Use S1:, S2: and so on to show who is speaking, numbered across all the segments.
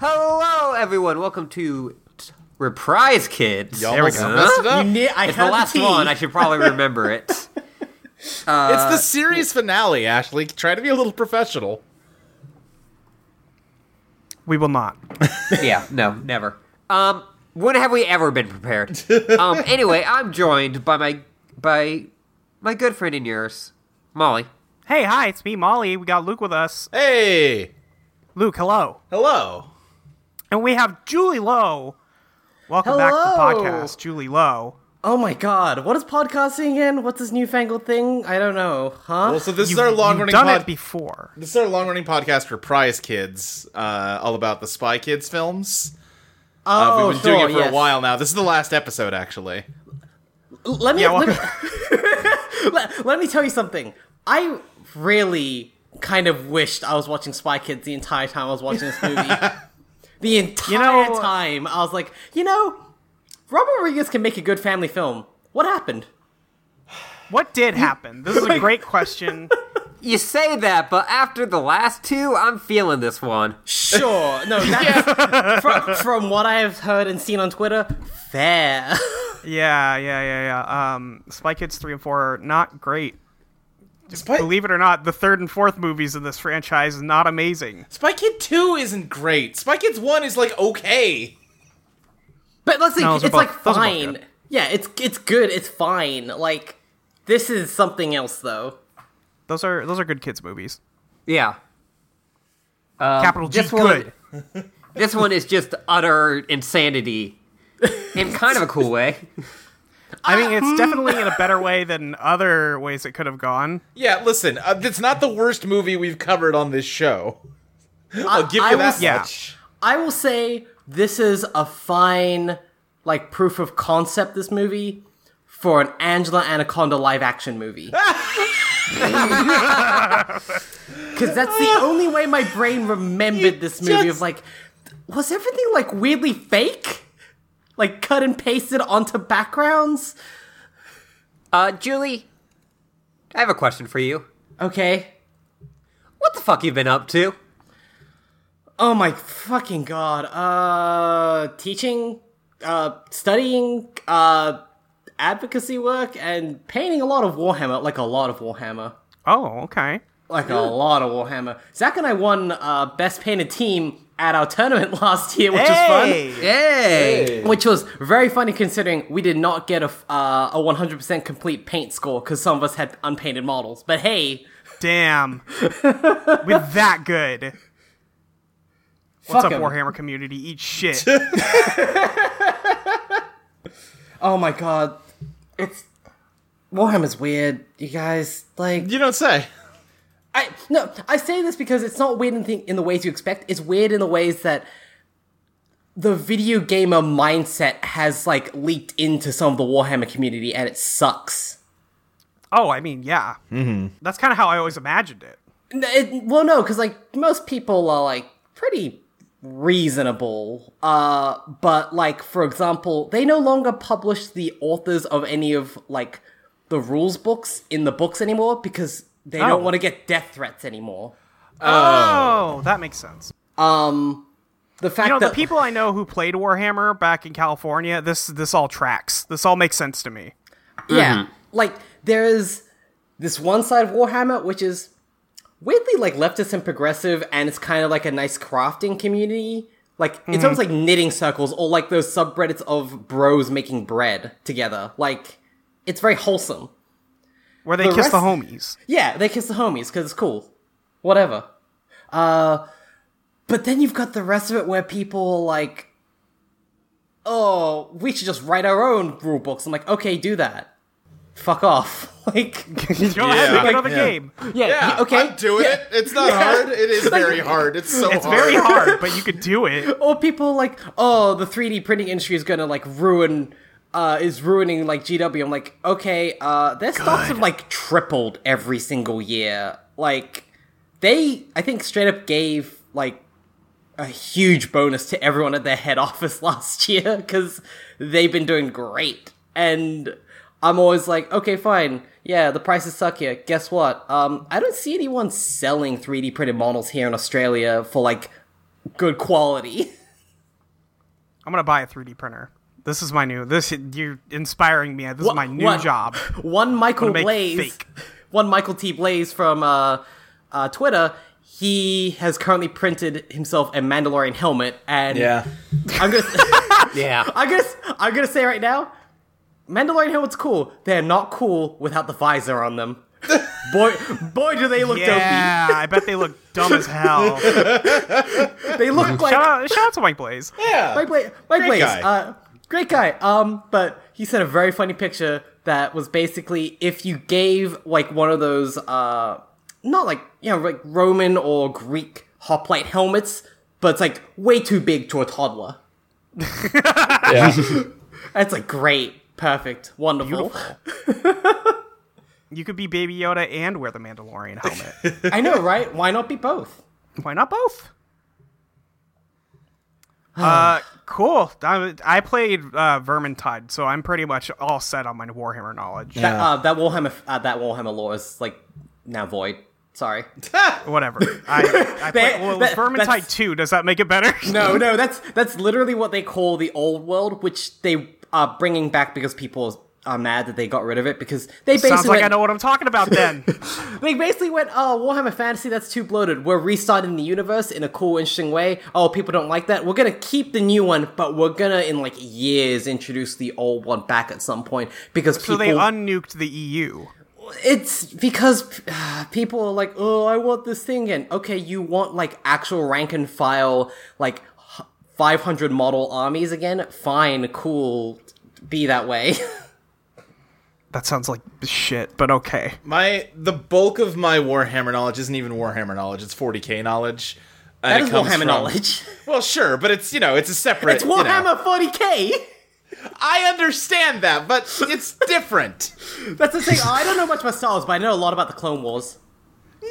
S1: Hello, everyone. Welcome to t- Reprise Kids.
S2: Y'all must have messed it up.
S3: You need, I
S1: It's
S3: had
S1: the last
S3: tea.
S1: one. I Uh, should probably remember it.
S2: it's the series finale, Ashley. Try to be a little professional.
S4: We will not.
S1: yeah, no, never. Um, when have we ever been prepared? um, anyway, I'm joined by my by my good friend and yours, Molly.
S4: Hey, hi, it's me, Molly. We got Luke with us.
S2: Hey,
S4: Luke, hello.
S2: hello.
S4: And we have Julie Lowe. Welcome back to
S3: Hello.
S4: the podcast, Julie Lowe.
S3: Oh my god, what is podcasting again? What's this newfangled thing? I don't know, huh?
S2: Well, so this
S4: You've,
S2: is our long
S4: you've
S2: running
S4: done
S2: pod-
S4: it before.
S2: this is our long running podcast for Prize Kids, uh, all about the Spy Kids films. Uh,
S3: oh,
S2: we've been doing
S3: sure,
S2: it for
S3: yes.
S2: a while now. This is the last episode, actually.
S3: L- Let me
S4: Yeah,
S3: let,
S4: well-
S3: me- let- let me tell you something. I really kind of wished I was watching Spy Kids the entire time I was watching this movie. the entire
S4: know-
S3: time I was like, you know, Robert Rodriguez can make a good family film. What happened?
S4: What did happen? This is a great question.
S1: You say that, but after the last two, I'm feeling this one.
S3: Sure, no, that's, from, from what I have heard and seen on Twitter, fair.
S4: Yeah, yeah, yeah, yeah. Um, Spy Kids 3 and 4 are not great.
S2: Spy,
S4: Believe it or not, the third and fourth movies in this franchise is not amazing.
S2: Spy Kid 2 isn't great. Spy Kids 1 is like okay.
S3: But let's see,
S4: No,
S3: it's
S4: those are both-
S3: like
S4: those are both
S3: fine.
S4: good.
S3: Yeah, it's it's good. It's fine. Like this is something else though.
S4: Those are those are good kids movies.
S1: Yeah,
S2: Um,
S4: Capital G,
S1: just wanted-
S4: good.
S1: this one is just utter insanity in kind of a cool way.
S4: I mean, it's definitely in a better way than other ways it could have gone.
S2: Yeah, listen, uh, it's not the worst movie we've covered on this show. I'll give you
S3: I
S2: that
S3: was-
S4: Yeah.
S2: much.
S3: I will say this is a fine like proof of concept this movie for an Angela Anaconda live action movie. Cuz that's the only way my brain remembered this movie of
S2: just-
S3: like was everything like weirdly fake? Like cut and pasted onto backgrounds?
S1: Uh, Julie, I have a question for you.
S3: Okay.
S1: What the fuck you been up to?
S3: Oh my fucking god. Uh teaching, uh studying, uh advocacy work and painting a lot of Warhammer, like a lot of Warhammer.
S4: Oh, okay.
S3: Like a lot of Warhammer. Zach and I won uh best painted team at our tournament last year, which was
S4: Hey!
S1: Hey.
S3: fun. Which was very funny considering we did not get a f- uh, a 100% complete paint score cuz some of us had unpainted models. But hey,
S4: Damn. We're that good. What's up,
S3: fuck 'em.
S4: Warhammer community? Eat shit.
S3: Oh my god. It's Warhammer's weird. You guys like
S2: You don't say.
S3: I no, I say this because it's not weird in the, in the ways you expect. It's weird in the ways that the video gamer mindset has like leaked into some of the Warhammer community, and it sucks.
S4: oh, I mean, yeah. Mm-hmm. That's kind of how I always imagined it.
S3: N- it- well, no, because like most people are like pretty reasonable, uh, but like for example, they no longer publish the authors of any of like the rules books in the books anymore because they
S4: Oh.
S3: don't want to get death threats anymore.
S4: Oh, that makes sense.
S3: Um, the fact
S4: You know,
S3: that
S4: the people I know who played Warhammer back in California, this this all tracks. This all makes sense to me.
S3: Yeah. Like there is this one side of Warhammer which is weirdly like leftist and progressive and it's kind of like a nice crafting community. Like it's almost like knitting circles or like those subreddits of bros making bread together. Like it's very wholesome.
S4: Where they
S3: The
S4: kiss the
S3: rest-
S4: homies.
S3: Yeah, they kiss the homies because it's cool. Whatever. Uh, but then you've got the rest of it where people are like, oh, we should just write our own rule books. I'm like, okay, do that. Fuck off. like,
S4: You know,
S2: Yeah.
S4: make another
S2: Yeah.
S4: game.
S3: yeah,
S2: Yeah,
S3: you- okay.
S2: I'm doing
S3: yeah.
S2: it. It's not hard. It is very hard. It's so
S4: It's very hard, but you could do it.
S3: Or people are like, oh, the 3D printing industry is gonna like ruin, uh, is ruining like GW. I'm like, okay, uh, their stocks have like tripled every single year. Like, they, I think, straight up gave like a huge bonus to everyone at their head office last year because they've been doing great. And I'm always like, okay, fine. Yeah, the prices suck here. Guess what? Um, I don't see anyone selling 3D printed models here in Australia for like good quality.
S4: I'm gonna buy a 3D printer. This is my new. This you're inspiring me. This is my new
S3: One-
S4: job.
S3: One Michael
S4: I'm gonna make
S3: Blaze,
S4: fake.
S3: one Michael T. Blaze from uh, uh, Twitter. He has currently printed himself a Mandalorian helmet, and
S5: Yeah.
S3: I'm gonna,
S1: Yeah.
S3: I'm gonna, I'm gonna say right now, Mandalorian helmets cool. They're not cool without the visor on them. boy, boy, do they look
S4: Yeah, I bet they look dumb as hell. shout,
S3: dopey. They look like
S4: out, shout out to Mike Blaze.
S2: Yeah.
S3: Mike Blaze. Mike
S2: Great
S3: Blaze.
S2: guy.
S3: Uh, great guy. Um, but he sent a very funny picture that was basically if you gave like one of those, uh, not like you know like Roman or Greek hoplite helmets, but it's like way too big to a toddler.
S5: Yeah.
S3: That's like great, perfect, wonderful.
S4: You could be Baby Yoda and wear the Mandalorian helmet.
S3: I know, right? Why not be both?
S4: Why not both? uh, cool. I, I played uh, Vermintide, so I'm pretty much all set on my Warhammer knowledge.
S3: That, uh, that Warhammer, uh, that Warhammer lore is like now void. Sorry.
S4: Whatever. I, I play, well,
S3: that-
S4: Vermintide
S3: that's-
S4: 2, does that make it better?
S3: No, no, that's that's literally what they call the old world, which they are bringing back because people are mad that they got rid of it because they basically
S4: Sounds like
S3: went,
S4: I know what I'm talking about then.
S3: they basically went, oh, Warhammer Fantasy, that's too bloated. We're restarting the universe in a cool, interesting way. Oh, people don't like that. We're gonna keep the new one, but we're gonna in like years introduce the old one back at some point because
S4: so
S3: people
S4: they unnuked the E EU.
S3: it's because uh, people are like, oh, I want this thing again. Okay, you want like actual rank and file, like h- 500 model armies again? Fine, cool, be that way.
S4: That sounds like shit, but okay.
S2: My the bulk of my Warhammer knowledge isn't even Warhammer knowledge. It's 40k knowledge. And
S3: that
S2: it
S3: is
S2: comes
S3: Warhammer
S2: from-
S3: knowledge.
S2: Well, sure, but it's you know it's a separate.
S3: It's
S2: you know-
S3: Warhammer 40k!
S2: I understand that, but it's different.
S3: That's the thing, I don't know much about Star Wars, but I know a lot about the Clone Wars.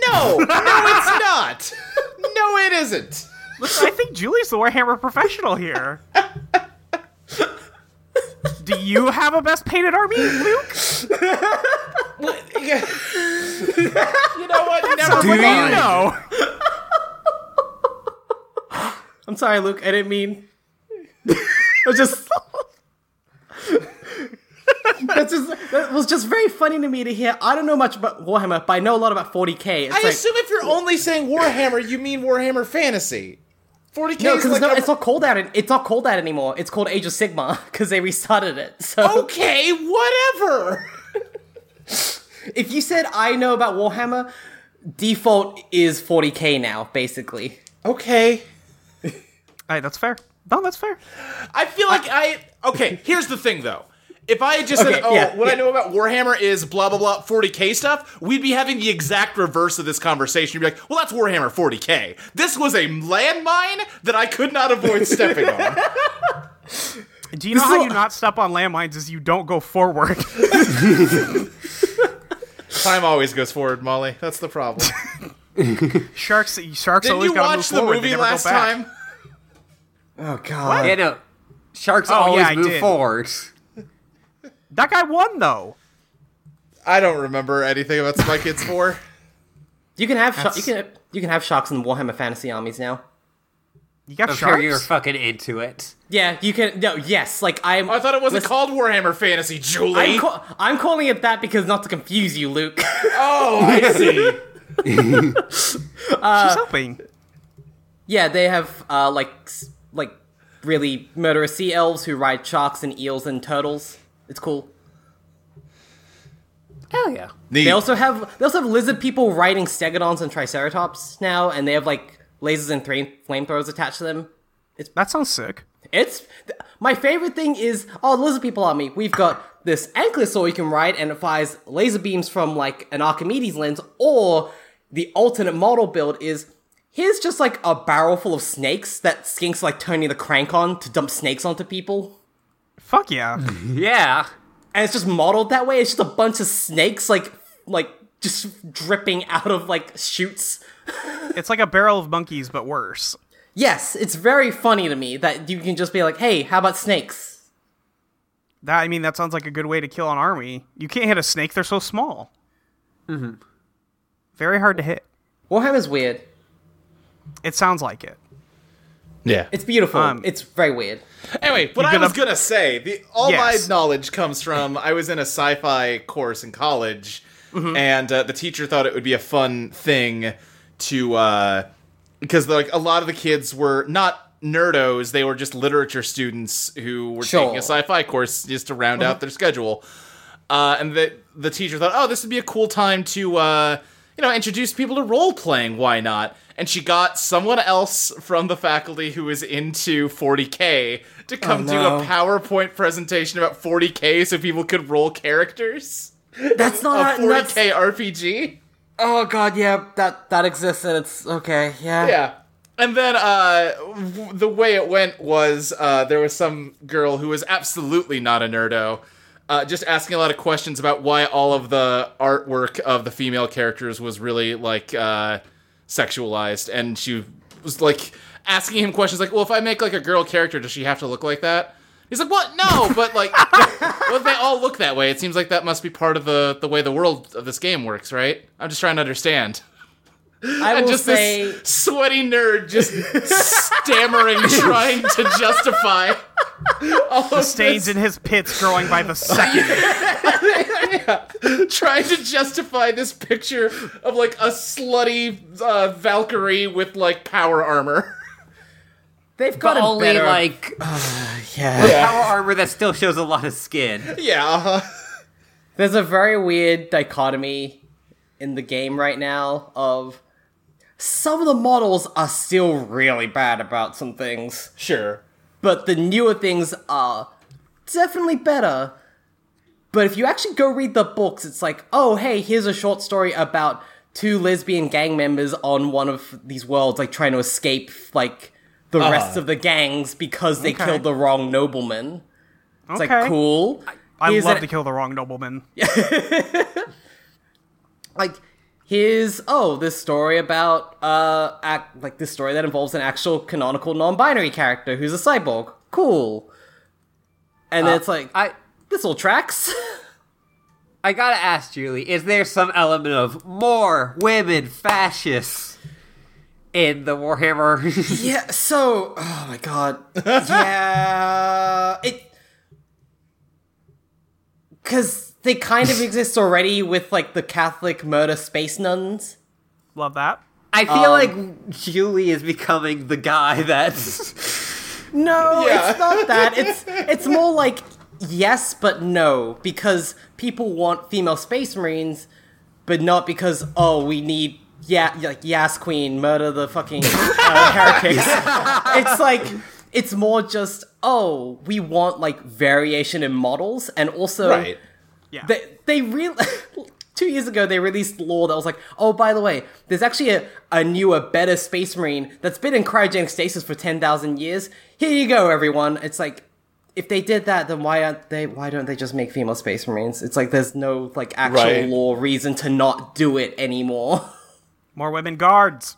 S2: No, no, it's not. No, it isn't.
S4: Listen, I think Julie's the Warhammer professional here. Do you have a best painted army, Luke?
S2: you know what? Never
S4: Sounds like oh, all you
S2: mind.
S4: know?
S3: I'm sorry, Luke, I didn't mean. I was just. That's just that was just very funny to me to hear. I don't know much about Warhammer, but I know a lot about 40k. It's
S2: I
S3: like,
S2: assume if you're only saying Warhammer, you mean Warhammer Fantasy. 40k
S3: No,
S2: is like
S3: because it's, not
S2: a-
S3: it's not called that. an- It's not called that anymore. It's called Age of Sigma because they restarted it. So
S2: okay, whatever.
S3: if you said I know about Warhammer, default is 40k now, basically.
S2: Okay.
S4: All right, that's fair. No, that's fair.
S2: I feel like I, okay. Here's the thing, though. If I had just
S3: Okay,
S2: said, "Oh,
S3: yeah,
S2: what I
S3: yeah.
S2: know about Warhammer is blah blah blah 40k stuff," we'd be having the exact reverse of this conversation. You'd be like, "Well, that's Warhammer 40k." This was a landmine that I could not avoid stepping on.
S4: Do you know
S3: This
S4: how
S3: will-
S4: you not step on landmines is you don't go forward?
S2: Time always goes forward, Molly. That's the problem.
S4: sharks, sharks
S2: Did
S4: always
S2: you
S4: gotta move
S2: watch the
S4: forward. they
S2: movie
S4: never
S2: last
S4: go back.
S2: time?
S3: Oh god.
S1: Yeah, no. Sharks
S4: yeah,
S1: always
S4: I
S1: move
S4: did.
S1: forward.
S4: That guy won though.
S2: I don't remember anything about Spy Kids 4.
S3: You can have sho- you can you can have sharks in Warhammer Fantasy armies now.
S4: Oh, You got
S1: I'm sure
S4: sharks.
S1: you're fucking into it.
S3: Yeah, you can. No, yes, like I'm.
S2: I thought it wasn't
S3: listen,
S2: called Warhammer Fantasy, Julie.
S3: I'm, ca- I'm calling it that because not to confuse you, Luke.
S2: oh, I see.
S4: She's helping.
S3: yeah, they have uh, like s- like really murderous sea elves who ride sharks and eels and turtles. It's cool.
S1: Hell yeah.
S3: They also have they also have lizard people riding stegodons and triceratops now, and they have like lasers and flame flamethrowers attached to them.
S4: That sounds sick.
S3: It's th- my favorite thing is oh the lizard people army. We've got this ankylosaur you can ride, and it fires laser beams from like an Archimedes lens. Or the alternate model build is here's just like a barrel full of snakes that skinks like Tony the Crank on to dump snakes onto people.
S4: Fuck yeah.
S1: Yeah.
S3: and it's just modeled that way. It's just a bunch of snakes, like like just dripping out of like shoots.
S4: it's like a barrel of monkeys, but worse.
S3: Yes, it's very funny to me that you can just be like, "Hey, how about snakes?"
S4: That I mean, that sounds like a good way to kill an army. You can't hit a snake; they're so small. Mm-hmm. Very hard to hit.
S3: Warhammer's weird.
S4: It sounds like it.
S2: Yeah.
S3: It's beautiful.
S4: Um,
S3: it's very weird.
S2: Anyway, what I
S4: gonna-
S2: was gonna say, the all
S4: Yes.
S2: my knowledge comes from I was in a sci-fi course in college, and uh, the teacher thought it would be a fun thing to uh, because like a lot of the kids were not nerdos; they were just literature students who were
S3: Sure.
S2: taking a sci-fi course just to round out their schedule. Uh, and the the teacher thought, oh, this would be a cool time to uh, you know introduce people to role playing. Why not? And she got someone else from the faculty who was into 40k to come do
S3: Oh, no.
S2: a PowerPoint presentation about 40k so people could roll characters.
S3: That's
S2: A
S3: not. that's-
S2: 40k RPG.
S3: oh god, yeah, that that exists and it's okay. Yeah.
S2: Yeah. And then uh, w- the way it went was uh, there was some girl who was absolutely not a nerdo, uh, just asking a lot of questions about why all of the artwork of the female characters was really like uh, sexualized, and she was like asking him questions like, "Well, if I make like a girl character, does she have to look like that?" He's like, "What? No, but like, well, they all look that way. It seems like that must be part of the the way the world of this game works, right? I'm just trying to understand."
S3: I
S2: and
S3: will
S2: just
S3: say.
S2: this sweaty nerd just stammering, trying to justify all of
S4: Stains
S2: this,
S4: in his pits growing by the second.
S2: trying to justify this picture of like a slutty uh, Valkyrie with like power armor.
S3: They've got
S1: But
S3: a
S1: only
S3: better,
S1: like
S3: yeah.
S1: power armor that still shows a lot of skin.
S2: yeah, uh-huh.
S3: There's a very weird dichotomy in the game right now of some of the models are still really bad about some things,
S2: sure.
S3: but the newer things are definitely better. But if you actually go read the books, it's like, oh, hey, here's a short story about two lesbian gang members on one of these worlds, like trying to escape, like, the rest of the gangs because they
S4: Ah. Okay.
S3: killed the wrong nobleman. It's
S4: Okay.
S3: like, cool.
S4: I
S3: Here's
S4: love
S3: an-
S4: to kill the wrong nobleman.
S3: like his oh this story about uh ac like this story that involves an actual canonical non-binary character who's a cyborg cool and
S4: Uh,
S3: then it's like
S1: I
S3: this all tracks
S1: I gotta ask Julie, is there some element of more women fascists in the Warhammer?
S3: yeah so oh my god yeah it because they kind of exist already with like the catholic murder space nuns
S4: Love that.
S1: I feel like Julie is becoming the guy that's
S3: No,
S2: Yeah.
S3: it's not that. It's it's more like yes but no because people want female space marines, but not because oh we need yeah like Yas Queen murder the fucking uh, heretics. It's like it's more just oh we want like variation in models and also
S2: Right.
S4: Yeah.
S3: they they re- two years ago they released lore that was like, oh by the way, there's actually a, a newer, better space marine that's been in cryogenic stasis for ten thousand years. Here you go, everyone. It's like if they did that, then why aren't they why don't they just make female space marines? It's like there's no like actual
S2: Right.
S3: lore reason to not do it anymore.
S4: More women guards.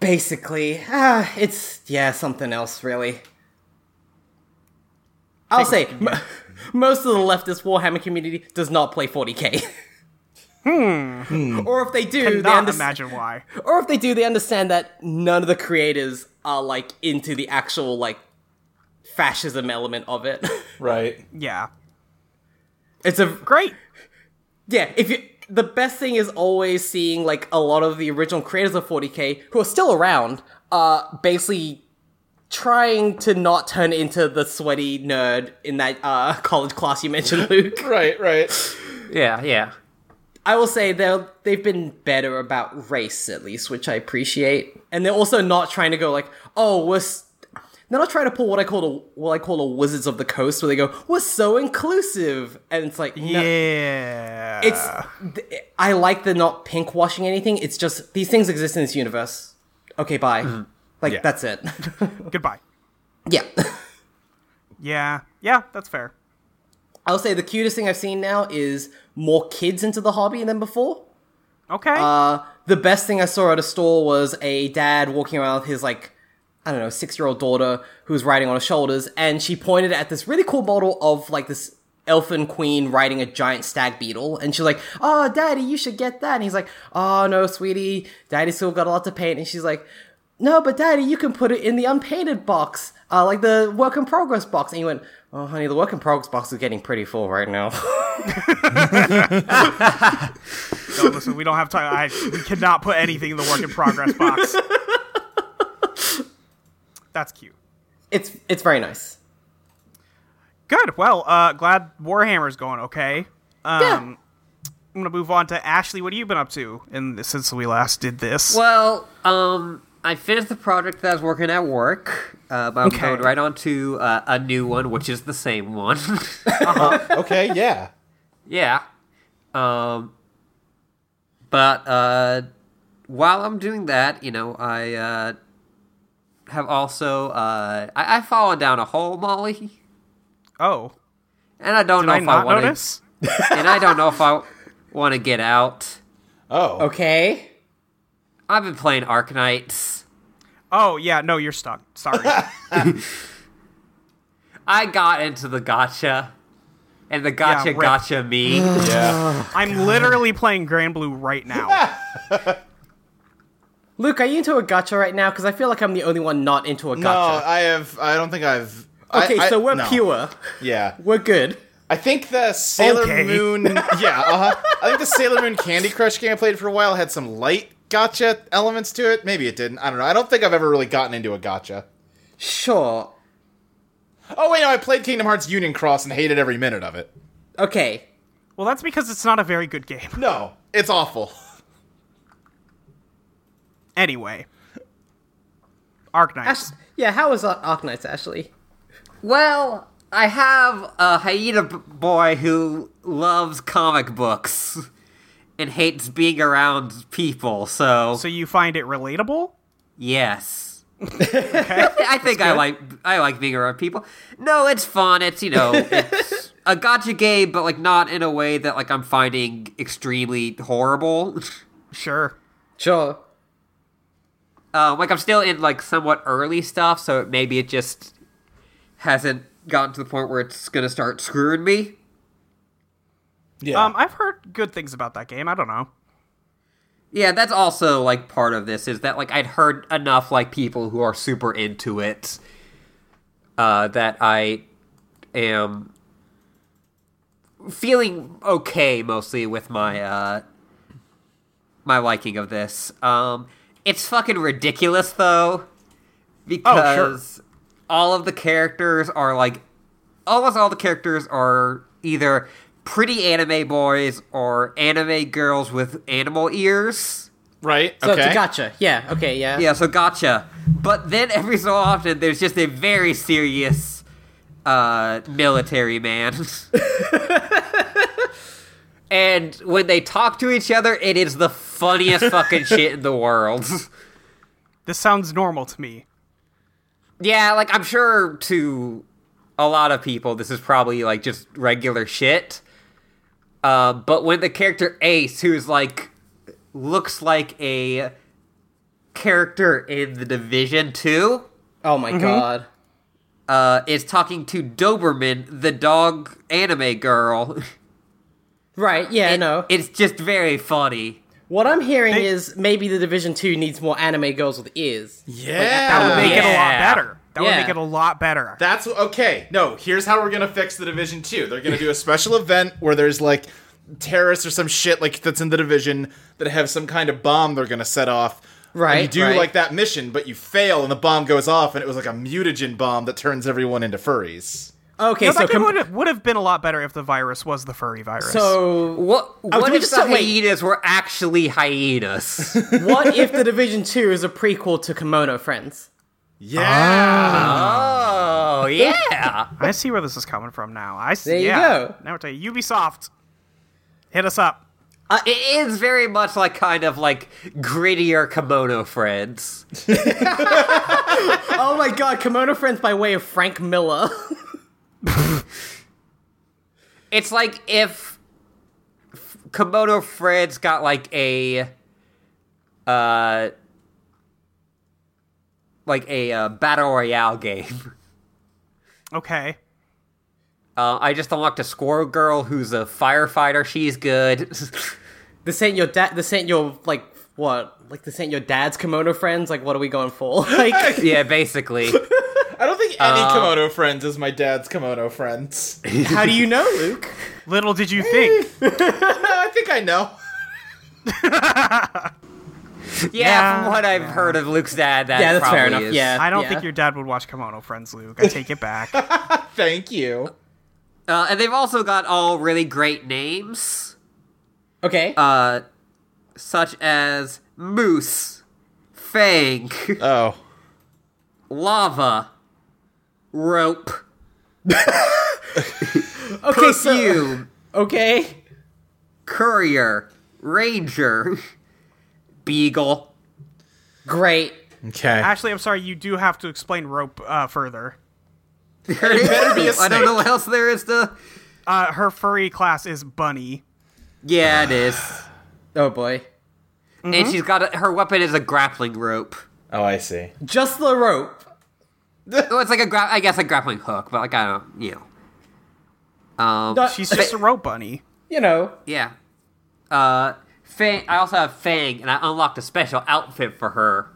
S3: Basically. Ah, it's yeah, something else really. I'll say m- most of the leftist Warhammer community does not play 40k. Or if they do, they
S4: Not
S3: under-
S4: imagine why.
S3: or if they do, they understand that none of the creators are like into the actual like fascism element of it.
S2: Right.
S4: Yeah.
S3: it's a
S4: Great.
S3: yeah. If you the best thing is always seeing like a lot of the original creators of 40k who are still around, uh, basically trying to not turn into the sweaty nerd in that uh college class you mentioned, Luke.
S2: Right. Right.
S1: yeah, yeah.
S3: I will say they they've been better about race at least, which I appreciate. And they're also not trying to go like, oh, we're. s they're not trying to pull what I call a what I call a Wizards of the Coast, where they go, we're so inclusive, and it's like, no,
S4: Yeah.
S3: it's. th- I like the not pink washing anything. It's just these things exist in this universe. Okay, bye. Like
S2: Yeah.
S3: that's it.
S4: Goodbye.
S3: yeah.
S4: Yeah. Yeah, that's fair.
S3: I'll say the cutest thing I've seen now is more kids into the hobby than before.
S4: Okay.
S3: Uh, the best thing I saw at a store was a dad walking around with his like I don't know six year old daughter who's riding on her shoulders, and she pointed at this really cool model of like this elfin queen riding a giant stag beetle, and she's like, "Oh, daddy, you should get that." And he's like, "Oh no, sweetie, daddy's still got a lot to paint," and she's like. no, but daddy, you can put it in the unpainted box, uh, like the work in progress box. And he went, oh, honey, the work in progress box is getting pretty full right now.
S4: No, listen, we don't have time. I, we cannot put anything in the work in progress box. That's cute.
S3: it's it's very nice.
S4: Good. Well, uh, glad Warhammer's going okay. Um, I'm gonna move on to Ashley. What have you been up to in since we last did this?
S1: Well, um, I finished the project that I was working at work, uh, but I'm
S4: Okay.
S1: going right on to uh, a new one, which is the same one.
S2: Uh-huh. Okay, yeah.
S1: yeah. Um, but uh, while I'm doing that, you know, I uh, have also uh, I- I've fallen down a hole, Molly,
S4: Oh,
S1: and I don't
S4: did
S1: know
S4: I
S1: if I
S4: not
S1: want to.
S4: notice?
S1: And I don't know if I want to get out.
S2: Oh.
S3: Okay.
S1: I've been playing Arknights.
S4: Oh yeah, no, you're stuck. Sorry.
S1: I got into the gotcha, and the gotcha
S4: rip.
S1: gotcha me.
S2: Yeah.
S4: I'm literally playing Grand Blue right now.
S3: Luke, are you into a gacha right now? Because I feel like I'm the only one not into a
S2: No,
S3: gacha.
S2: I have. I don't think I've.
S3: okay,
S2: I- I-
S3: so we're
S2: no.
S3: pure.
S2: Yeah.
S3: We're good.
S2: I think the Sailor
S4: Okay.
S2: Moon. Yeah. Uh-huh. I think the Sailor Moon Candy Crush game I played for a while had some light gotcha elements to it. Maybe it didn't. I don't know. I don't think I've ever really gotten into a gotcha.
S3: Sure.
S2: Oh wait, no. I played Kingdom Hearts Union Cross and hated every minute of it.
S3: Okay.
S4: well, that's because it's not a very good game.
S2: No, it's awful.
S4: Anyway, Arknights.
S3: Ash- yeah, how was Ar- Arknights, Ashley?
S1: Well, I have a hyena b- boy who loves comic books and hates being around people. So,
S4: so you find it relatable?
S1: yes, I think I like I like being around people. No, it's fun. It's you know, it's a gotcha game, but like not in a way that like I'm finding extremely horrible.
S4: Sure.
S3: Sure.
S1: Um, like I'm still in like somewhat early stuff, so it, maybe it just hasn't gotten to the point where it's gonna start screwing me.
S2: Yeah.
S4: Um, I've heard good things about that game. I don't know.
S1: Yeah, that's also like part of this is that like I'd heard enough like people who are super into it uh that I am feeling okay mostly with my uh my liking of this. Um it's fucking ridiculous though because all of the characters are like almost all the characters are either pretty anime boys or anime girls with animal ears.
S2: right.
S3: So
S2: okay.
S3: it's a gacha. Yeah, okay, yeah.
S1: Yeah, so gotcha. But then every so often, there's just a very serious uh, military man. and when they talk to each other, it is the funniest fucking shit in the world.
S4: This sounds normal to me.
S1: yeah, like I'm sure to a lot of people, this is probably like just regular shit. Uh, but when the character Ace, who's like looks like a character in the Division Two,
S3: Oh my god.
S1: uh, is talking to Doberman, the dog anime girl.
S3: Right, yeah, no.
S1: It's just very funny.
S3: what I'm hearing
S4: They-
S3: is maybe the Division 2 needs more anime girls with ears.
S2: yeah.
S3: Uh,
S4: That would make it a lot
S1: yeah.
S4: better. That would
S3: Yeah.
S4: make it a lot better.
S2: That's okay. No, here's how we're gonna fix the division two. They're gonna do a special event where there's like terrorists or some shit like that's in the division that have some kind of bomb they're gonna set off. And
S3: Right,
S2: you do
S3: right.
S2: like that mission, but you fail and the bomb goes off and it was like a mutagen bomb that turns everyone into furries.
S3: Okay,
S4: No,
S3: so
S4: that game
S3: com-
S4: would, would have been a lot better if the virus was the furry virus.
S3: so
S1: What what
S3: gonna
S1: if
S3: Oh, just
S1: the
S3: say, wait.
S1: hyenas were actually hyenas?
S3: what if the Division 2 is a prequel to Kimono Friends?
S2: Yeah.
S1: oh yeah.
S4: I see where this is coming from now. I see.
S3: There you
S4: yeah.
S3: go.
S4: Now we're talking Ubisoft. Hit us up.
S1: Uh, It is very much like kind of like grittier kimono friends.
S3: Oh my god, Kimono Friends by way of Frank Miller.
S1: It's like if f- Kimono Friends got like a uh like a uh, battle royale game.
S4: Okay.
S1: Uh, I just unlocked a squirrel girl who's a firefighter. She's good.
S3: this ain't your dad, this ain't your, like, what? Like this ain't your dad's kimono friends. Like what are we going for? Like
S1: yeah, basically.
S2: I don't think any kimono friends is my dad's kimono friends.
S3: How do you know, Luke?
S4: Little did you think.
S2: I think I know.
S1: yeah, from what I've heard of Luke's dad, that
S3: Yeah, that's fair
S1: probably
S3: enough,
S1: is.
S3: yeah.
S4: I don't think your dad would watch Kimono Friends, Luke. I take it back.
S2: Thank you.
S1: Uh, and they've also got all really great names,
S3: Okay.
S1: uh, such as Moose, Fang,
S2: Oh.
S1: Lava, Rope,
S3: okay. So,
S1: Perfume,
S3: okay.
S1: Courier, Ranger, Beagle.
S3: Great.
S2: Okay.
S4: Ashley, I'm sorry, you do have to explain rope uh, further.
S2: be a
S1: I don't know what else there is to.
S4: Uh, her furry class is bunny.
S1: Yeah, it is.
S3: Oh boy.
S1: And she's got a, her weapon is a grappling rope.
S2: Oh, I see.
S3: Just the rope.
S1: Well, it's like a gra- I guess a grappling hook, but like I don't, you know. Um,
S3: Not-
S4: She's just a rope bunny.
S3: you know.
S1: yeah. Uh, Fang. I also have Fang, and I unlocked a special outfit for her,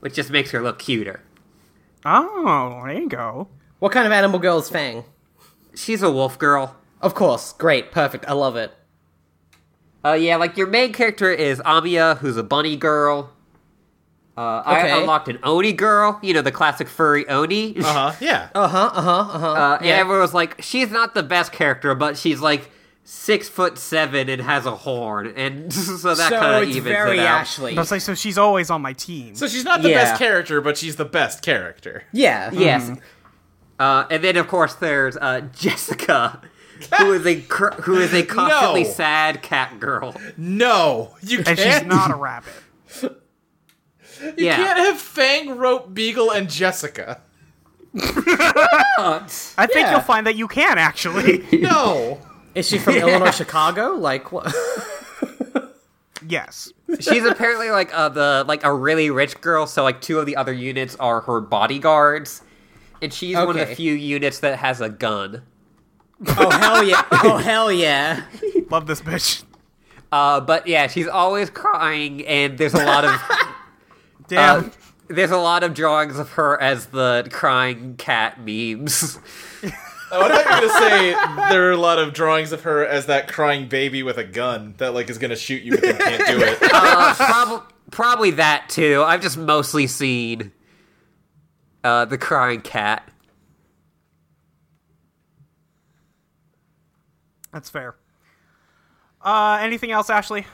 S1: which just makes her look cuter.
S4: Oh, there you go.
S3: What kind of animal girl is Fang?
S1: She's a wolf girl.
S3: Of course. Great. Perfect. I love it.
S1: Uh, yeah, like your main character is Amiya, who's a bunny girl. Uh, I
S3: Okay.
S1: unlocked an Oni girl, you know, the classic furry Oni.
S2: Uh huh. Yeah.
S1: Uh, and everyone was like, she's not the best character, but she's like six foot seven and has a horn, and so that
S3: so
S1: kind of
S3: it's
S1: evens
S3: very
S1: it out.
S3: Ashley.
S4: But it's like, so she's always on my team.
S2: so she's not the
S1: Yeah.
S2: best character, but she's the best character.
S3: Yeah.
S1: Yes. Uh, and then of course there's uh, Jessica, who is a cr- who is a constantly
S2: No.
S1: sad cat girl.
S2: No, you
S4: and
S2: can't.
S4: she's not a rabbit.
S2: you
S1: yeah.
S2: can't have Fang, Rope, Beagle, and Jessica.
S4: I think
S2: Yeah.
S4: you'll find that you can, actually.
S2: No.
S3: Is she from Illinois, Chicago? Like what?
S4: yes.
S1: She's apparently like uh, the like a really rich girl, so like two of the other units are her bodyguards, and she's one of
S3: Okay.
S1: the few units that has a gun.
S3: oh hell yeah! Oh hell yeah!
S4: Love this bitch.
S1: Uh, but yeah, she's always crying, and there's a lot of
S4: Damn.
S2: Um,
S1: Uh, there's a lot of drawings of her as the crying cat memes.
S2: Oh, I thought you were gonna say there are a lot of drawings of her as that crying baby with a gun that like is gonna shoot you but then can't do it.
S1: Uh, prob- probably that too. I've just mostly seen uh, the crying cat.
S4: That's fair. Uh, anything else, Ashley?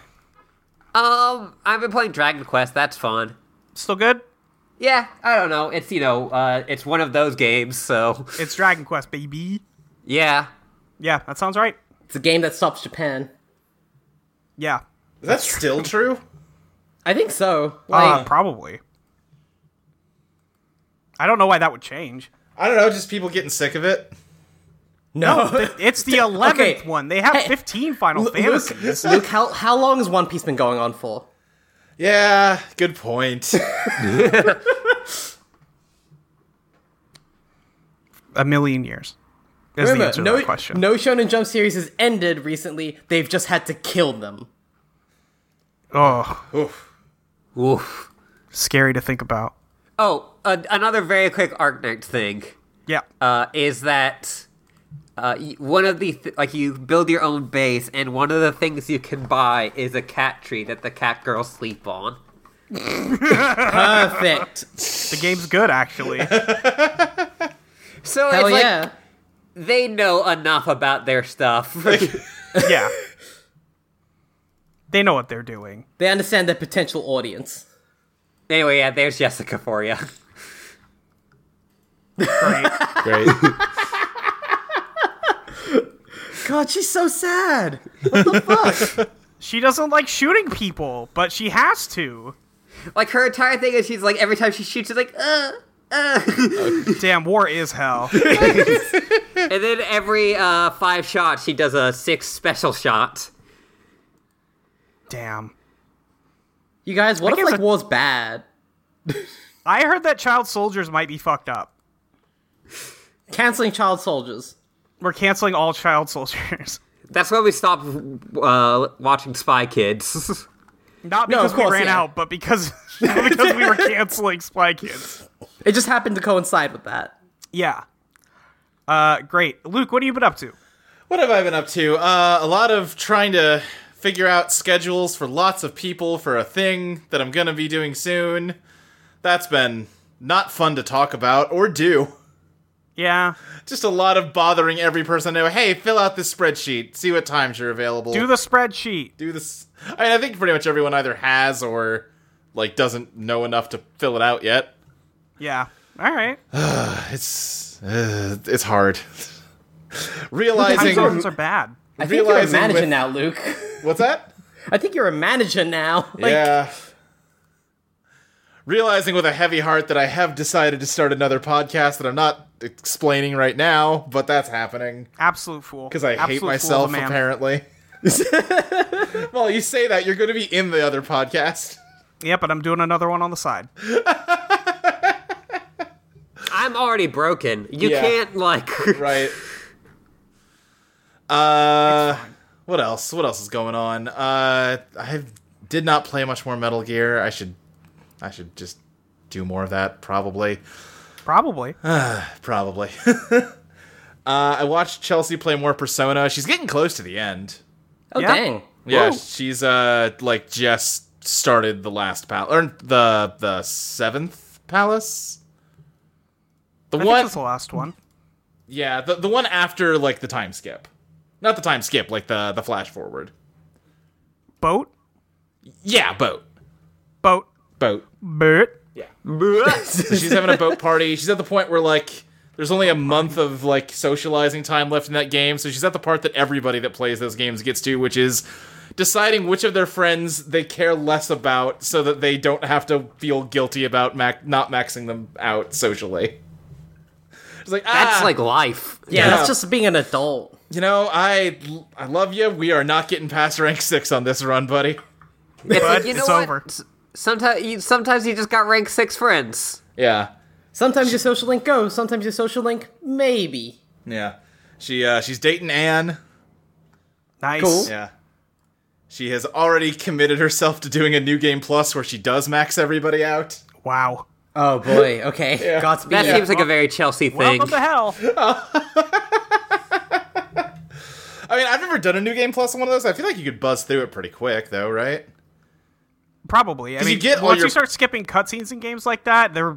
S1: Um, I've been playing Dragon Quest. That's fun.
S4: Still good?
S1: Yeah, I don't know. It's you know, uh, it's one of those games. So
S4: It's Dragon Quest, baby.
S1: yeah,
S4: Yeah, that sounds right.
S3: It's a game that stops Japan.
S4: Yeah.
S2: Is that still true?
S3: I think so.
S4: Uh,
S3: Like,
S4: probably. I don't know why that would change.
S2: I don't know, just people getting sick of it.
S3: no.
S4: It's the 11th
S3: okay.
S4: one. They have
S3: Hey,
S4: 15 Final
S3: Luke,
S4: Fantasies.
S3: Luke, how how long has One Piece been going on for?
S2: Yeah, good point.
S4: A million years. Is the
S3: Remember,
S4: answer to
S3: no,
S4: that question.
S3: no Shonen Jump series has ended recently. They've just had to kill them.
S4: Oh,
S2: Oof.
S1: Oof.
S4: scary to think about.
S1: Oh, uh, another very quick Arknight thing.
S4: Yeah.
S1: uh, is that uh, y- one of the th- like you build your own base, and one of the things you can buy is a cat tree that the cat girls sleep on.
S3: Perfect.
S4: the game's good, actually.
S1: So
S3: Hell
S1: it's like
S3: yeah.
S1: they know enough about their stuff.
S4: yeah. They know what they're doing.
S3: They understand their potential audience.
S1: anyway, yeah, there's Jessica for you.
S4: Great.
S2: Great.
S3: God, she's so sad.
S4: she doesn't like shooting people, but she has to.
S1: Like her entire thing is she's like every time she shoots, she's like uh. Uh.
S4: Damn, war is hell.
S1: and then every uh, five shots, she does a six special shot.
S4: Damn.
S3: You guys,
S4: I
S3: what if
S4: guess
S3: like
S4: I-
S3: war's bad?
S4: I heard that child soldiers might be fucked up.
S3: Canceling child soldiers.
S4: We're canceling all child soldiers.
S1: That's when we stopped uh, watching Spy Kids.
S4: Not
S3: No,
S4: because
S3: of course,
S4: we ran
S3: yeah.
S4: out, but because because we were canceling Spy Kids.
S3: It just happened to coincide with that.
S4: Yeah. Uh, great, Luke. What have you been up to?
S2: What have I been up to? Uh, a lot of trying to figure out schedules for lots of people for a thing that I'm gonna be doing soon. That's been not fun to talk about or do.
S4: Yeah,
S2: Just a lot of bothering every person I know. Hey, fill out this spreadsheet. See what times you're available.
S4: do the spreadsheet.
S2: do this. I mean, I think pretty much everyone either has or like doesn't know enough to fill it out yet.
S4: Yeah. All right.
S2: It's uh, it's hard.
S4: Time
S2: Realizing
S4: zones are bad.
S3: I think you're a
S2: Realizing
S3: manager
S2: with-
S3: now, Luke.
S2: what's that?
S3: I think you're a manager now. Like,
S2: yeah. Realizing with a heavy heart that I have decided to start another podcast that I'm not explaining right now, but that's happening
S4: Absolute fool.
S2: because I
S4: Absolute
S2: hate
S4: fool of a
S2: myself
S4: man.
S2: apparently. well, you say that you're going to be in the other podcast.
S4: Yeah, but I'm doing another one on the side.
S1: I'm already broken. You
S2: Yeah.
S1: can't like.
S2: right. Uh, what else? What else is going on? Uh, I did not play much more Metal Gear. I should, I should just do more of that. Probably,
S4: Probably.
S2: probably. uh, I watched Chelsea play more Persona. She's getting close to the end.
S3: oh
S4: Yeah.
S3: dang.
S2: Yeah,
S4: Whoa.
S2: she's uh like just started the last palace or the the seventh palace. The
S4: I think
S2: one
S4: that's the last one.
S2: Yeah, the the one after like the time skip. Not the time skip, like the the flash forward.
S4: Boat.
S2: Yeah, boat.
S4: Boat.
S2: Boat.
S4: Boat.
S2: So she's having a boat party. She's at the point where like there's only a month of like socializing time left in that game, so she's at the part that everybody that plays those games gets to, which is deciding which of their friends they care less about so that they don't have to feel guilty about mac- not maxing them out socially. It's like ah,
S1: That's like life.
S3: Yeah,
S2: Yeah.
S3: that's just being an adult.
S2: you know, I I love you. We are not getting past rank 6 on this run, buddy.
S1: It's, like, you know
S4: it's
S1: what?
S4: over.
S1: S- Sometimes you, sometimes you just got rank six friends.
S2: Yeah.
S3: Sometimes your social link goes. Sometimes your social link maybe.
S2: Yeah. She uh she's dating Anne.
S4: Nice.
S3: Cool.
S2: Yeah. She has already committed herself to doing a new game plus where she does max everybody out.
S4: Wow.
S3: Oh boy. Okay. Godspeed.
S1: That seems like a very Chelsea thing.
S4: Welcome to hell.
S2: I mean, I've never done a new game plus on one of those. I feel like you could buzz through it pretty quick though, right?
S4: Probably. I
S2: 'Cause you
S4: mean,
S2: get all
S4: once
S2: your-
S4: you start skipping cutscenes in games like that, they're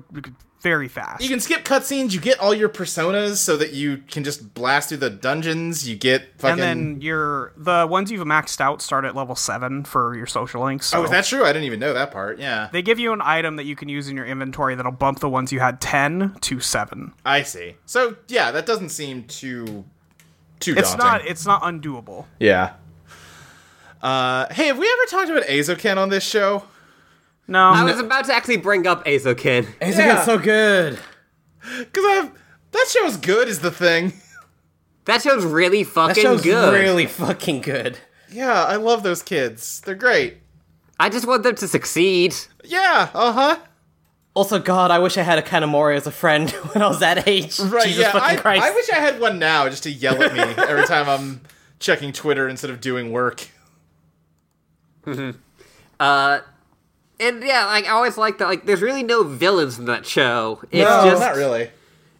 S4: very fast.
S2: You can skip cutscenes, you get all your personas so that you can just blast through the dungeons, you get
S4: and
S2: fucking
S4: then your the ones you've maxed out start at level seven for your social links. So
S2: Oh, is that true? I didn't even know that part. Yeah.
S4: they give you an item that you can use in your inventory that'll bump the ones you had ten to seven.
S2: I see. So, yeah, that doesn't seem too too
S4: It's
S2: daunting.
S4: not it's not undoable.
S2: yeah. Uh, hey, have we ever talked about Azoken on this show?
S4: No, um,
S1: I was about to actually bring up Azokin.
S3: It's
S2: Yeah.
S3: so good.
S2: Because I've that show's good is the thing.
S1: That show's really
S3: That
S1: fucking
S3: show's
S1: good.
S3: really fucking good.
S2: Yeah, I love those kids. They're great.
S1: I just want them to succeed.
S2: Yeah, uh huh.
S3: Also, God, I wish I had a Kanamori as a friend when I was that age.
S2: Right.
S3: Jesus
S2: yeah,
S3: fucking
S2: I,
S3: Christ.
S2: I wish I had one now just to yell at me every time I'm checking Twitter instead of doing work.
S1: And yeah, like I always like that. Like, there's really no villains in that show. It's just
S2: not really.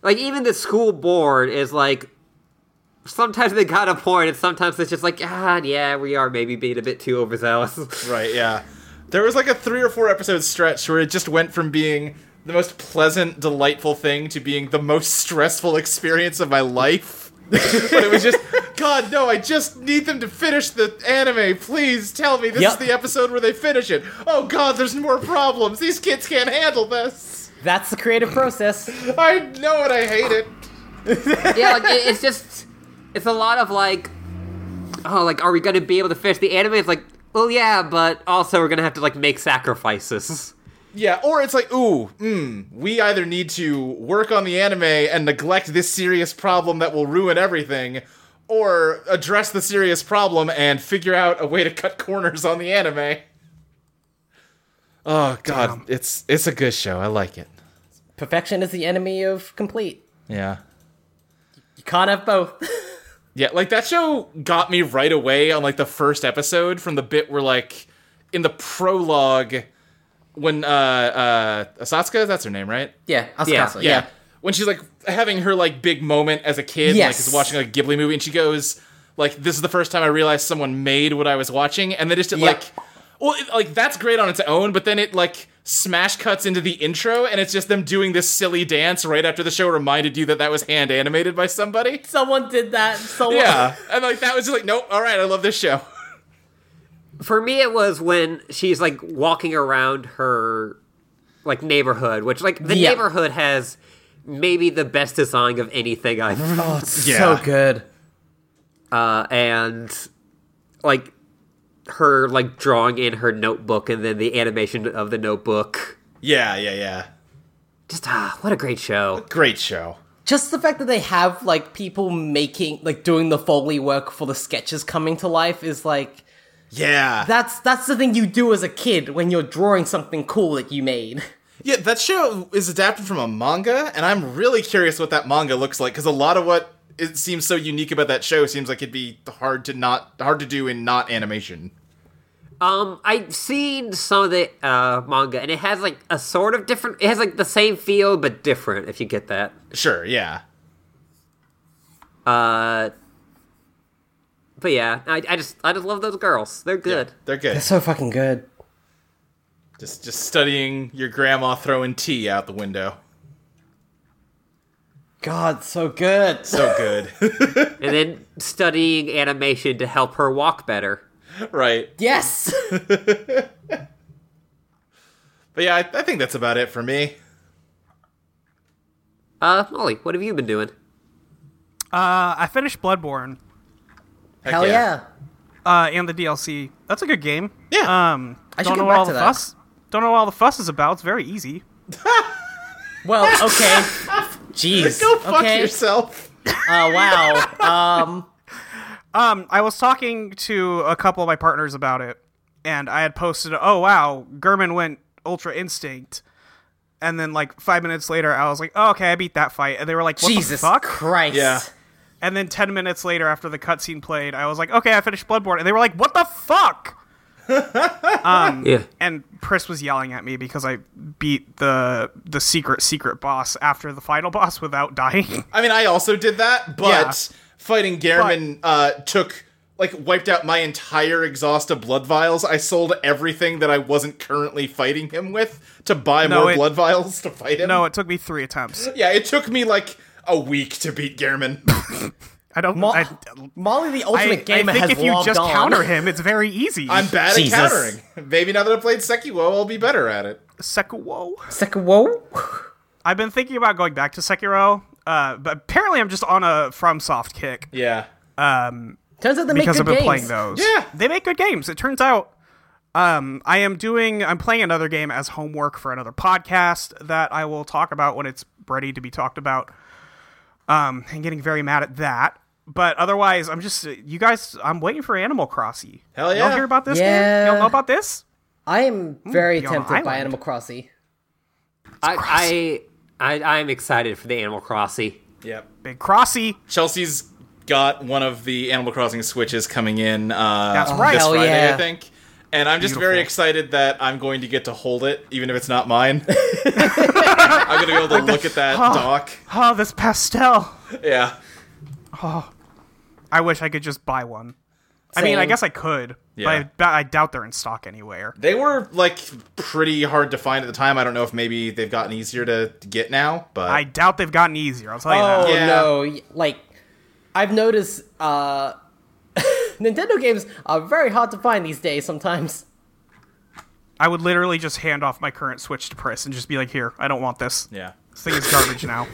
S1: like even the school board is like. Sometimes they got a point, and sometimes it's just like, ah, yeah, we are maybe being a bit too overzealous.
S2: Right. Yeah. There was like a three or four episode stretch where it just went from being the most pleasant, delightful thing to being the most stressful experience of my life. but it was just, God, no, I just need them to finish the anime. Please tell me this
S3: Yep.
S2: is the episode where they finish it. Oh, God, there's more problems. These kids can't handle this.
S3: That's the creative process.
S2: I know it. I hate it.
S1: yeah, like it, it's just it's a lot of like, oh, like are we gonna be able to finish the anime? It's like, well, yeah, but also we're gonna have to like make sacrifices.
S2: Yeah, or it's like, ooh, mm, we either need to work on the anime and neglect this serious problem that will ruin everything, or address the serious problem and figure out a way to cut corners on the anime. Oh god, it's it's a good show. I like it.
S3: Perfection is the enemy of complete.
S2: Yeah.
S3: You can't have both.
S2: Yeah, like that show got me right away on like the first episode from the bit where like in the prologue when uh uh Asatsuka, that's her name, right?
S3: Yeah, Asakasa, yeah.
S2: When she's like having her like big moment as a kid, like
S3: Yes.
S2: is watching like a Ghibli movie and she goes like this is the first time I realized someone made what I was watching and they just did
S3: Yep.
S2: like well it, like that's great on its own, but then it like smash cuts into the intro and it's just them doing this silly dance right after the show reminded you that that was hand animated by somebody.
S3: Someone did that. Someone.
S2: Yeah. and like that was just like nope, all right, I love this show.
S1: For me, it was when she's like walking around her like neighborhood, which like the
S3: Yeah.
S1: neighborhood has maybe the best design of anything I've
S3: Oh, it's
S2: Yeah.
S3: so good.
S1: uh, and like her like drawing in her notebook and then the animation of the notebook.
S2: Yeah, yeah, yeah.
S1: Just ah, what a great show.
S2: Great show.
S3: Just the fact that they have like people making like doing the foley work for the sketches coming to life is like
S2: Yeah.
S3: that's that's the thing you do as a kid when you're drawing something cool that you made.
S2: Yeah, that show is adapted from a manga, and I'm really curious what that manga looks like because a lot of what it seems so unique about that show seems like it'd be hard to not hard to do in not animation.
S1: Um, I've seen some of the uh, manga, and it has like a sort of different. It has like the same feel, but different. If you get that,
S2: Sure, yeah,
S1: uh, but yeah, I, I just I just love those girls. They're good.
S2: they're good.
S3: That's so fucking good.
S2: Just just studying your grandma throwing tea out the window.
S3: God, so good.
S2: So good,
S1: And then studying animation to help her walk better.
S2: right?
S3: yes.
S2: But yeah, I, I think that's about it for me.
S1: Uh, Molly, what have you been doing?
S4: Uh, I finished Bloodborne
S2: Heck
S3: Hell yeah.
S4: uh, and the DLC. That's a good game.
S2: Yeah.
S4: Um,
S3: I should
S4: don't
S3: get
S4: know what
S3: back
S4: all
S3: to
S4: the
S3: that.
S4: fuss. Don't know what all the fuss is about. It's very easy.
S3: Well, okay. Jeez.
S2: Go fuck
S3: okay.
S2: yourself.
S3: Uh, wow. Um,
S4: Um, I was talking to a couple of my partners about it, and I had posted, "Oh wow, German went Ultra Instinct," and then like five minutes later, I was like, oh, "Okay, I beat that fight," and they were like, what
S3: Jesus
S4: the fuck?"
S3: Christ.
S2: Yeah.
S4: And then ten minutes later, after the cutscene played, I was like, "Okay, I finished Bloodborne," and they were like, "What the fuck?"
S1: Yeah.
S4: And Pris was yelling at me because I beat the the secret secret boss after the final boss without dying.
S2: I mean, I also did that, but fighting Garmin uh, took like wiped out my entire exhaust of blood vials. I sold everything that I wasn't currently fighting him with to buy
S4: No,
S2: more
S4: it-
S2: blood vials to fight him.
S4: no, Oh, it took me three attempts.
S2: yeah, it took me like a week to beat Garmin.
S4: I don't.
S3: Mo-
S4: I,
S3: Molly, the
S4: I, I
S3: ultimate gamer, has
S4: think if you
S3: logged
S4: just
S3: on.
S4: counter him, it's very easy.
S2: I'm bad
S3: Jesus.
S2: at countering. Maybe now that I played Sekiro, I'll be better at it.
S4: Sekiro.
S3: Second, whoa.
S4: I've been thinking about going back to Sekiro, uh, but apparently I'm just on a FromSoft kick
S2: Yeah.
S3: Turns out they make
S4: because
S3: good
S4: I've been
S3: games.
S4: playing those.
S2: Yeah.
S4: they make good games. It turns out. Um, I am doing. I'm playing another game as homework for another podcast that I will talk about when it's ready to be talked about. Um, and getting very mad at that. But otherwise, I'm just you guys. I'm waiting for Animal Crossing.
S2: Hell
S4: Y'all
S2: yeah.
S4: hear about this?
S3: Yeah.
S4: Game? Y'all know about this?
S3: I am very
S4: Hmm, be on an
S3: tempted by
S4: island.
S3: Animal Crossing.
S1: I, I I I'm excited for the Animal Crossing.
S2: Yep.
S4: Big Crossy.
S2: Chelsea's got one of the Animal Crossing switches coming in. Uh,
S4: That's right.
S2: This
S3: Hell
S2: Friday, I
S3: yeah.
S2: think. And I'm just very excited that I'm going to get to hold it, even if it's not mine. I'm going to be able to look at that dock.
S4: Oh, this pastel.
S2: Yeah.
S4: I wish I could just buy one. I mean, I
S3: Same.
S4: guess I could,
S2: Yeah.
S4: but I, but I doubt they're in stock anywhere.
S2: They were like pretty hard to find at the time. I don't know if maybe they've gotten easier to, to get now, but
S4: I doubt they've gotten easier. I'll tell you
S3: Oh
S4: that.
S2: Yeah.
S3: no! y- Like, I've noticed uh, Nintendo games are very hard to find these days. Sometimes.
S4: I would literally just hand off my current Switch to Priss and just be like, "Here, I don't want this.
S2: yeah.
S4: This thing is garbage now.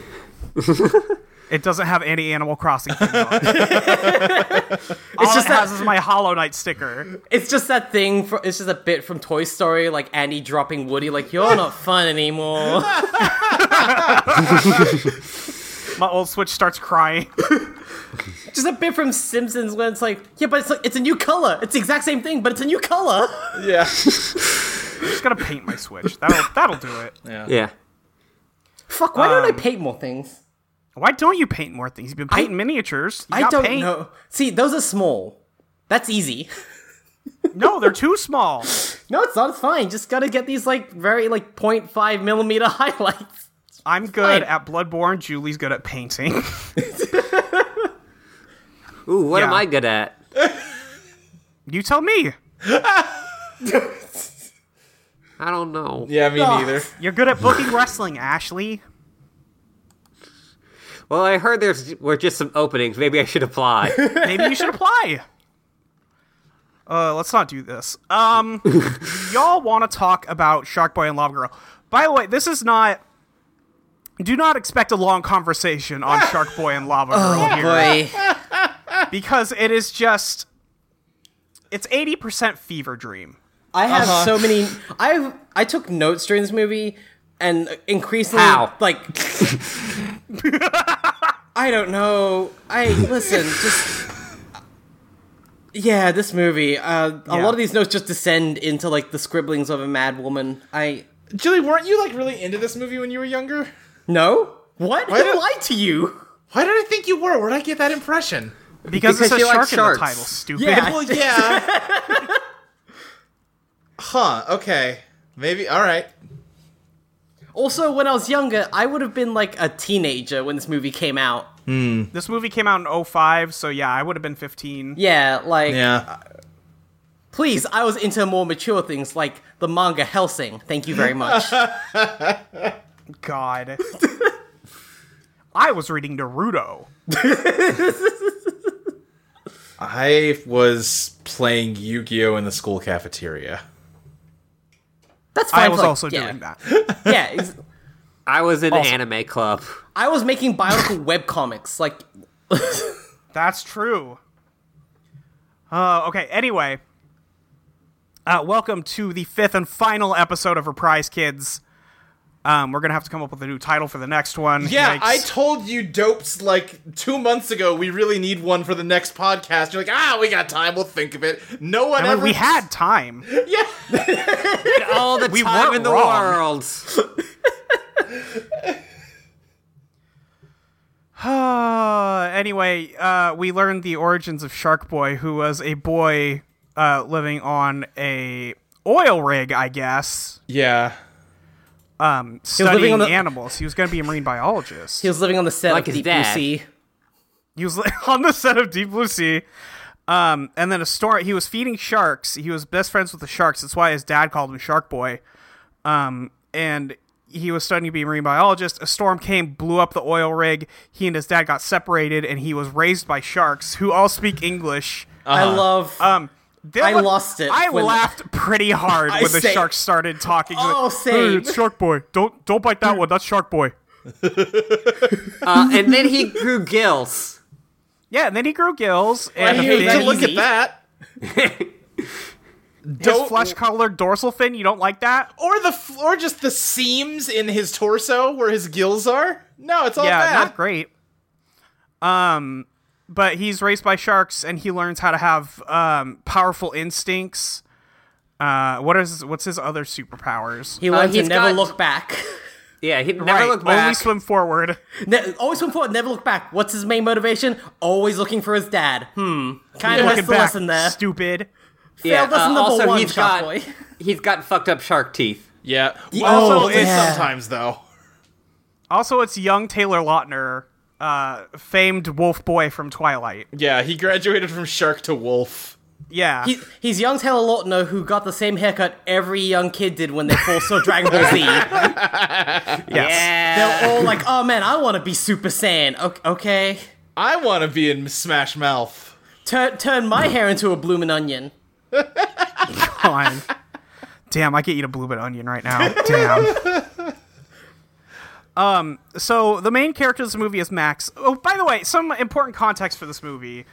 S4: it doesn't have any Animal Crossing things on it. All
S3: just
S4: it has
S3: that-
S4: is my Hollow Knight sticker.
S3: It's just that thing. For, it's just a bit from Toy Story, like Andy dropping Woody, like you're not fun anymore.
S4: My old Switch starts crying.
S3: just a bit from Simpsons, when it's like, yeah, but it's like, it's a new color. It's the exact same thing, but it's a new color.
S2: Yeah.
S4: I'm just gonna paint my Switch. That'll that'll do it.
S1: Yeah.
S3: Fuck! Why don't I paint more things?
S4: Why don't you paint more things? You've been painting miniatures. You
S3: I
S4: got
S3: don't
S4: paint.
S3: know. See, those are small. That's easy.
S4: No, they're too small.
S3: No, it's not. It's fine. Just gotta get these like very like 0.5 millimeter highlights.
S4: I'm good at Bloodborne. Julie's good at painting.
S1: Ooh, what am
S4: Yeah.
S1: I good at?
S4: you tell me.
S1: I don't know.
S2: Yeah, me
S3: Oh.
S2: neither.
S4: You're good at booking wrestling, Ashley.
S1: Well, I heard there's were just some openings. Maybe I should apply.
S4: Maybe you should apply. Uh, let's not do this. Um, y'all want to talk about Shark Boy and Lava Girl? By the way, this is not. Do not expect a long conversation on Shark Boy and Lava Girl here.
S3: Boy,
S4: because it is just it's 80% fever dream
S3: I have so many. I I took notes during this movie, and increasingly
S1: How?
S3: like. I don't know. I listen. Just yeah, this movie. Uh, A
S4: Yeah.
S3: lot of these notes just descend into like the scribblings of a mad woman. I
S2: Julie, weren't you like really into this movie when you were younger?
S3: no. What?
S2: Why
S3: I
S2: do-
S3: lied to you.
S2: Why did I think you were? Where did I get that impression?
S4: because,
S1: Because
S4: it says
S1: you like
S4: shark in the
S1: sharks.
S4: title stupid
S3: Yeah.
S2: Well, yeah. huh. Okay. Maybe. All right.
S3: Also, when I was younger, I would have been like a teenager when this movie came out.
S4: this movie came out in 05 so yeah i would have been 15
S3: Yeah, like
S2: Yeah.
S3: please, I was into more mature things like the manga Helsing. Thank you very much.
S4: god i was reading naruto
S2: I was playing Yu-Gi-Oh in the school cafeteria.
S3: That's fine.
S4: i was
S3: like,
S4: also
S3: yeah.
S4: doing that
S3: Yeah, ex-
S1: I was in anime club.
S3: I was making bionicle web comics. Like,
S4: that's true uh, okay anyway uh, welcome to the fifth and final episode of reprise kids um, we're gonna have to come up with a new title for the next one
S2: Yeah,
S4: Yikes.
S2: I told you dopes like two months ago. We really need one for the next podcast. You're like, ah, we got time. We'll think of it. No one
S4: I mean,
S2: ever.
S4: we had time
S2: Yeah.
S1: All the time
S4: weren't
S1: in the
S4: wrong.
S1: world.
S4: Uh, anyway, uh, we learned the origins of Shark Boy, who was a boy uh, living on a oil rig, I guess,
S2: Yeah.
S4: um,
S3: living
S4: studying
S3: on the-
S4: animals. He was going to be a marine biologist.
S3: he was living on the set
S1: Like
S3: of
S1: his
S3: Deep
S1: dad.
S3: Blue Sea.
S4: He was li- on the set of Deep Blue Sea. Um, and then a storm. He was feeding sharks. He was best friends with the sharks. That's why his dad called him Shark Boy. Um, and he was studying to be a marine biologist. A storm came, blew up the oil rig. He and his dad got separated, and he was raised by sharks who all speak English.
S1: Uh-huh.
S3: I love.
S4: Um, there
S3: I
S4: was-
S3: lost it
S4: I
S3: when-
S4: laughed pretty hard
S3: I
S4: when the
S3: say-
S4: shark started talking.
S3: Oh,
S4: Like,
S3: same.
S4: it's Shark Boy. Don't don't bite that one. That's Shark Boy.
S1: Uh, and then he grew gills.
S4: Yeah, and then he grew gills and
S2: I
S4: a
S3: knew
S2: hate
S4: fin.
S2: to
S3: that
S2: look
S3: easy.
S2: at that.
S4: his
S2: Don't- Oh,
S4: flesh colored dorsal fin. You don't like that?
S2: Or the f- or just the seams in his torso where his gills are. No, it's all
S4: yeah,
S2: bad.
S4: not great. Um, but he's raised by sharks and he learns how to have um powerful instincts. Uh, what is what's his other superpowers?
S3: he learned to
S1: he's
S3: never
S1: got-
S3: look back.
S1: Yeah, he never
S4: right,
S1: looked back.
S4: only swim forward.
S3: Ne- always swim forward, never look back. What's his main motivation? Always looking for his dad. Hmm. Kind
S4: Looking
S3: of missed the
S4: back,
S3: lesson there.
S4: Stupid.
S1: yeah,
S3: Failed us
S1: uh,
S3: number
S1: also
S3: one,
S1: he's
S3: Shark
S1: got
S3: Boy.
S1: he's got fucked up shark teeth.
S2: Yeah.
S4: Oh,
S2: also, it's
S3: yeah.
S2: sometimes though.
S4: Also, it's young Taylor Lautner, uh, famed Wolf Boy from Twilight.
S2: Yeah, he graduated from shark to wolf.
S4: Yeah,
S3: He- he's young Taylor Lautner who got the same haircut every young kid did when they first saw Dragon Ball Z.
S4: yes.
S3: They're all like, "Oh man, I want to be Super Saiyan." Okay, okay.
S2: I want to be in Smash Mouth.
S3: turn turn my hair into a bloomin' onion.
S4: Fine. Damn, I could eat a blueberry onion right now. Damn. um. So the main character of this movie is Max. Oh, by the way, some important context for this movie.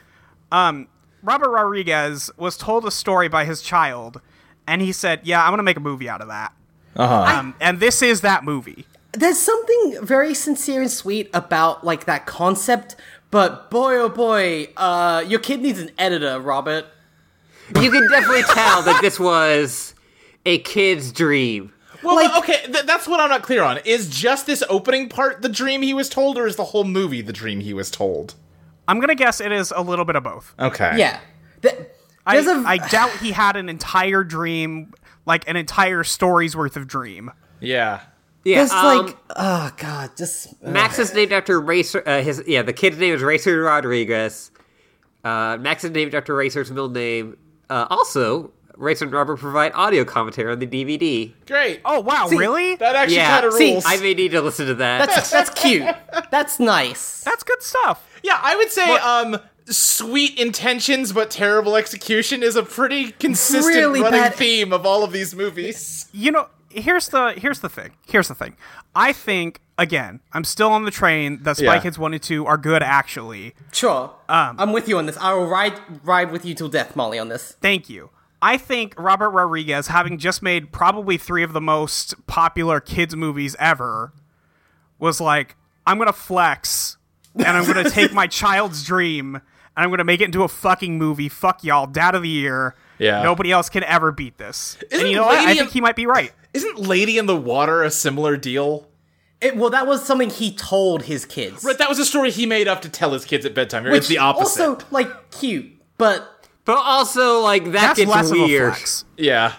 S4: Um, Robert Rodriguez was told a story by his child, and he said, "Yeah, I'm gonna make a movie out of that." Uh-huh. Um, and this is that movie.
S3: There's something very sincere and sweet about like that concept, but boy oh boy, uh, your kid needs an editor, Robert.
S1: You can definitely tell that this was a kid's dream.
S2: Well,
S3: Like-
S2: okay, th- that's what I'm not clear on. Is just this opening part the dream he was told, or is the whole movie the dream he was told?
S4: I'm gonna guess it is a little bit of both.
S2: Okay.
S3: Yeah, Th-
S4: I
S3: there's a
S4: I doubt he had an entire dream like an entire story's worth of dream.
S2: Yeah.
S1: Yeah,
S3: Just
S1: um,
S3: like, oh god, just ugh.
S1: Max is named after Racer. Uh, his yeah, the kid's name is Racer Rodriguez. Uh, Max is named after Racer's middle name. Uh, also, Racer and Robert provide audio commentary on the DVD.
S2: Great.
S4: Oh wow,
S3: See,
S4: really?
S2: That actually
S1: yeah,
S2: kind of
S3: see,
S2: rules.
S1: I may need to listen to that.
S3: That's that's cute. That's nice.
S4: That's good stuff.
S2: yeah, I would say um, sweet intentions but terrible execution is a pretty consistent
S3: Really
S2: running
S3: bad-
S2: theme of all of these movies.
S4: you know here's the here's the thing here's the thing i think again i'm still on the train that spy
S2: Yeah.
S4: kids 1 and 2 are good actually
S3: Sure.
S2: Um,
S3: I'm with you on this. I will ride ride with you till death, Molly, on this.
S4: thank you i think robert rodriguez having just made probably three of the most popular kids movies ever was like i'm gonna flex and i'm gonna take my child's dream and i'm gonna make it into a fucking movie fuck y'all dad of the year
S2: Yeah.
S4: nobody else can ever beat this
S2: Isn't
S4: and you know what i
S2: Lady
S4: think
S2: in-
S4: he might be right
S2: Isn't Lady in the Water a similar deal?
S3: It, well, that was something he told his kids.
S2: But that was a story he made up to tell his kids at bedtime.
S3: which
S2: it's the opposite.
S3: Also, like cute, but
S1: but also, like that
S4: that's
S1: gets
S4: less
S1: weird.
S4: of a flex
S2: yeah.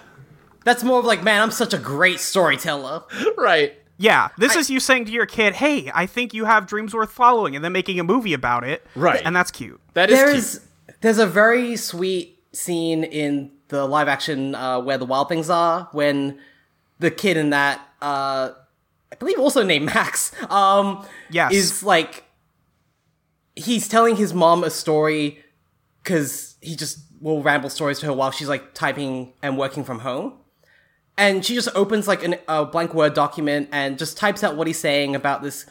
S3: that's more of like, man, I'm such a great storyteller.
S2: Right.
S4: Yeah, this is you saying to your kid, "Hey, I think you have dreams worth following," and then making a movie about it.
S2: Right.
S4: and that's cute.
S2: That is
S3: There
S2: cute.
S3: is there's a very sweet scene in the live action uh, where the wild things are when the kid in that uh, I believe also named Max um,
S4: Yes,
S3: is like he's telling his mom a story because he just will ramble stories to her while she's like typing and working from home and she just opens like an, a blank word document and just types out what he's saying about this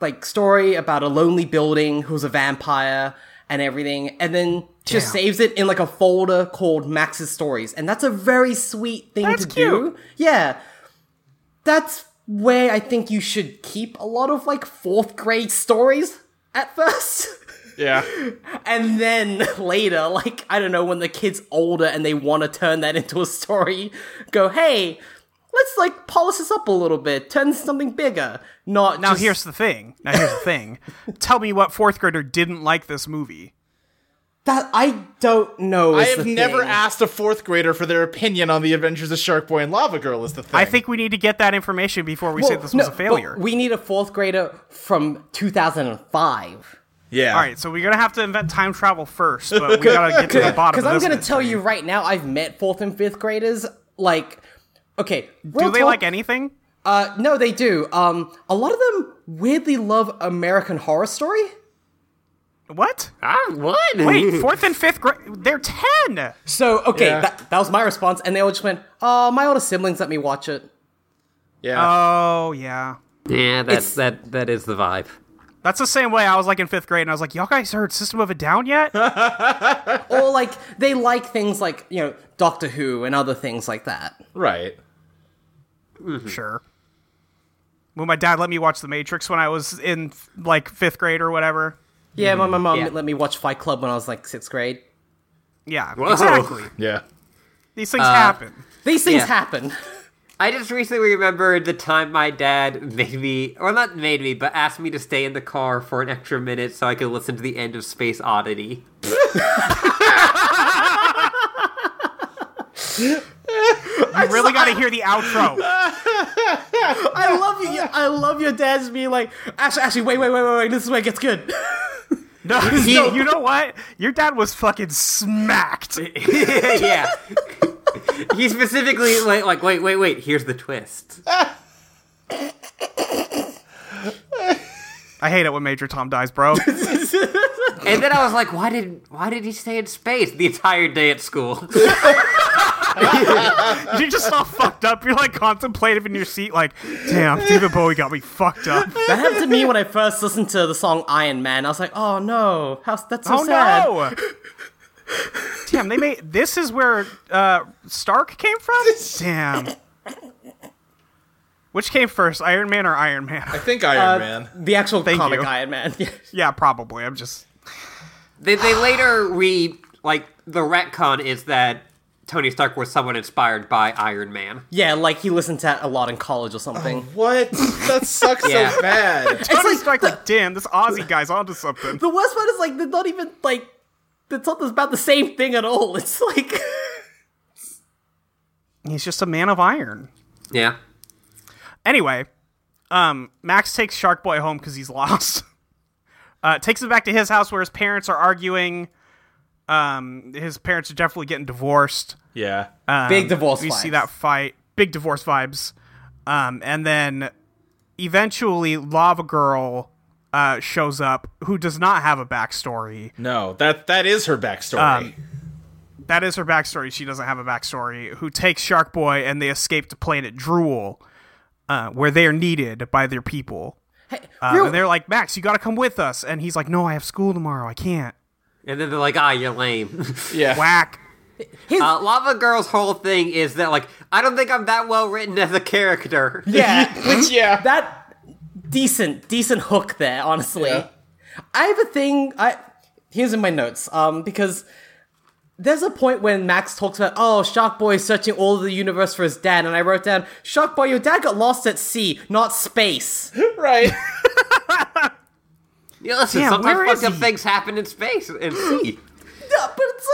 S3: like story about a lonely building who's a vampire and everything and then she just
S4: Damn.
S3: saves it in like a folder called max's stories and that's a very sweet thing
S4: That's
S3: to
S4: cute.
S3: do yeah that's where i think you should keep a lot of like fourth grade stories at first
S2: yeah.
S3: and then later, like, I don't know, when the kid's older and they want to turn that into a story, go, hey, let's, like, polish this up a little bit, turn this something bigger. Not
S4: now
S3: just,
S4: here's the thing. Now here's the thing. Tell me what fourth grader didn't like this movie.
S3: That I don't know.
S2: I
S3: is
S2: have
S3: the
S2: never
S3: thing.
S2: asked a fourth grader for their opinion on the Adventures of Shark Boy and Lava Girl. Is the thing.
S4: I think we need to get that information before we say
S3: Well,
S4: this was
S3: no,
S4: a
S3: but
S4: failure.
S3: We need a fourth grader from 2005.
S2: Yeah.
S4: All right, so we're gonna have to invent time travel first, but we gotta get to the bottom.
S3: Because I'm
S4: of this
S3: going to
S4: mystery.
S3: tell you right now, I've met fourth and fifth graders. Like, okay.
S4: do they like anything?
S3: Uh, no, they do. Um, a lot of them weirdly love American Horror Story.
S4: What?
S1: Ah, what?
S4: Wait, fourth and fifth grade? They're ten.
S3: So okay,
S2: Yeah.
S3: that, that was my response, and they all just went, "Oh, my older siblings let me watch it."
S2: Yeah.
S4: Oh yeah.
S1: yeah, that's
S3: It's-
S1: that that is the vibe.
S4: That's the same way I was like in fifth grade, and I was like, "Y'all guys heard System of a Down yet?"
S3: or like they like things like you know Doctor Who and other things like that.
S2: right.
S4: Sure. Well, my dad let me watch The Matrix when I was in like fifth grade or whatever.
S3: Yeah, my, my mom
S1: Yeah.
S3: let me watch Fight Club when I was like sixth grade.
S4: Yeah, exactly.
S2: Yeah.
S4: These things happen.
S3: These things
S1: Yeah.
S3: happen.
S1: I just recently remembered the time my dad made me, or not made me, but asked me to stay in the car for an extra minute so I could listen to the end of Space Oddity.
S4: You really got to hear the outro.
S3: I love you. I love your dad's being like, actually, actually, wait, wait, wait, wait, wait. This is where it gets good.
S4: No, no, you know what? Your dad was fucking smacked.
S1: yeah. he specifically like, like, wait, wait, wait. Here's the twist.
S4: I hate it when Major Tom dies, bro.
S1: And then I was like, why did why did he stay in space the entire day at school?
S4: You're just all fucked up. You're like contemplative in your seat, like, damn, David Bowie got me fucked up.
S3: that happened to me when I first listened to the song Iron Man. I was like, oh no, how that's so
S4: oh
S3: sad.
S4: no! Damn, they made this is where uh, Stark came from. Damn. Which came first, Iron Man or Iron Man?
S2: I think Iron Man.
S3: The actual comic
S4: you.
S3: Iron Man.
S4: yeah, probably. I'm just
S1: they, they later re like the retcon is that Tony Stark was someone inspired by Iron Man.
S3: yeah, like he listened to that a lot in college or something.
S2: What? That sucks
S1: Yeah.
S2: so bad.
S3: It's
S4: Tony
S3: like
S4: Stark.
S3: the-
S4: Like, damn, this Aussie guy's onto something.
S3: The worst part is like they're not even like it's not about the same thing at all. It's like
S4: He's just a man of iron.
S1: Yeah.
S4: Anyway, um, Max takes Shark Boy home because he's lost. uh, takes him back to his house where his parents are arguing. Um, his parents are definitely getting divorced.
S2: Yeah.
S4: Um,
S3: Big divorce
S4: We see
S3: vibes.
S4: that fight. Big divorce vibes. Um, and then eventually Lava Girl uh, shows up, who does not have a backstory.
S2: No, that that is her backstory.
S4: Um, that is her backstory. She doesn't have a backstory. Who takes Shark Boy and they escape to planet Drool, uh, where they are needed by their people. Uh,
S3: real-
S4: and they're like, Max, you got to come with us. And he's like, No, I have school tomorrow. I can't.
S1: And then they're like, ah, you're lame.
S2: yeah.
S4: Whack.
S1: uh, Lava Girl's whole thing is that, like, I don't think I'm that well written as a character.
S3: Yeah,
S2: Which yeah.
S3: that decent, decent hook there. Honestly,
S2: Yeah.
S3: I have a thing. I here's in my notes. Um, because there's a point when Max talks about, oh, Shark Boy is searching all of the universe for his dad, and I wrote down, Shark Boy, your dad got lost at sea, not space.
S2: right.
S1: Yeah, listen,
S4: Damn, where
S1: sometimes
S4: is
S1: fucked up
S4: he?
S1: things happen in space and sea.
S3: Yeah, but it's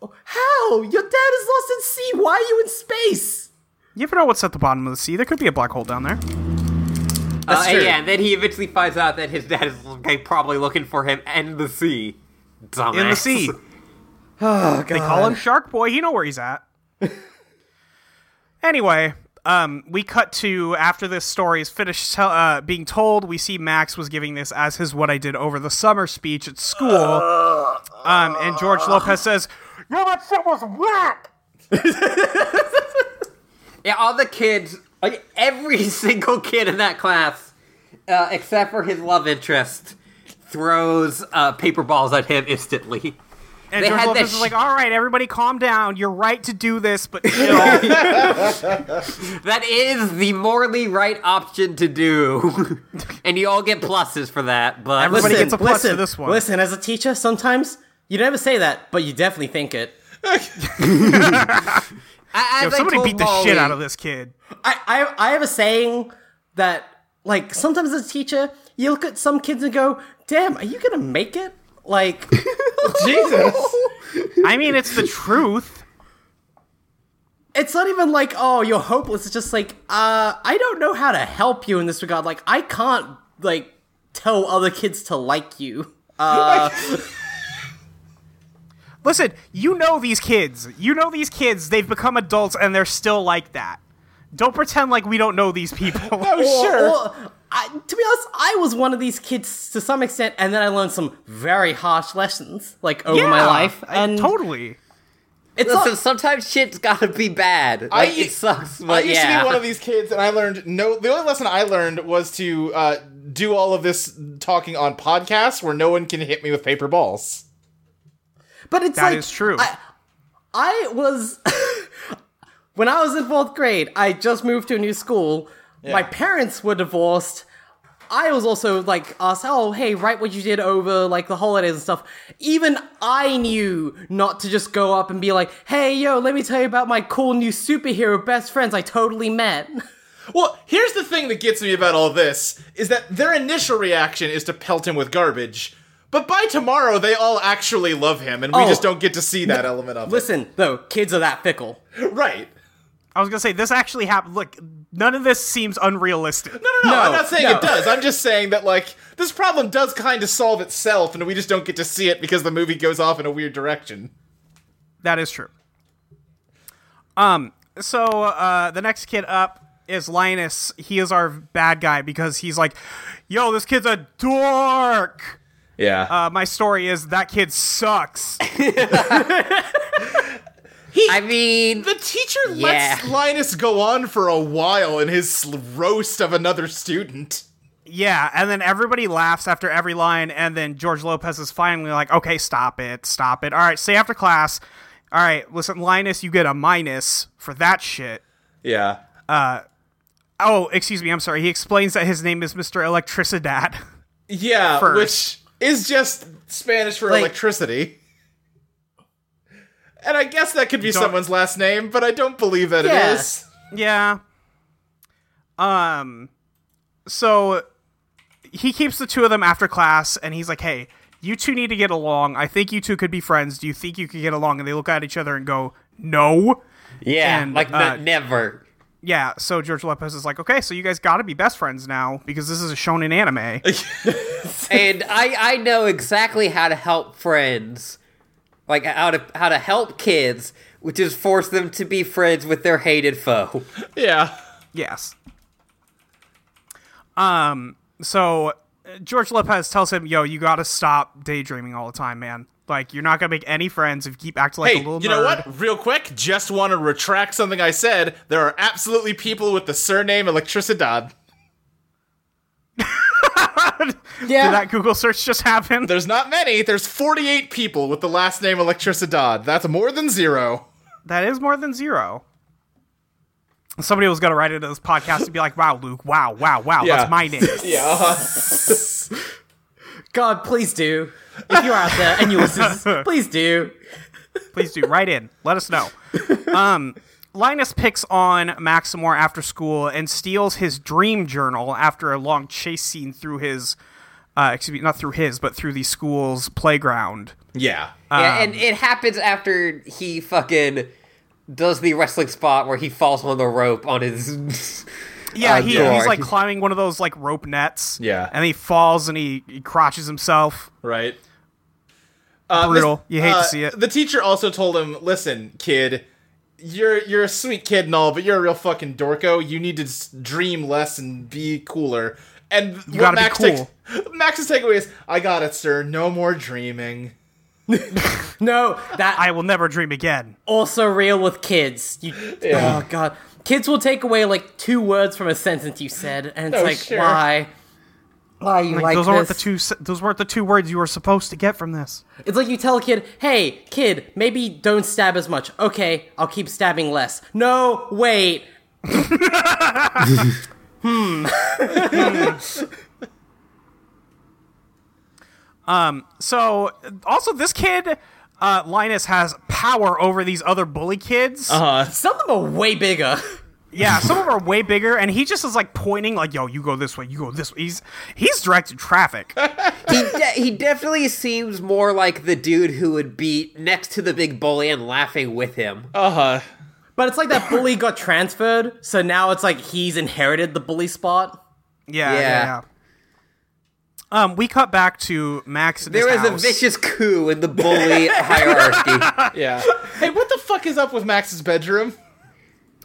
S3: like, how your dad is lost at sea? Why are you in space?
S4: You never know what's at the bottom of the sea. There could be a black hole down there.
S1: Uh, and
S3: true.
S1: yeah, and then he eventually finds out that his dad is okay, probably looking for him in the sea. Dumbass.
S4: In the sea.
S3: Oh god.
S4: They call him Shark Boy. He know where he's at. anyway, um, we cut to after this story is finished tell uh, being told. We see Max was giving this as his "What I Did Over the Summer" speech at school, um, and George Lopez says, "Yeah, that shit was whack."
S1: Yeah, all the kids, like every single kid in that class, uh, except for his love interest, throws uh, paper balls at him instantly.
S4: And
S1: They
S4: George
S1: had
S4: Lopez
S1: this
S4: is
S1: sh-
S4: like, "All right, everybody, calm down. You're right to do this, but chill."
S1: That is the morally right option to do, and you all get pluses for that. But
S4: Everybody
S1: listen,
S4: gets a plus to this one.
S3: Listen, as a teacher, sometimes you never say that, but you definitely think it.
S1: a- as
S4: Yo,
S1: I
S4: somebody
S1: told
S4: beat the
S1: Molly,
S4: shit out of this kid.
S3: I, I I have a saying that like sometimes as a teacher, you look at some kids and go, "Damn, are you gonna make it?" Like,
S2: Jesus.
S4: I mean, it's the truth.
S3: it's not even like, "Oh, you're hopeless." It's just like, uh, I don't know how to help you in this regard. Like, I can't like tell other kids to like you.
S4: Listen, you know these kids. You know these kids. They've become adults and they're still like that. Don't pretend like we don't know these people.
S2: Oh sure.
S3: Or, I, to be honest, I was one of these kids to some extent, and then I learned some very harsh lessons like over my
S4: Yeah,
S3: life.
S4: I-
S3: And
S4: totally.
S3: it's
S1: Listen,
S3: not,
S1: sometimes shit's gotta be bad. Like,
S2: u-
S1: it sucks, but
S2: I used
S1: yeah.
S2: to be one of these kids, and I learned no. The only lesson I learned was to uh, do all of this talking on podcasts where no one can hit me with paper balls.
S3: but it's
S4: That is
S3: like
S4: true.
S3: I, I was when I was in fourth grade. I just moved to a new school. My parents were divorced. I was also like asked, "Oh, hey, write what you did over like the holidays and stuff." Even I knew not to just go up and be like, "Hey, yo, let me tell you about my cool new superhero best friends I totally met."
S2: Well, here's the thing that gets me about all this is that their initial reaction is to pelt him with garbage. But by tomorrow, they all actually love him, and we
S3: Oh.
S2: just don't get to see that element of
S3: Listen, though, kids are that fickle.
S2: it. Right.
S4: I was gonna say this actually happened. Look, none of this seems unrealistic.
S2: No,
S3: No,
S2: I'm not saying
S3: no.
S2: it does. I'm just saying that, like, this problem does kind of solve itself, and we just don't get to see it because the movie goes off in a weird direction.
S4: That is true. Um. So uh, the next kid up is Linus. He is our bad guy because he's like, "Yo, this kid's a dork."
S2: Yeah.
S4: Uh, my story is that kid sucks.
S1: I mean,
S2: the teacher
S1: Yeah.
S2: lets Linus go on for a while in his sl- roast of another student.
S4: Yeah, and then everybody laughs after every line, and then George Lopez is finally like, "Okay, stop it, stop it. All right, stay after class. All right, listen, Linus, you get a minus for that shit."
S2: Yeah.
S4: Oh, excuse me, I'm sorry. He explains that his name is Mister Electricidad.
S2: Yeah,
S4: First.
S2: which is just Spanish for
S3: Like-
S2: electricity. And I guess that could be
S4: Don't-
S2: someone's last name, but I don't believe that
S3: Yeah.
S2: it is.
S4: yeah. Um. So he keeps the two of them after class, and he's like, "Hey, you two need to get along. I think you two could be friends. Do you think you could get along?" And they look at each other and go, no.
S1: Yeah,
S4: And,
S1: like
S4: uh,
S1: n- never.
S4: Yeah, so George Lopez is like, okay, so you guys got to be best friends now because this is a shonen anime.
S1: and I I know exactly how to help friends, like how to how to help kids, which is force them to be friends with their hated foe.
S2: Yeah.
S4: yes. Um. So uh, George Lopez tells him, "Yo, you got to stop daydreaming all the time, man. Like, you're not gonna make any friends if you keep acting like
S2: Hey,
S4: a little
S2: you know
S4: nerd."
S2: what? Real quick, just want to retract something I said. There are absolutely people with the surname Electricidad.
S4: Did that Google search just happen?
S2: There's not many. There's 48 people with the last name Electricidad. That's more than zero.
S4: That is more than zero. Somebody was gonna write into this podcast and be like, "Wow, Luke! Wow, wow, wow! That's my name."
S2: yeah. uh-huh.
S3: God, please do. If you're out there and you listen, to this, please do.
S4: please do write in let us know um, linus picks on maximore after school and steals his dream journal after a long chase scene through his uh, excuse me not through his but through the school's playground
S2: Yeah.
S1: yeah, and it happens after he fucking does the wrestling spot where he falls on the rope on his.
S4: Uh, yeah
S1: Oh,
S4: he,
S1: God.
S4: he's like climbing one of those like rope nets
S2: Yeah.
S4: and he falls and he, he crotches himself
S2: right? Uh,
S4: Brutal. You hate to see it.
S2: The teacher also told him, "Listen, kid, you're you're a sweet kid and all, but you're a real fucking dorko. You need to s- dream less and be cooler." And you
S4: gotta be cool.
S2: Max's takeaway is, "I got it, sir. No more dreaming."
S3: No, that
S4: i will never dream again
S3: also real with kids. You, oh god, kids will take away like two words from a sentence you said, and it's
S2: Oh,
S3: like,
S2: sure.
S3: why? Why you like,
S4: those
S3: this?
S4: aren't the two s- those weren't the two words you were supposed to get from this
S3: It's like you tell a kid, "Hey, kid, maybe don't stab as much." Okay, I'll keep stabbing less. No, wait.
S4: Um, So, also, this kid, uh, Linus, has power over these other bully kids. Uh-huh.
S3: Some of them are way bigger.
S4: Yeah, some of them are way bigger, and he just is like pointing, like, "Yo, you go this way, you go this way." He's he's directing traffic.
S1: he de- he definitely seems more like the dude who would be next to the big bully and laughing with him.
S2: Uh huh.
S3: But it's like that bully got transferred, so now it's like he's inherited the bully spot.
S4: Yeah, yeah.
S1: Yeah.
S4: yeah. Um, we cut back to Max. And
S1: there
S4: his
S1: was a
S4: house.
S1: vicious coup in the bully hierarchy.
S2: Yeah. hey, what the fuck is up with Max's bedroom?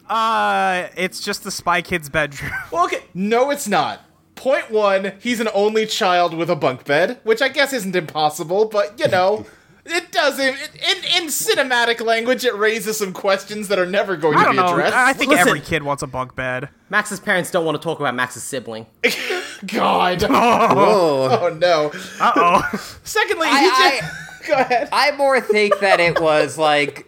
S4: Uh, it's just the Spy Kids bedroom.
S2: Well, okay. No, it's not. Point one, he's an only child with a bunk bed, which I guess isn't impossible, but you know, it doesn't. It, in, in cinematic language, it raises some questions that are never going
S4: I
S2: to
S4: don't
S2: be
S4: know.
S2: addressed.
S4: I think
S3: Listen.
S4: every kid wants a bunk bed.
S3: Max's parents don't want to talk about Max's sibling.
S2: God.
S1: Oh.
S2: Oh no.
S4: Uh oh.
S2: Secondly, he
S1: I-
S2: just. Go ahead.
S1: I more think that it was like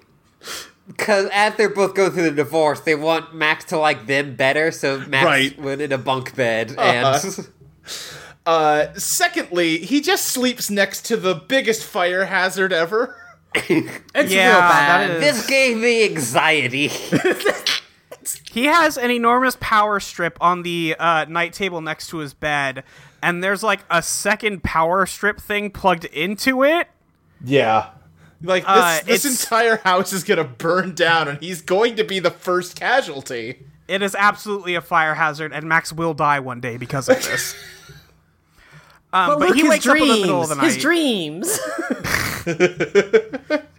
S1: because as they're both going through the divorce, they want Max to like them better, so Max
S2: Right.
S1: went in a bunk bed and
S2: Uh, secondly, he just sleeps next to the biggest fire hazard ever.
S3: It's
S4: Yeah,
S3: real bad.
S4: that is-
S1: this gave me anxiety.
S4: He has an enormous power strip on the uh, night table next to his bed, and there's like a second power strip thing plugged into it.
S2: Yeah. Like this,
S4: Uh,
S2: this
S4: it's-
S2: entire house is gonna burn down, and he's going to be the first casualty.
S4: It is absolutely a fire hazard, and Max will die one day because of this. Um, but
S3: Look,
S4: he
S3: his
S4: wakes up in the middle of the
S3: dreams,
S4: night.
S3: His dreams.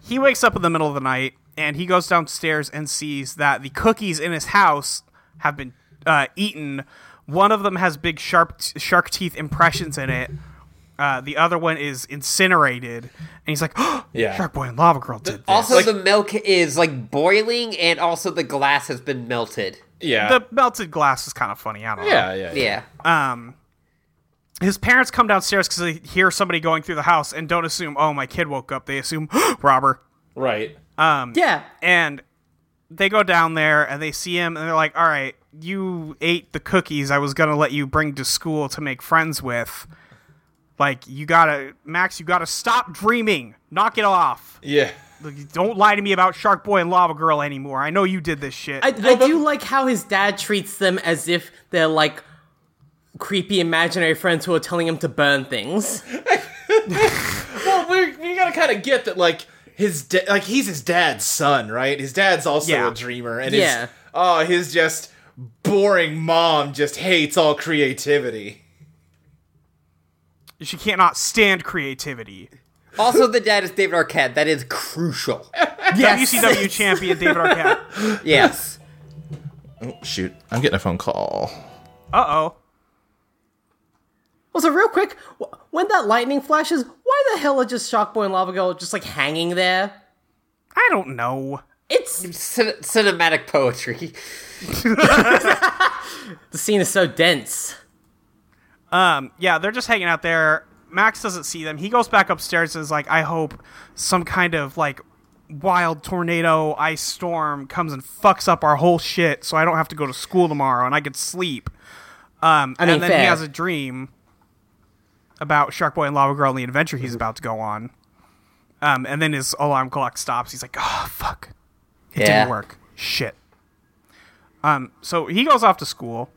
S4: he wakes up in the middle of the night, and he goes downstairs and sees that the cookies in his house have been uh, eaten. One of them has big sharp t- shark teeth impressions in it. Uh, the other one is incinerated, and he's like, oh,
S2: Yeah.
S4: Shark Boy and Lava Girl did this."
S1: also, the milk is like boiling, and also the glass has been melted.
S2: Yeah.
S4: the melted glass is kind of funny. I don't know.
S2: yeah, yeah,
S1: Yeah,
S4: his parents come downstairs because they hear somebody going through the house and don't assume, oh, my kid woke up. They assume, robber.
S2: Right.
S3: yeah.
S4: And they go down there and they see him and they're like, all right, you ate the cookies I was going to let you bring to school to make friends with. Like, you gotta, Max, you gotta stop dreaming. Knock it off.
S2: Yeah.
S4: Like, Don't lie to me about Shark Boy and Lava Girl anymore. I know you did this shit.
S3: I, I do like how his dad treats them as if they're like creepy imaginary friends who are telling him to burn things.
S2: Well, we're, we gotta kind of get that, like, his da- like he's his dad's son, right? His dad's also
S4: Yeah.
S2: a dreamer, and
S3: Yeah.
S2: his oh, his just boring mom just hates all creativity.
S4: She can't not stand creativity.
S1: Also, the dad is David Arquette. That is crucial.
S3: Yes.
S4: WCW champion David Arquette.
S1: Yes.
S2: Oh shoot, I'm getting a phone call.
S4: Uh oh.
S3: Also, real quick, wh- when that lightning flashes, why the hell are just Shockboy and Lava Girl just like hanging there?
S4: I don't know.
S3: It's
S1: Cin- cinematic poetry.
S3: the scene is so dense.
S4: Um, yeah, they're just hanging out there. Max doesn't see them. He goes back upstairs and is like, I hope some kind of like wild tornado ice storm comes and fucks up our whole shit so I don't have to go to school tomorrow and I could sleep. Um,
S3: mean,
S4: and then he
S3: fair.
S4: has a dream about Sharkboy and Lava Girl and the adventure he's about to go on. Um, and then his alarm clock stops. He's like, oh, fuck. It
S1: Yeah.
S4: didn't work. Shit. Um, so he goes off to school.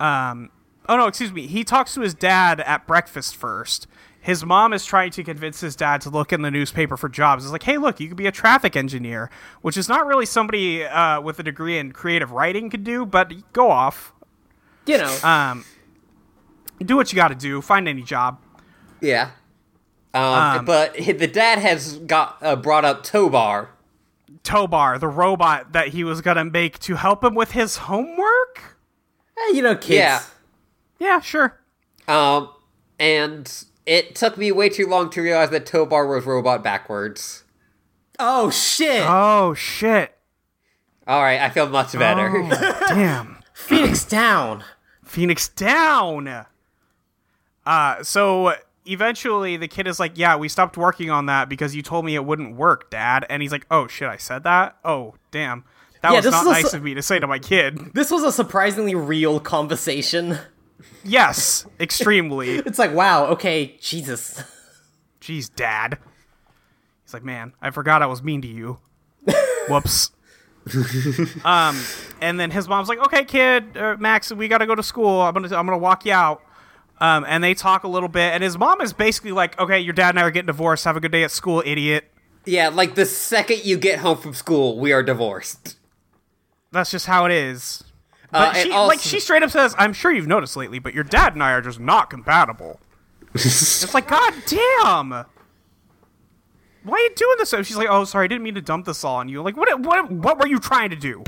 S4: Um, oh no, excuse me. He talks to his dad at breakfast first. His mom is trying to convince his dad to look in the newspaper for jobs. It's like, hey, look, you could be a traffic engineer, which is not really somebody uh, with a degree in creative writing could do, but go off.
S3: You know,
S4: Do what you got to do. Find any job.
S1: Yeah. Um, but hi- the dad has got uh, brought up Tobar.
S4: Tobar, the robot that he was going to make to help him with his homework?
S3: Eh, you know, kids.
S1: Yeah.
S4: Yeah, sure.
S1: Um, and it took me way too long to realize that Tobar was robot backwards.
S3: Oh shit!
S4: Oh, shit.
S1: All right, I feel much better.
S4: Oh. Damn.
S3: Phoenix down.
S4: Phoenix down. Uh, so eventually the kid is like, Yeah, we stopped working on that because you told me it wouldn't work, Dad. And he's like, Oh shit, I said that? Oh, damn. That
S3: Yeah,
S4: was
S3: this
S4: not
S3: is a
S4: nice
S3: su-
S4: of me to say to my kid.
S3: This was a surprisingly real conversation.
S4: Yes, extremely.
S3: It's like, wow, okay, Jesus.
S4: Jeez, Dad. He's like, Man, I forgot I was mean to you. Whoops. um, and then his mom's like, "Okay, kid, uh, Max, we gotta go to school. I'm gonna I'm gonna walk you out." Um, and they talk a little bit, and his mom is basically like, "Okay, your dad and I are getting divorced. Have a good day at school, idiot."
S1: yeah, like the second you get home from school, we are divorced.
S4: That's just how it is.
S1: Uh,
S4: But
S1: and
S4: she,
S1: also-
S4: like she straight up says, "I'm sure you've noticed lately, but your dad and I are just not compatible." it's like, God damn! Why are you doing this? And she's like, "Oh, sorry, I didn't mean to dump this all on you." Like, what? What? What were you trying to do?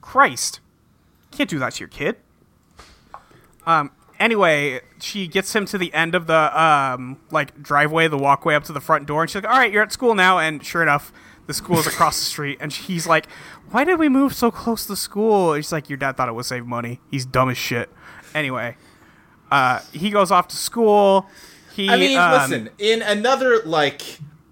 S4: Christ, can't do that to your kid. Um. Anyway, she gets him to the end of the um like driveway, the walkway up to the front door, and she's like, "All right, you're at school now." And sure enough, the school is across the street, and he's like, "Why did we move so close to school?" And she's like, "Your dad thought it would save money. He's dumb as shit." Anyway, uh, he goes off to school. He,
S2: I mean,
S4: um,
S2: listen, in another like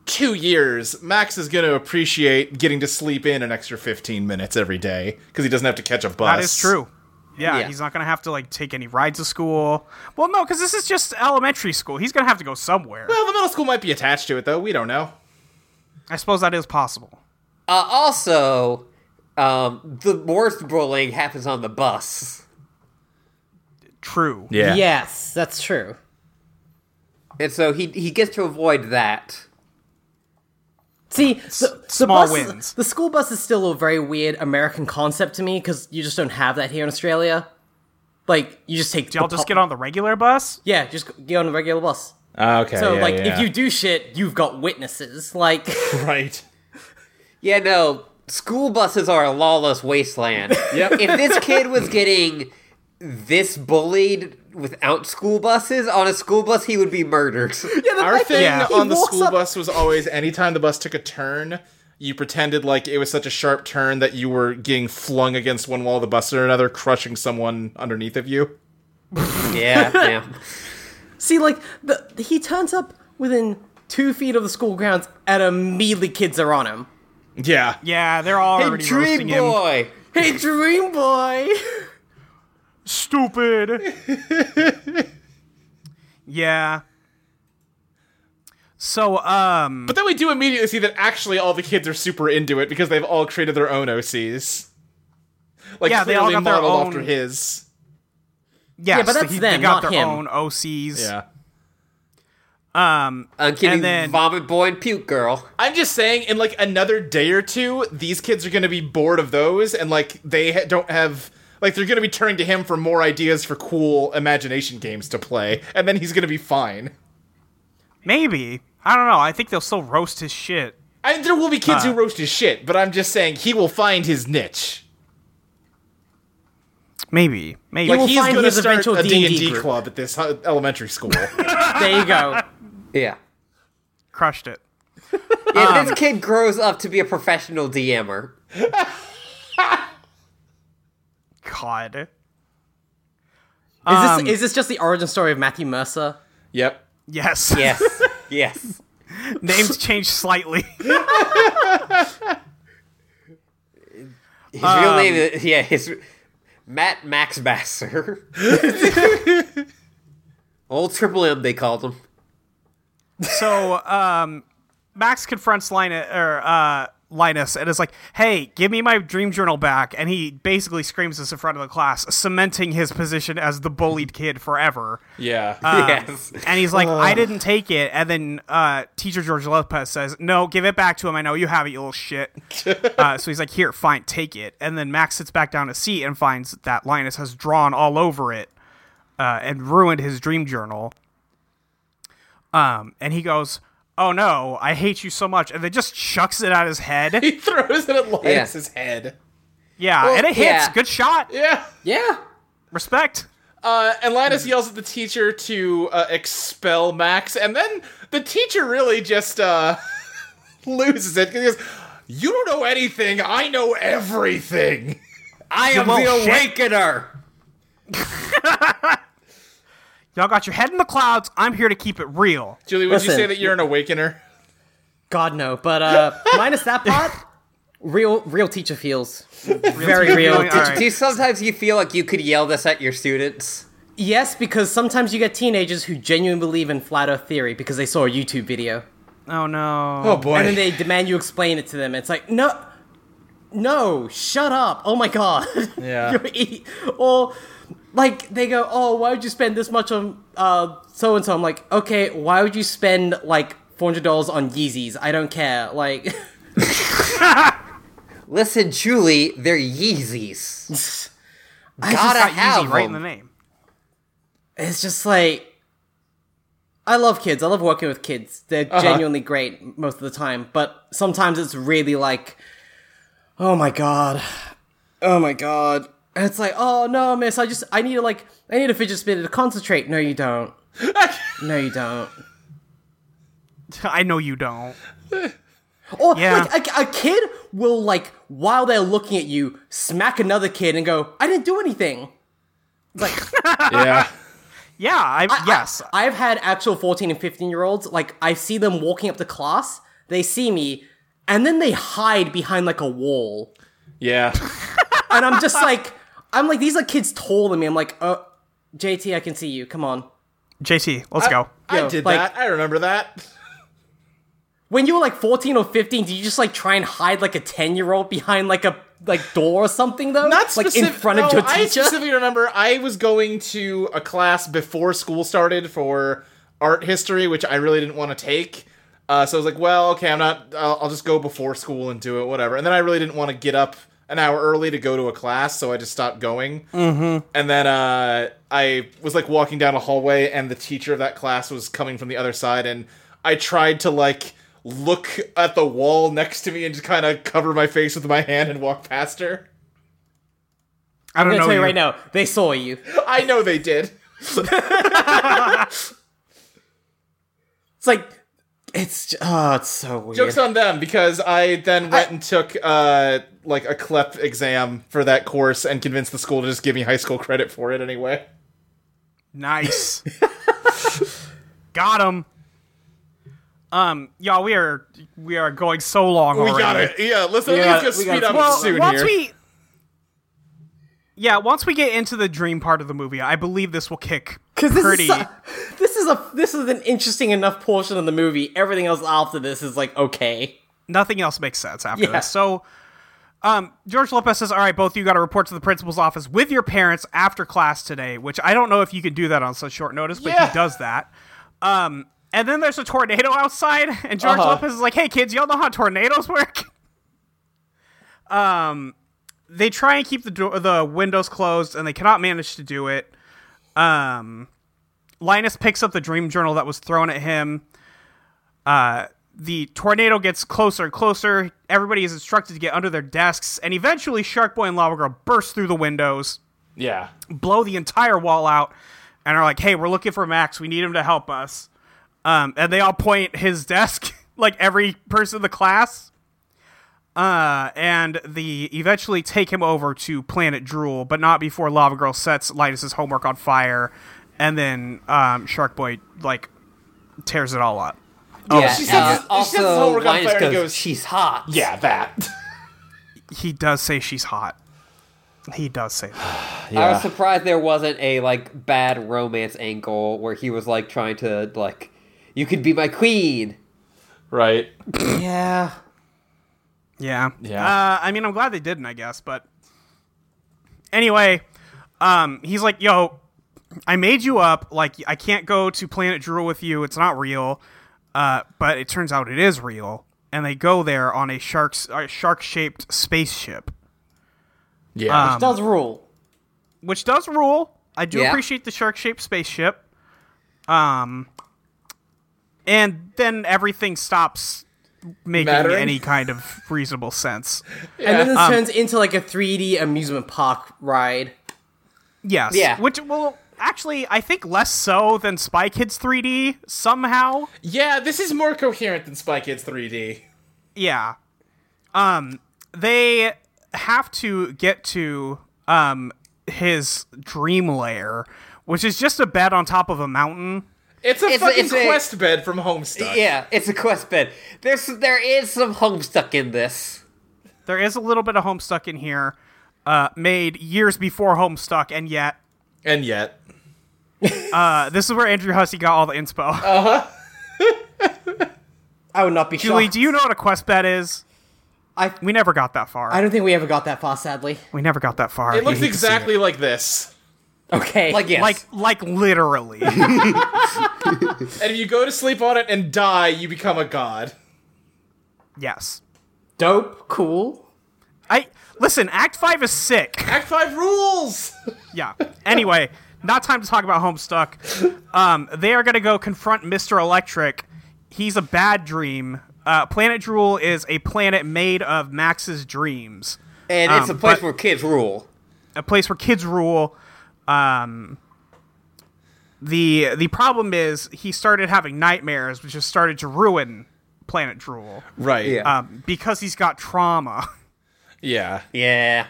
S2: two years, Max is going to appreciate getting to sleep in an extra 15 minutes every day because he doesn't have to catch a bus.
S4: That is true. Yeah,
S1: Yeah.
S4: he's not gonna have to like take any rides to school. Well, no, because this is just elementary school. He's gonna have to go somewhere.
S2: Well, the middle school might be attached to it, though. We don't know.
S4: I suppose that is possible.
S1: Uh, also, um, the worst bullying happens on the bus.
S4: True.
S3: Yes, that's true.
S1: And so he he gets to avoid that.
S3: See, the, the
S4: small
S3: bus,
S4: wins.
S3: The school bus is still a very weird American concept to me because you just don't have that here in Australia. Like, you just take.
S4: Do y'all just get on the regular bus?
S3: Yeah, just get on the regular bus.
S2: Ah, Okay.
S3: So, like, if you do shit, you've got witnesses. Like,
S2: you right,
S1: Yeah, no, school buses are a lawless wasteland.
S2: Yep.
S1: if this kid was getting this bullied without school buses, on a school bus he would be murdered.
S2: our thing
S4: Yeah. he
S2: on the
S3: walks
S2: school
S3: up-
S2: bus was always anytime the bus took a turn. You pretended like it was such a sharp turn that you were getting flung against one wall of the bus or another, crushing someone underneath of you.
S1: yeah, yeah.
S3: see, like, the, he turns up within two feet of the school grounds and immediately kids are on him.
S2: Yeah.
S4: Yeah, they're all
S1: Hey,
S4: already
S1: dream
S4: roasting him.
S1: boy.
S3: Hey, dream boy!
S4: Stupid. yeah. So, um,
S2: But then we do immediately see that actually all the kids are super into it because they've all created their own OCs. Like
S4: Yeah, they all
S2: clearly
S4: got their
S2: modeled
S4: own-
S2: after his.
S4: yes,
S3: but that's
S4: he- they
S3: them,
S4: got
S3: not
S4: their
S3: him.
S4: own OCs. Um,
S1: I'm kidding.
S4: and then
S1: Vomit boy and puke girl.
S2: I'm just saying, in like another day or two, these kids are going to be bored of those, and like they ha- don't have like they're going to be turning to him for more ideas for cool imagination games to play, and then he's going to be fine.
S4: maybe I don't know. I think they'll still roast his shit.
S2: I, there will be kids
S3: Uh.
S2: who roast his shit, but I'm just saying he will find his niche.
S4: Maybe, maybe.
S2: Like
S3: will
S2: he's
S3: find
S2: going to
S3: his
S2: start
S3: eventual
S2: a D and
S3: D&D
S2: D
S3: group.
S2: club at this hu- elementary school.
S3: There you go.
S1: Yeah.
S4: crushed it.
S1: Yeah, this kid grows up to be a professional DMer.
S4: God.
S3: Is
S4: Um,
S3: this is this just the origin story of Matthew Mercer?
S2: yep.
S4: Yes.
S1: Yes. yes.
S4: Names changed slightly.
S1: His real name is yeah, his Matt Max Basser. Old Triple M they called him.
S4: so um, Max confronts Linus, or, uh, Linus and is like, "Hey, give me my dream journal back!" And he basically screams this in front of the class, cementing his position as the bullied kid forever.
S2: Yeah.
S3: Uh.
S1: yes.
S4: Um, And he's like, "I didn't take it." And then uh, teacher George Lopez says, "No, give it back to him. I know you have it, you little shit." uh, so he's like, "Here, fine, take it." And then Max sits back down in a seat and finds that Linus has drawn all over it uh, and ruined his dream journal. Um, and he goes, "Oh no, I hate you so much," and then just chucks it at his head.
S2: he throws it at Linus's head.
S4: Yeah, and it hits.
S1: yeah.
S4: Good shot.
S2: Yeah.
S3: Yeah.
S4: Respect.
S2: Uh, and Linus yells at the teacher to uh, expel Max, and then the teacher really just uh, loses it. 'cause He goes, "You don't know anything. I know everything."
S1: I am
S4: little
S1: the
S4: shit.
S1: awakener.
S4: Y'all got your head in the clouds. I'm here to keep it real.
S2: Julie, would you
S3: Listen.
S2: say that you're an awakener?
S3: God no. But uh minus that part, real real teacher feels. Very real.
S4: feeling, all
S3: teacher-
S4: right.
S1: Do you sometimes you feel like you could yell this at your students?
S3: Yes, because sometimes you get teenagers who genuinely believe in flat earth theory because they saw a YouTube video.
S4: Oh no.
S2: boy.
S3: And then they demand you explain it to them. It's like, no, no, shut up. Oh my god.
S2: Yeah.
S3: You're e- or like they go, oh, why would you spend this much on uh so and so? I'm like, okay, why would you spend like four hundred dollars on Yeezys? I don't care. Like,
S1: Listen, Julie, they're Yeezys.
S3: I
S1: Gotta
S4: Got
S3: just-
S1: have
S4: Yeezy right in
S1: them.
S4: the name.
S3: it's just like. I love kids. I love working with kids. They're genuinely great most of the time, but sometimes it's really like, oh my god, oh my god. And it's like, oh no, miss, I just, I need to like, I need a fidget spinner to concentrate. No, you don't. no, you don't.
S4: I know you don't.
S3: Or
S4: Yeah.
S3: like a, a kid will like while they're looking at you, smack another kid and go, "I didn't do anything." It's Like
S2: yeah.
S4: Yeah, I, yes.
S3: I, have had actual fourteen and fifteen year olds. Like I see them walking up to class, they see me, and then they hide behind like a wall,
S2: Yeah.
S3: and I'm just like, I'm like, these are kids taller than me. I'm like, oh, JT, I can see you. Come on.
S4: JT, let's go.
S2: I
S3: Yo,
S2: did
S3: like-
S2: that. I remember that.
S3: When you were like fourteen or fifteen, did you just like try and hide like a ten year old behind like a like door or something though?
S2: Not
S3: like in
S2: specific-
S3: front of
S2: no,
S3: your
S2: I
S3: teacher.
S2: specifically remember I was going to a class before school started for art history, which I really didn't want to take. Uh, so I was like, well, okay, I'm not. I'll, I'll just go before school and do it, whatever. And then I really didn't want to get up an hour early to go to a class, so I just stopped going.
S3: Mm-hmm.
S2: And then uh, I was like walking down a hallway, and the teacher of that class was coming from the other side, and I tried to like look at the wall next to me and just kind of cover my face with my hand and walk past her.
S4: I
S3: I'm
S4: don't
S3: gonna
S4: know
S3: tell you
S4: you.
S3: right now, they saw you.
S2: I know they did.
S3: It's like it's j- oh, it's so weird.
S2: Jokes on them because I then went and took uh like a CLEP exam for that course and convinced the school to just give me high school credit for it anyway.
S4: Nice. Got him. Um, y'all, we are we are going so long
S2: We
S4: already.
S2: got it. Yeah, listen,
S3: We
S2: I think
S3: gotta-
S2: it's
S3: we
S2: gonna speed
S3: gotta-
S2: up
S4: Well,
S2: soon
S4: once
S2: here.
S4: we yeah, once we get into the dream part of the movie, I believe this will kick
S3: because this
S4: pretty.
S3: is so- this is a this is an interesting enough portion of the movie. Everything else after this is like okay.
S4: nothing else makes sense after
S3: Yeah.
S4: this. So, um, George Lopez says, "All right, both of you got to report to the principal's office with your parents after class today." Which I don't know if you can do that on such short notice, but
S2: Yeah.
S4: he does that. Um, And then there's a tornado outside, and George
S2: Uh-huh.
S4: Lopez is like, "Hey kids, y'all know how tornadoes work." um, they try and keep the door, the windows closed, and they cannot manage to do it. Um, Linus picks up the dream journal that was thrown at him. Uh, the tornado gets closer and closer. Everybody is instructed to get under their desks, and eventually, Shark Boy and Lava Girl burst through the windows
S2: Yeah.
S4: blow the entire wall out and are like, "Hey, we're looking for Max. We need him to help us." Um, and they all point his desk, like every person in the class. Uh, and they eventually take him over to Planet Drool, but not before Lava Girl sets Linus's homework on fire, and then um, Shark Boy like tears it all up.
S1: yeah,
S2: she
S1: she
S2: says- she says
S1: also,
S2: the homework on
S1: Linus
S2: fire
S1: goes,
S2: goes-
S1: she's hot.
S2: Yeah, that.
S4: He does say she's hot. He does say that.
S1: I was surprised there wasn't a like bad romance angle where he was like trying to like, you could be my queen.
S2: Right.
S3: Yeah.
S4: Yeah.
S2: Yeah.
S4: Uh, I mean, I'm glad they didn't, I guess, but anyway, um, he's like, "Yo, I made you up. Like, I can't go to Planet Drool with you. It's not real." Uh, but it turns out it is real, and they go there on a shark's uh, shark-shaped spaceship, Um,
S2: Yeah.
S3: Does rule.
S4: which does rule. I do
S1: Yeah.
S4: appreciate the shark-shaped spaceship. Um, and then everything stops making
S2: Mattering?
S4: any kind of reasonable sense.
S3: And then this
S4: Um,
S3: turns into like a 3D amusement park ride.
S4: Yes.
S1: Yeah.
S4: Which well, actually, I think less so than Spy Kids 3D somehow.
S2: yeah, this is more coherent than Spy Kids 3D.
S4: Yeah. Um, they have to get to um his dream lair, which is just a bed on top of a mountain.
S2: It's a
S1: It's a-
S2: fucking
S1: it's a-
S2: quest bed from Homestuck.
S1: Yeah, it's a quest bed. There's there is some homestuck in this.
S4: There is a little bit of Homestuck in here, uh, made years before Homestuck, and yet
S2: And yet.
S4: uh, this is where Andrew Hussey got all the inspo.
S3: I would not be
S4: Julie,
S3: shocked.
S4: do you know what a quest bed is?
S3: I-
S4: we never got that far.
S3: I don't think we ever got that far, sadly.
S4: we never got that far.
S2: It looks
S4: You hate to see it.
S2: exactly like this.
S3: Okay.
S1: Like yes.
S4: like like literally.
S2: And if you go to sleep on it and die, you become a god.
S4: Yes.
S3: dope, cool.
S4: I listen, act 5 is sick.
S2: Act 5 rules!
S4: Yeah. Anyway, not time to talk about Homestuck. Um they are going to go confront Mr. Electric. He's a bad dream. Uh, planet Drool is a planet made of Max's dreams.
S1: and it's a
S4: um,
S1: place
S4: but-
S1: where kids rule.
S4: a place where kids rule. Um, the the problem is he started having nightmares, which has started to ruin Planet Drool
S2: Right.
S1: Yeah.
S4: um, because he's got trauma.
S2: Yeah.
S1: Yeah.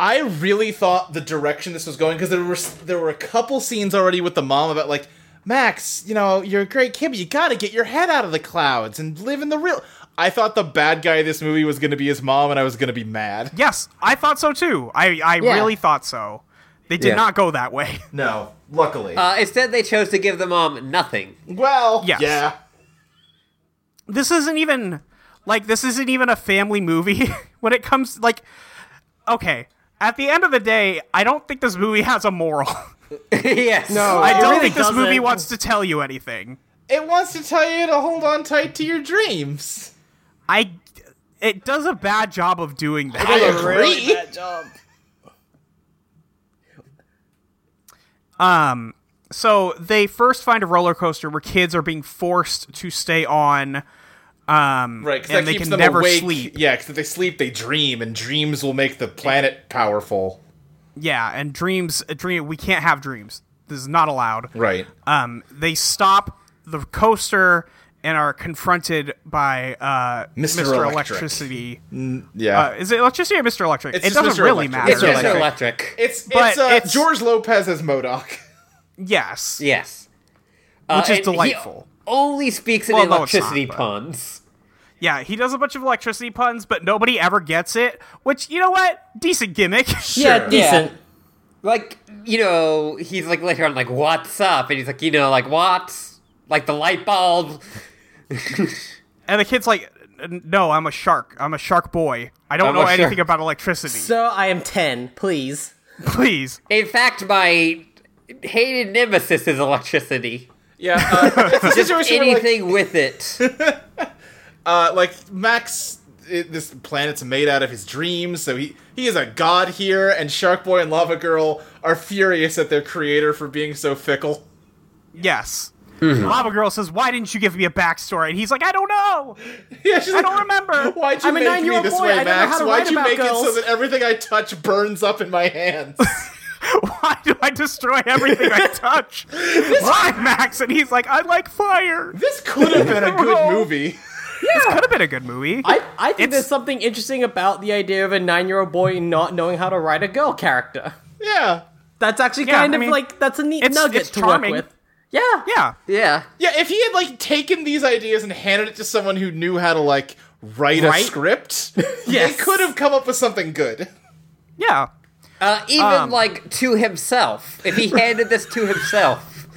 S2: I really thought the direction this was going because there were there were a couple scenes already with the mom about like Max, you know, you're a great kid, but you got to get your head out of the clouds and live in the real. I thought the bad guy of this movie was going to be his mom, and I was going to be mad.
S4: Yes, I thought so too. I I
S3: Yeah.
S4: really thought so. They did
S1: Yeah.
S4: not go that way.
S2: No, luckily.
S1: Uh, instead, they chose to give the mom nothing.
S2: well,
S4: yes.
S2: yeah,
S4: This isn't even like this isn't even a family movie when it comes like okay, at the end of the day, I don't think this movie has a moral.
S1: yes.
S3: No.
S4: I
S3: It
S4: don't
S3: really
S4: think this movie
S3: doesn't.
S4: wants to tell you anything.
S2: it wants to tell you to hold on tight to your dreams.
S4: I it does a bad job of doing that.
S2: I agree.
S4: Um, so they first find a roller coaster where kids are being forced to stay on. Um,
S2: Right, because
S4: and
S2: that
S4: they
S2: keeps
S4: can
S2: them
S4: never
S2: awake.
S4: sleep.
S2: Yeah, because if they sleep, they dream, and dreams will make the planet powerful.
S4: Yeah, and dreams, a dream. We can't have dreams. This is not allowed.
S2: Right.
S4: Um, they stop the coaster and are confronted by uh,
S2: Mr. Electric.
S4: Electricity.
S2: Yeah.
S4: Uh, is it electricity or Mr. Electric?
S2: It's
S4: it
S2: just
S4: doesn't
S2: Mr.
S4: really
S2: Electric.
S4: matter.
S1: It's
S2: Mr.
S1: just
S2: Electric.
S1: electric.
S2: It's
S4: But
S2: it's, uh,
S4: it's-
S2: George Lopez as Modoc.
S4: yes,
S1: yes. Uh,
S4: which is
S1: and he
S4: delightful.
S1: only speaks in
S4: Well, no, it's not,
S1: electricity
S4: but-
S1: puns.
S4: Yeah, he does a bunch of electricity puns, but nobody ever gets it. Which you know what? Decent gimmick.
S3: Yeah,
S2: Sure.
S3: decent.
S1: Like you know, he's like later on, like what's up, and he's like, you know, like what, like the light bulb.
S4: And the kid's like, "No, I'm a shark. I'm a shark boy. I don't
S1: I'm
S4: know
S1: a
S4: anything
S1: shark."
S4: about electricity.
S3: So I am 10, please.
S4: Please."
S1: In fact, my hated nemesis is electricity.
S2: Yeah, uh, it's a
S1: Just
S2: situation where, like-
S1: anything with it.
S2: uh, like Max, it, this planet's made out of his dreams, so he he is a god here. And Shark Boy and Lava Girl are furious at their creator for being so fickle.
S4: Yes.
S1: Mm-hmm.
S4: Lava Girl says, "Why didn't you give me a backstory?" And he's like, "I don't know.
S2: Yeah, she's
S4: I
S2: like,
S4: don't remember.
S2: Why'd you
S3: I'm a
S2: make me
S3: nine-year-old
S2: this
S3: boy, I
S2: way,
S3: don't know how
S2: Max?
S3: to
S2: Why'd
S3: write
S2: you
S3: about
S2: make it so
S3: girls."
S2: that everything I touch burns up in my hands?
S4: Why do I destroy everything I touch? Why, Max?" And he's like, "I like fire."
S2: this could have been a good
S4: Wrong.
S2: movie.
S4: This could have been a good movie.
S3: I, I think
S4: It's-
S3: there's something interesting about the idea of a nine year old boy not knowing how to write a girl character.
S2: Yeah.
S3: That's actually
S4: Yeah,
S3: kind
S4: I
S3: of
S4: mean,
S3: like that's a neat
S4: it's-
S3: nugget
S4: it's
S3: to
S4: charming.
S3: work with. Yeah,
S4: yeah.
S1: Yeah.
S2: Yeah, if he had like taken these ideas and handed it to someone who knew how to like write a
S4: Right?
S2: script,
S3: Yes.
S2: they could have come up with something good.
S4: Yeah.
S1: Uh, even
S4: Um.
S1: like to himself, if he handed this to himself,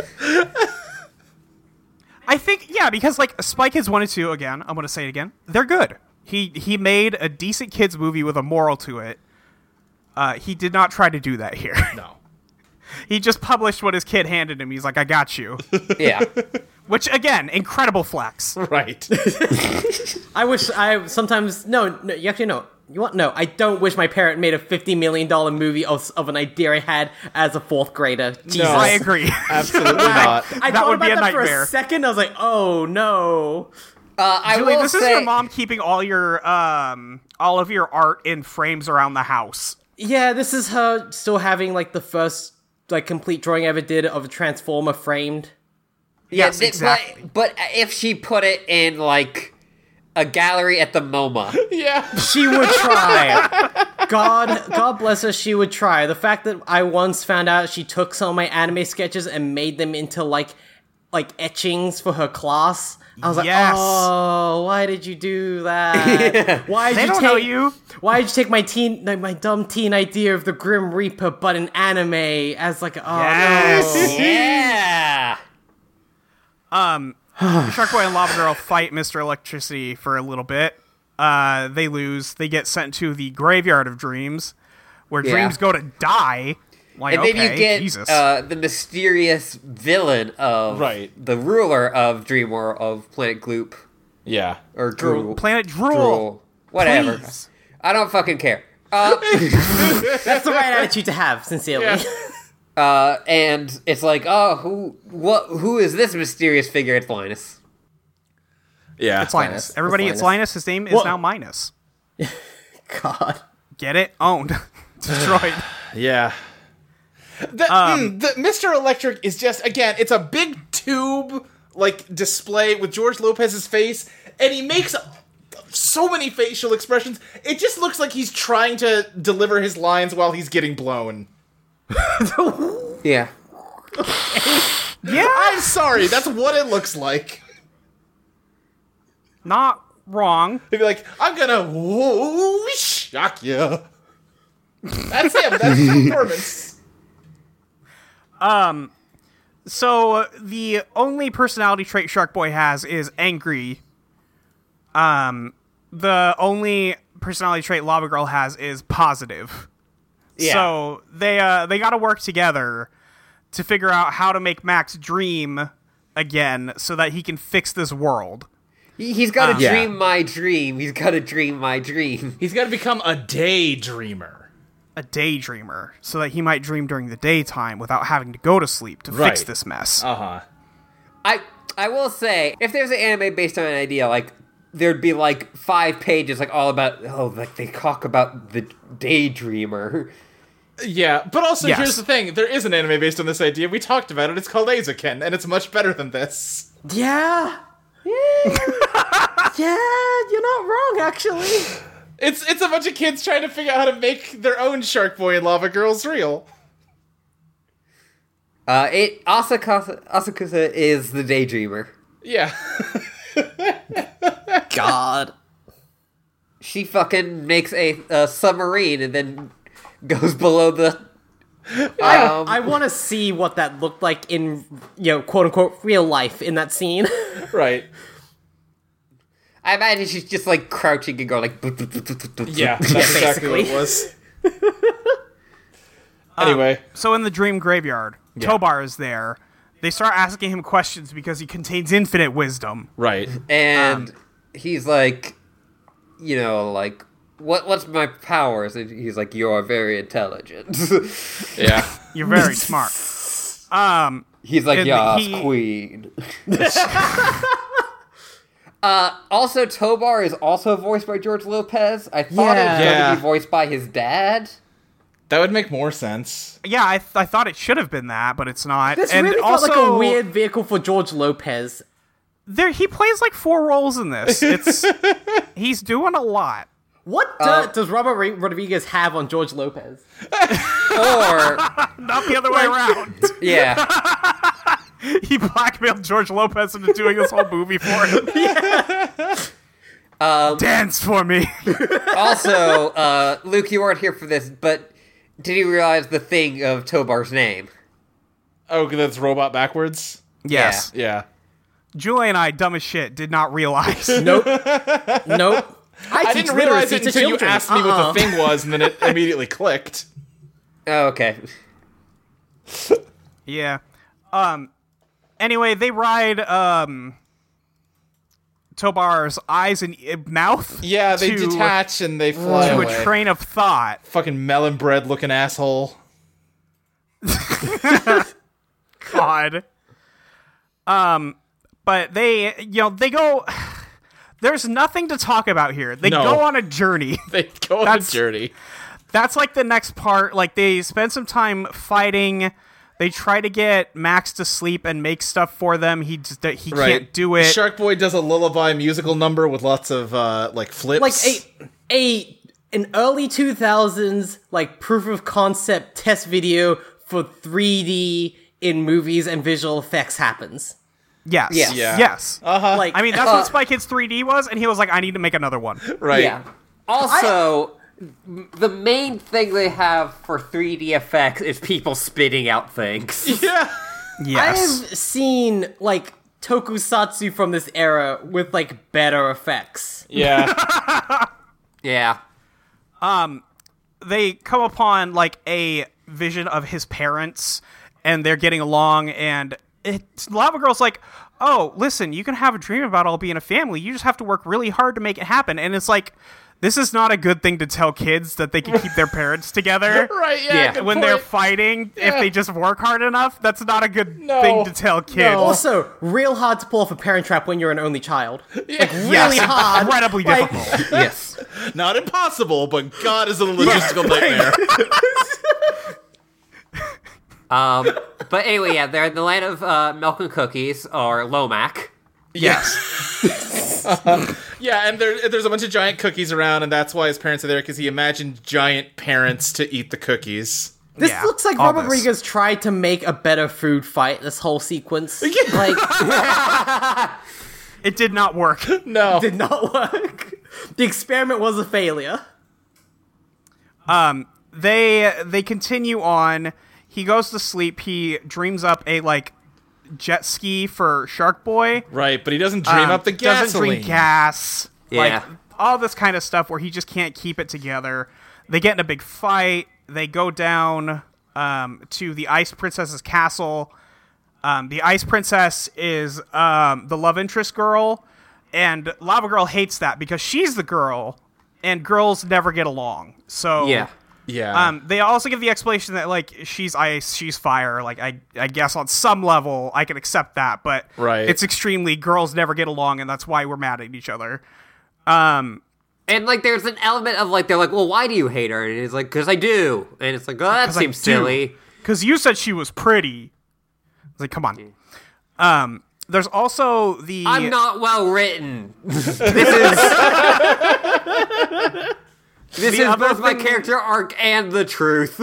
S4: I think yeah, because like Spy Kids one and two again. I'm gonna say it again. They're good. He he made a decent kids movie with a moral to it. Uh, he did not try to do that here.
S2: No.
S4: he just published what his kid handed him. He's like, I got you.
S1: yeah,
S4: Which again, incredible flex.
S2: Right.
S3: I wish I sometimes no no you actually no you want no I don't wish my parent made a fifty million dollar movie of, of an idea I had as a fourth grader. Jesus,
S4: I agree.
S2: Absolutely not.
S3: I
S4: That
S3: thought
S4: would
S3: about
S4: be a
S3: that for
S4: nightmare.
S3: a second. I was like, oh no.
S1: uh, I
S4: Julie,
S1: will
S4: this
S1: say
S4: is your mom keeping all your um all of your art in frames around the house.
S3: Yeah, this is her still having like the first like complete drawing I ever did of a transformer framed.
S1: Yeah,
S4: Yes,
S1: thi-
S4: exactly.
S1: But, but if she put it in like a gallery at the MoMA,
S2: yeah.
S3: She would try. God, God bless her. She would try. The fact that I once found out she took some of my anime sketches and made them into like, like etchings for her class. I was
S4: Yes.
S3: like, oh, why did you do that? Why did
S4: They
S3: you
S4: don't
S3: take
S4: know you.
S3: Why did you take my teen, like, my dumb teen idea of the Grim Reaper, but an anime as like, oh,
S4: Yes.
S1: yeah,
S4: Sharkboy and Lava Girl fight Mr. Electricity for a little bit. Uh, they lose. They get sent to the Graveyard of Dreams, where
S1: Yeah.
S4: dreams go to die. Like,
S1: and then
S4: okay,
S1: you get
S4: Jesus.
S1: uh, the mysterious villain of
S2: Right.
S1: the ruler of Dreamworld of Planet Gloop
S2: Yeah.
S1: or Drool,
S4: Planet Drool.
S1: Drool, whatever.
S4: Please.
S1: I don't fucking care. Uh,
S3: that's the right attitude to have, sincerely.
S1: uh, and it's like, oh, who, what, who is this mysterious figure? It's Linus.
S2: Yeah.
S4: It's Linus.
S1: Linus.
S4: Everybody,
S1: It's
S4: it's
S1: Linus.
S4: Linus. His name is
S3: Well-
S4: now Minus.
S3: God.
S4: Get it? Owned. Destroyed.
S2: Yeah. The, mm, the Mr. Electric is just again, it's a big tube like display with George Lopez's face, and he makes so many facial expressions. It just looks like he's trying to deliver his lines while he's getting blown.
S1: Yeah.
S4: yeah.
S2: I'm sorry, that's what it looks like.
S4: Not wrong.
S2: They'd be like, "I'm gonna whoo shock you." That's him. That's his performance.
S4: So uh, the only personality trait Shark Boy has is angry. Um, the only personality trait Lava Girl has is positive.
S1: Yeah.
S4: So they uh, they got to work together to figure out how to make Max dream again, so that he can fix this world.
S1: He- He's got to
S4: Ah.
S2: Yeah.
S1: dream my dream. He's got to dream my dream.
S2: He's gonna become a daydreamer.
S4: A daydreamer, so that he might dream during the daytime without having to go to sleep to fix
S2: Right.
S4: this mess.
S2: Uh huh.
S1: I I will say, if there's an anime based on an idea, like there'd be like five pages, like all about oh, like they talk about the daydreamer.
S2: Yeah, but also
S4: Yes.
S2: here's the thing: there is an anime based on this idea. We talked about it. It's called Azaken, and it's much better than this.
S3: Yeah. Yeah. yeah, you're not wrong, actually.
S2: It's it's a bunch of kids trying to figure out how to make their own Shark Boy and Lava Girls real.
S1: Uh, it Asakasa, Asakasa is the daydreamer.
S2: Yeah,
S3: God.
S1: She fucking makes a, a submarine and then goes below the. Um,
S3: I want to see what that looked like in, you know, quote unquote, real life in that scene.
S2: right.
S1: I imagine she's just like crouching and going like.
S2: Yeah, that's exactly what it
S3: basically.
S2: was. anyway,
S4: Um, So in the dream graveyard, Tobar is there. They start asking him questions because he contains infinite wisdom.
S2: Right.
S1: And he's like, you know, like, what? What's my powers? And he's like, you're very intelligent.
S2: yeah.
S4: You're very smart. Um,
S1: He's like,
S4: and
S1: yeah,
S4: he-
S1: queen. uh, also, Tobar is also voiced by George Lopez. I thought it was
S3: Yeah.
S1: going
S2: Yeah.
S1: to be voiced by his dad.
S2: That would make more sense.
S4: Yeah, I, th- I thought it should have been that, but it's not.
S3: This
S4: and
S3: really
S4: also,
S3: felt like a weird vehicle for George Lopez.
S4: there he plays like four roles in this. It's he's doing a lot.
S3: What dirt does Robert Re- Rodriguez have on George Lopez?
S1: Or,
S4: Not the other way around.
S1: yeah.
S4: He blackmailed George Lopez into doing this whole movie for him. Dance for me.
S1: Also, uh, Luke, you weren't here for this, but did you realize the thing of Tobar's name?
S2: Oh, that's robot backwards.
S4: yes.
S2: Yeah.
S4: Julie and I, dumb as shit, did not realize.
S3: Nope. nope. I,
S2: I
S3: teach
S2: didn't realize
S3: literacy
S2: it
S3: to
S2: until you
S3: children.
S2: asked me what
S3: Uh-uh.
S2: the thing was, and then it immediately clicked.
S1: Oh, okay.
S4: Yeah. Um. Anyway, they ride um. Tobar's eyes and uh, mouth.
S2: Yeah, they
S4: to,
S2: detach and they fly
S4: to
S2: away.
S4: a train of thought.
S2: Fucking melon bread looking asshole.
S4: God. Um. But they, you know, they go. There's nothing to talk about here. They
S2: No.
S4: go on a journey.
S2: They go on
S4: That's-
S2: a journey.
S4: That's like the next part. Like they spend some time fighting. They try to get Max to sleep and make stuff for them. He just he can't do it.
S2: Shark Boy does a lullaby musical number with lots of uh, like flips.
S3: like a a an early 2000s like proof of concept test video for 3D in movies and visual effects happens.
S4: Yes.
S1: Yes.
S2: Yeah.
S4: Yes.
S2: Uh-huh.
S3: Like
S4: I mean, that's
S2: Uh,
S4: what Spy Kids 3D was, and he was like, I need to make another one.
S2: right.
S1: Yeah. Also, m- the main thing they have for 3D effects is people spitting out things.
S3: I
S4: Yes.
S3: have seen like tokusatsu from this era with like better effects.
S2: Yeah.
S1: yeah.
S4: Um, They come upon, like, a vision of his parents, and they're getting along, and it's, Lava Girl's like, oh, listen, you can have a dream about all being a family. You just have to work really hard to make it happen. And it's like, this is not a good thing to tell kids that they can keep their parents together.
S2: right. Yeah.
S1: Yeah.
S2: good
S4: When they're
S2: point.
S4: fighting, if they just work hard enough, that's not a good
S2: No.
S4: thing to tell kids.
S3: Also, real hard to pull off a parent trap when you're an only child. Like really
S4: Yes,
S3: hard.
S4: incredibly
S3: Like-
S4: difficult.
S1: Yes.
S2: not impossible, but God is a logistical nightmare.
S1: Um, but anyway, yeah, they're in the land of uh, milk and cookies, or Lomac.
S4: Yes.
S2: yeah, and there, there's a bunch of giant cookies around, and that's why his parents are there because he imagined giant parents to eat the cookies.
S3: This
S4: Yeah,
S3: looks like
S4: all
S3: Robert
S4: this.
S3: Rodriguez tried to make a better food fight this whole sequence. Like
S4: It did not work.
S2: No.
S3: did not work. The experiment was a failure.
S4: they they continue on. He goes to sleep. He dreams up a like jet ski for Shark Boy.
S2: right, but he doesn't dream
S4: Um,
S2: up the
S4: Doesn't
S2: gasoline.
S4: drink gas. Like
S1: Yeah.
S4: all this kind of stuff where he just can't keep it together. They get in a big fight. They go down um, to the Ice Princess's castle. Um, the Ice Princess is um, the love interest girl, and Lava Girl hates that because she's the girl, and girls never get along. So
S1: Yeah.
S2: yeah.
S4: um, they also give the explanation that like she's ice, she's fire. Like I, I guess on some level I can accept that, but
S2: Right.
S4: it's extremely girls never get along, and that's why we're mad at each other. Um,
S1: And, like, there's an element of, like, they're like, well, why do you hate her? And he's like, because I do. And it's like, oh, that
S4: 'Cause I
S1: seems
S4: do.
S1: silly.
S4: Because you said she was pretty. I was like, come on.
S2: Mm.
S4: Um, there's also the
S1: I'm not well written. this is. This is
S4: other
S1: both my
S4: thing-
S1: character arc and the truth.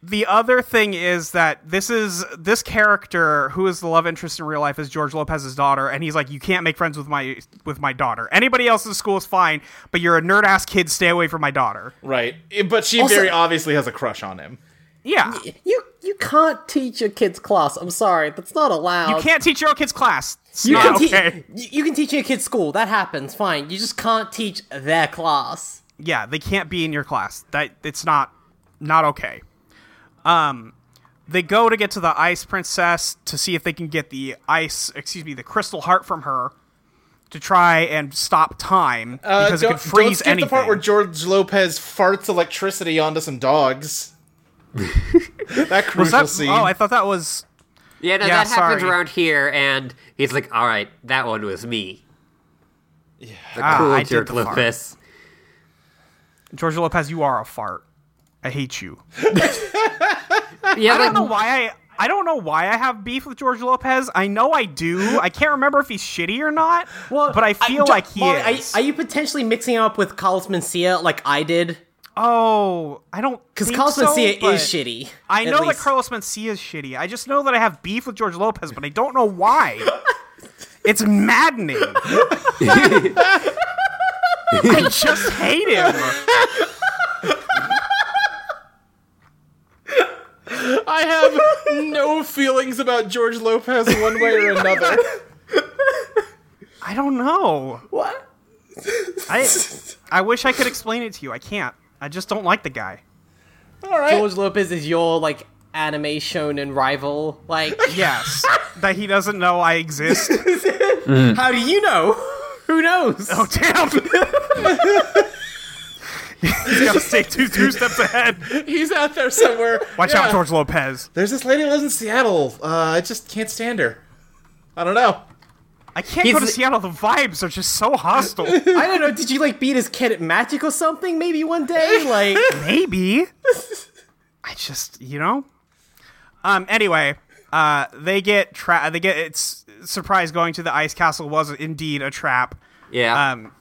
S4: the other thing is that this is this character who is the love interest in real life is George Lopez's daughter, and he's like, you can't make friends with my with my daughter. Anybody else in school is fine, but you're a nerd ass kid. Stay away from my daughter.
S2: right. But she
S3: Also-
S2: very obviously has a crush on him.
S4: Yeah.
S3: You you can't teach your kids class. I'm sorry, that's not allowed.
S4: You can't teach your kids class. It's
S3: You
S4: not
S3: can, te-
S4: okay.
S3: you- you can teach your kids school. That happens. Fine. You just can't teach their class.
S4: yeah, they can't be in your class. That it's not not okay. Um, They go to get to the ice princess to see if they can get the ice, excuse me, the crystal heart from her to try and stop time
S2: Uh,
S4: because it
S2: don't-
S4: could freeze
S2: don't skip
S4: anything.
S2: the part where George Lopez farts electricity onto some dogs. that
S4: Was
S2: crucial
S4: that-
S2: scene.
S4: Oh, I thought that was
S1: Yeah, no,
S4: Yeah,
S1: that happens
S4: sorry.
S1: around here, and he's like, "All right, that one was me." Yeah, the
S4: Ah,
S1: cool
S4: I did
S1: jerk
S4: the fart.
S1: Lopez.
S4: George Lopez. You are a fart. I hate you.
S1: Yeah,
S4: I don't
S1: but-
S4: know why I. I don't know why I have beef with George Lopez. I know I do. I can't remember if he's shitty or not. Well, but I feel
S3: Jo-
S4: like he
S3: Molly, are-
S4: is.
S3: Are, you potentially mixing him up with Carlos Mencia like I did?
S4: oh, I don't
S3: Because
S4: think
S3: Carlos
S4: so,
S3: Mencia
S4: but-
S3: is shitty.
S4: I
S3: at
S4: know
S3: least.
S4: that Carlos Mencia is shitty. I just know that I have beef with George Lopez, but I don't know why. it's maddening. I just hate him.
S2: I have no feelings about George Lopez one way or another.
S4: I don't know.
S3: What?
S4: I I wish I could explain it to you. I can't. I just don't like the guy.
S2: All right.
S3: George Lopez is your like anime shonen rival. Like,
S4: Yes, that he doesn't know I exist.
S3: how do you know? Who knows?
S4: Oh damn! He's gotta stay two two steps ahead.
S2: He's out there somewhere.
S4: Watch
S2: Yeah.
S4: out, George Lopez.
S2: There's this lady who lives in Seattle. Uh, I just can't stand her. I don't know.
S4: I can't
S1: He's-
S4: go to Seattle. The vibes are just so hostile.
S3: I don't know. Did you like beat his kid at magic or something? Maybe one day, like.
S4: Maybe. I just, you know. Um. Anyway, uh, they get tra- They get it's surprise going to the ice castle was indeed a trap.
S1: yeah.
S4: um,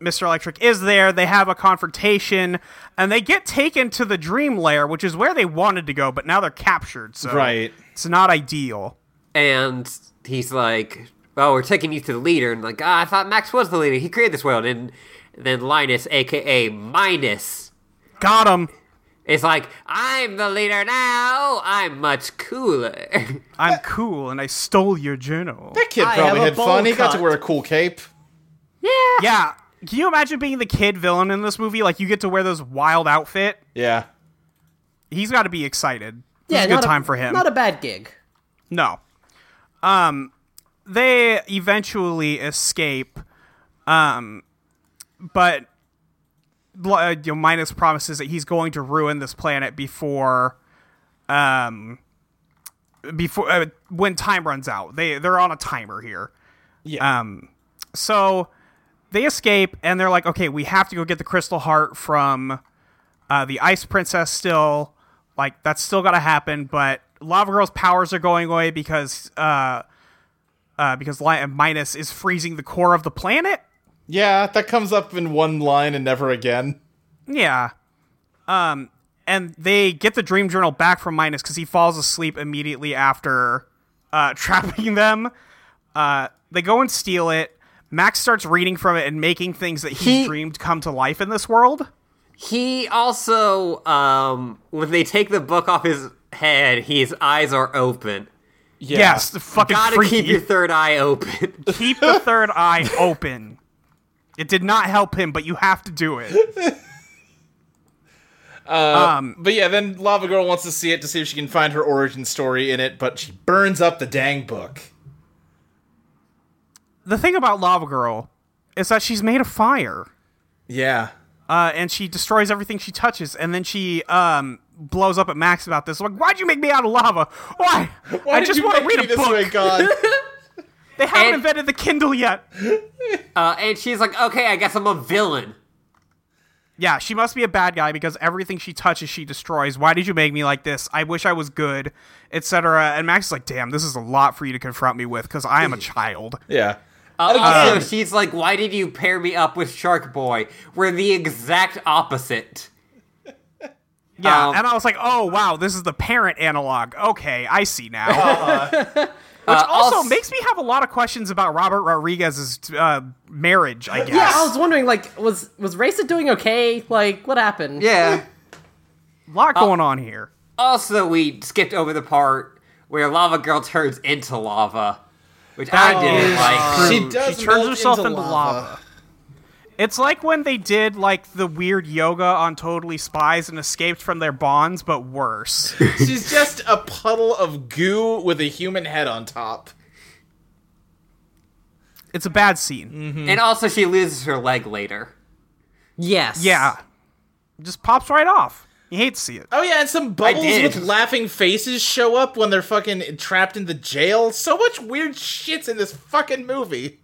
S4: Mr. Electric is there. They have a confrontation, and they get taken to the dream lair, which is where they wanted to go, but now they're captured. So
S2: Right.
S4: it's not ideal.
S1: and he's like, "Oh, we're taking you to the leader." And like, ah, I thought Max was the leader. He created this world. And then Linus, aka Minus,
S4: Got him.
S1: is like, "I'm the leader now. I'm much cooler."
S4: I'm cool, and I stole your journal.
S2: That kid
S3: I
S2: probably
S3: have a
S2: had fun.
S3: bowl
S2: He got to
S3: cut.
S2: wear a cool cape.
S4: yeah. Can you imagine being the kid villain in this movie? Like you get to wear those wild outfit.
S2: Yeah.
S4: He's got to be excited. it's a good
S3: not
S4: time for him.
S3: Not a bad gig.
S4: No. Um, they eventually escape, um, but L- uh, you know, Minus promises that he's going to ruin this planet before, um, before uh, when time runs out. They they're on a timer here.
S2: Yeah.
S4: Um, so they escape and they're like, okay, we have to go get the crystal heart from uh, the ice princess. Still, like that's still gotta happen. But Lava Girl's powers are going away because uh, uh, because Li- Minus is freezing the core of the planet.
S2: Yeah, that comes up in one line and never again.
S4: Yeah. Um, and they get the dream journal back from Minus because he falls asleep immediately after uh, trapping them. Uh, they go and steal it. Max starts reading from it and making things that he,
S1: He-
S4: dreamed come to life in this world.
S1: he also, um, when they take the book off his head, his eyes are open.
S2: Yeah.
S4: Yes, the fucking
S1: Gotta
S4: freaky.
S1: keep your third eye open.
S4: keep the third eye open. It did not help him, but you have to do it.
S2: But yeah, then Lava Girl wants to see it to see if she can find her origin story in it, but she burns up the dang book.
S4: The thing about Lava Girl is that she's made of fire.
S2: Yeah.
S4: uh, and she destroys everything she touches, and then she um, blows up at Max about this. Like, why'd you make me out of lava? Why?
S2: Why
S4: I
S2: did
S4: just
S2: you
S4: want to
S2: make
S4: read
S2: me
S4: a
S2: this
S4: book.
S2: Way, God?
S4: They haven't
S1: And-
S4: invented the Kindle yet.
S1: Uh, and she's like, "Okay, I guess I'm a villain."
S4: Yeah, she must be a bad guy because everything she touches, she destroys. Why did you make me like this? I wish I was good, etc. And Max is like, "Damn, this is a lot for you to confront me with because I am a child."
S2: yeah.
S1: Uh,
S2: Again.
S4: Um,
S1: also, she's like, "Why did you pair me up with Shark Boy? We're the exact opposite."
S4: Yeah,
S1: Um,
S4: and I was like, "Oh wow, this is the parent analog." Okay, I see now.
S3: Uh-huh.
S1: Uh,
S4: also,
S1: als-
S4: makes me have a lot of questions about Robert Rodriguez's uh, marriage. I guess.
S3: Yeah, I was wondering, like, was was Racer doing okay? Like, what happened?
S1: yeah.
S4: a lot going on here.
S1: Also, we skipped over the part where Lava Girl turns into lava, which I didn't
S4: is
S1: like.
S4: true.
S2: She does
S4: She turns
S2: melt
S4: herself
S2: into
S4: into
S2: lava.
S4: lava. It's like when they did like the weird yoga on Totally Spies and escaped from their bonds, but worse.
S2: She's just a puddle of goo with a human head on top.
S4: It's a bad scene.
S1: And also, she loses her leg later.
S3: Yes.
S4: Yeah. Just pops right off. You hate to see it.
S2: Oh yeah, and some bubbles
S1: did.
S2: with laughing faces show up when they're fucking trapped in the jail. So much weird shits in this fucking movie.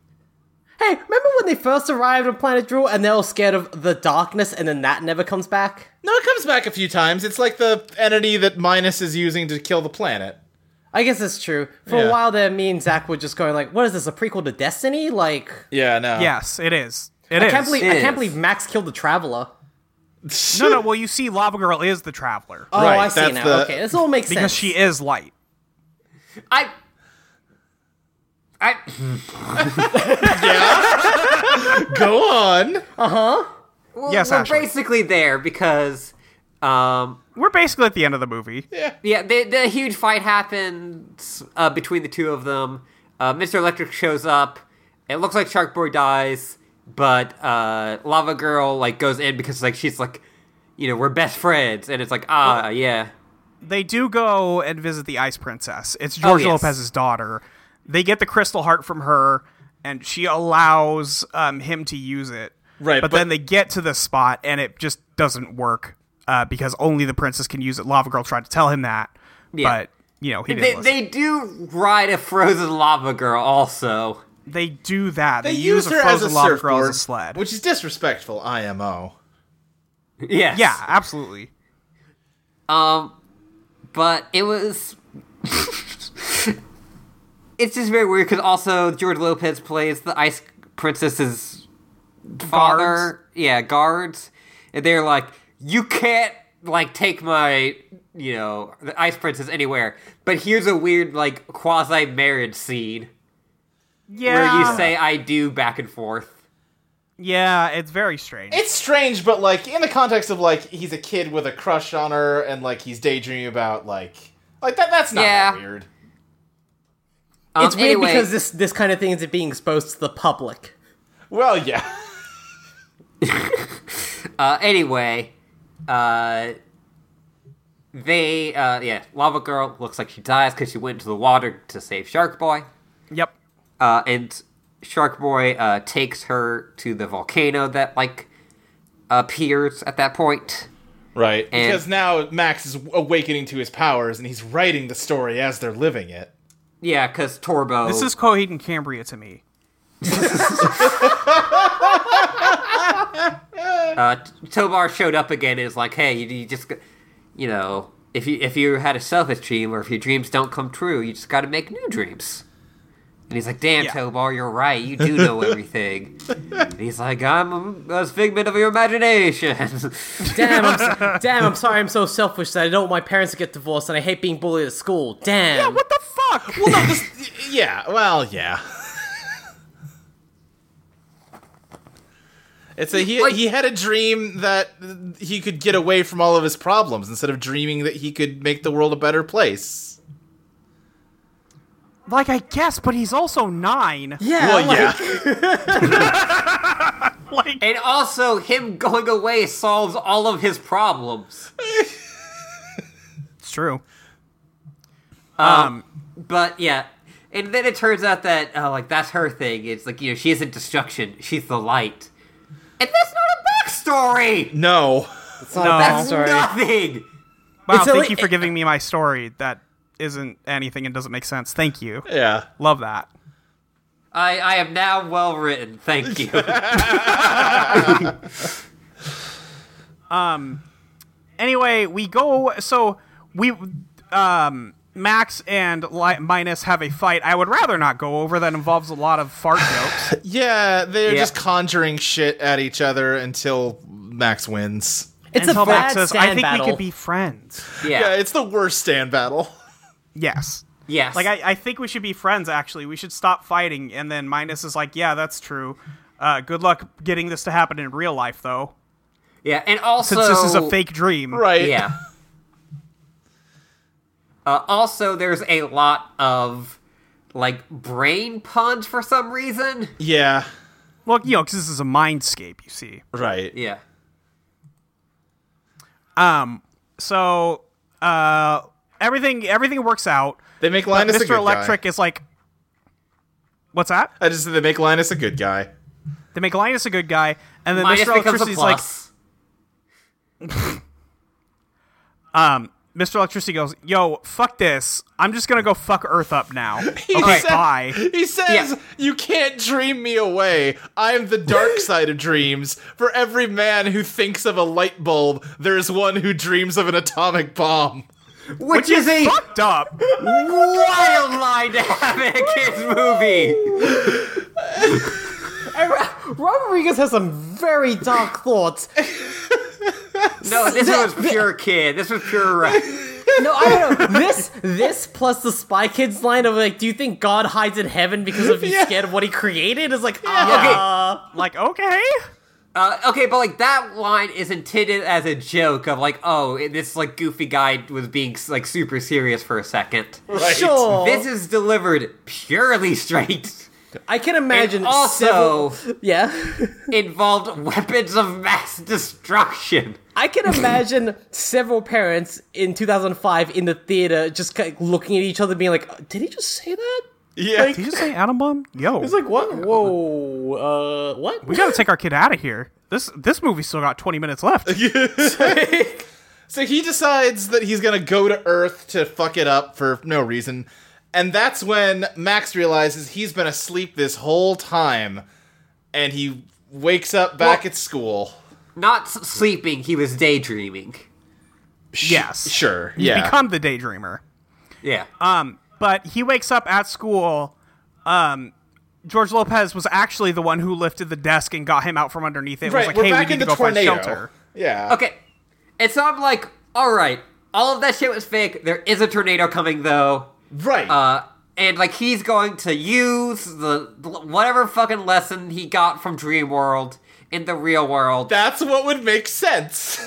S3: Hey, remember when they first arrived on Planet Drool and they were scared of the darkness and then that never comes back?
S2: No, it comes back a few times. It's like the entity that Minus is using to kill the planet.
S3: I guess that's true. For
S2: Yeah.
S3: a while there, me and Zach were just going like, what is this, a prequel to Destiny? Like,
S2: Yeah, no.
S4: Yes, it is. It
S3: I can't,
S4: is.
S3: believe, I
S1: Yes.
S3: can't believe Max killed the Traveler.
S4: no, no. Well, you see, Lava Girl is the Traveler
S3: Oh,
S2: Right,
S3: I see
S2: that's
S3: now.
S2: the-
S3: okay, this all makes
S4: because
S3: sense.
S4: she is light.
S1: I. I.
S2: Go on.
S1: Well,
S4: Yes,
S1: we're
S4: Ashley.
S1: basically there because, um,
S4: We're basically at the end of the movie.
S1: yeah, the, the huge fight happens uh, between the two of them. Uh, Mr. Electric shows up. It looks like Shark Boy dies, but uh, Lava Girl like goes in because like she's like, you know, we're best friends, and it's like, ah, yeah,
S4: They do go and visit the Ice Princess. It's
S1: Oh,
S4: George
S1: yes.
S4: Lopez's daughter. They get the crystal heart from her, and she allows um, him to use it.
S2: Right,
S4: but,
S2: but-
S4: then they get to this spot, and it just doesn't work uh, because only the princess can use it. Lava Girl tried to tell him that,
S1: Yeah.
S4: but you know he didn't.
S1: they,
S4: listen.
S1: they do ride a frozen lava girl also
S4: They do that. They,
S2: They
S4: use
S2: used
S4: the
S2: her as a
S4: frozen lava girl as
S2: surfboard,
S4: a sled.
S2: which is disrespectful. IMO.
S1: yes
S4: yeah, absolutely.
S1: um but it was it's just very weird because also george lopez plays the ice princess's father yeah guards and they're like you can't like take my you know the ice princess anywhere but here's a weird like quasi marriage scene
S4: Yeah,
S1: where you say i do back and forth
S4: yeah. It's very strange.
S2: It's strange, but like in the context of like he's a kid with a crush on her and like he's daydreaming about like like that. That's not
S1: Yeah.
S2: that weird.
S1: Um,
S3: it's weird
S1: anyway-
S3: because this this kind of thing is being exposed to the public.
S2: Well, yeah.
S1: Uh, anyway, uh, they, uh, yeah, Lava Girl looks like she dies because she went into the water to save Shark Boy.
S4: yep.
S1: Uh, and Shark Boy uh, takes her to the volcano that, like, appears at that point.
S2: Right.
S1: And-
S2: because now Max is awakening to his powers and he's writing the story as they're living it.
S1: Yeah, because Torbo.
S4: This is Coheed and Cambria to me.
S1: uh, Tobar showed up again and is like, hey, you, you just, g- you know, if you if you had a selfish dream or if your dreams don't come true, you just got to make new dreams. And he's like, damn,
S4: Yeah.
S1: Tobar, you're right. You do know everything. and he's like, I'm a, a figment of your imagination.
S3: Damn, I'm so, damn, I'm sorry, I'm so selfish that I don't want my parents to get divorced and I hate being bullied at school. Damn.
S4: Yeah. What the fuck?
S2: Well, no, this, yeah. Well, yeah. It's a he.
S1: Like-
S2: he had a dream that he could get away from all of his problems instead of dreaming that he could make the world a better place.
S4: Like I guess, but he's also nine.
S3: yeah,
S2: well,
S3: like-
S2: yeah.
S4: Like
S1: and also, him going away solves all of his problems.
S4: it's true.
S3: Um,
S4: Um,
S1: But yeah. And then it turns out that, uh, like, that's her thing. It's like, you know, she isn't destruction, she's the light. And that's not a backstory!
S2: No.
S3: It's not
S4: No.
S3: a bad
S4: That's
S3: story.
S1: Nothing.
S4: Wow,
S3: It's a
S4: thank
S3: li-
S4: you for giving me my story that isn't anything and doesn't make sense. Thank you.
S2: Yeah.
S4: Love that.
S1: I, I am now well written. Thank you.
S4: Anyway, we go so we um Max and Li- Minus have a fight I would rather not go over that involves a lot of fart jokes.
S2: Yeah. They're
S1: Yeah.
S2: just conjuring shit at each other until Max wins.
S3: It's
S4: until
S3: a bad
S4: Max says,
S3: sand
S4: I think
S3: battle.
S4: we could be friends.
S2: Yeah.
S1: yeah.
S2: It's the worst stand battle.
S4: Yes.
S1: Yes.
S4: Like I, I think we should be friends actually. We should stop fighting and then Minus is like, Yeah, that's true. Uh, good luck getting this to happen in real life though.
S1: yeah, and also
S4: Since this is a fake dream.
S2: Right.
S1: Yeah. uh, also, there's a lot of like brain puns for some reason.
S2: Yeah.
S4: Well, you know, because this is a mindscape, you see.
S2: Right.
S1: Yeah.
S4: Um. So, uh, everything everything works out.
S2: They make Linus
S4: Mr.
S2: a good
S4: Electric
S2: guy.
S4: is like, what's that?
S2: I just said they make Linus a good guy.
S4: They make Linus a good guy, and then
S1: Minus
S4: Mr.
S1: becomes a
S4: Electricity's like,
S1: plus.
S4: um, Mr. Electricity goes, "Yo, fuck this. I'm just gonna go fuck Earth up now. okay,
S2: said-
S4: bye."
S2: He says, "You can't dream me away. I'm the dark side of dreams. For every man who thinks of a light bulb, there is one who dreams of an atomic bomb."
S1: which, is a
S4: fucked up.
S1: wild line to have in a kids movie.
S3: Rodriguez has some very dark thoughts.
S1: No, this was pure kid. This was pure right.
S3: No, I don't know. This, this plus the Spy Kids line of like, do you think God hides in heaven because of he's
S2: Yeah.
S3: scared of what he created? Is like,
S1: Okay.
S3: ah,
S4: Like, okay.
S1: Uh, okay, but like that line is intended as a joke of like, oh, this like goofy guy was being like super serious for a second.
S2: Right.
S3: sure.
S1: This is delivered purely straight.
S3: I can imagine.
S1: And also
S3: several- yeah.
S1: involved weapons of mass destruction.
S3: I can imagine several parents in 2005 in the theater just kind of looking at each other, being like, "Did he just say that?"
S2: Yeah.
S4: Did you say atom bomb? Yo,
S3: It's like, "What? Whoa, uh, what?"
S4: we gotta take our kid out of here. This this movie's still got 20 minutes left.
S2: So he decides that he's gonna go to Earth to fuck it up for no reason. And that's when Max realizes he's been asleep this whole time. And he wakes up back
S1: Well-
S2: at school.
S1: Not s- sleeping, he was daydreaming.
S4: yes.
S2: Sure.
S4: You
S2: Yeah.
S4: Become the daydreamer.
S1: Yeah.
S4: Um, but he wakes up at school. Um, George Lopez was actually the one who lifted the desk and got him out from underneath it. and
S2: right,
S4: was like,
S2: we're
S4: hey, we
S2: back
S4: need
S2: in
S4: to
S2: the
S4: go
S2: tornado.
S4: find shelter.
S2: Yeah.
S1: okay. And so I'm like, all right, all of that shit was fake. There is a tornado coming though.
S2: Right.
S1: Uh, and like he's going to use the whatever fucking lesson he got from Dream World in the real world.
S2: that's what would make sense.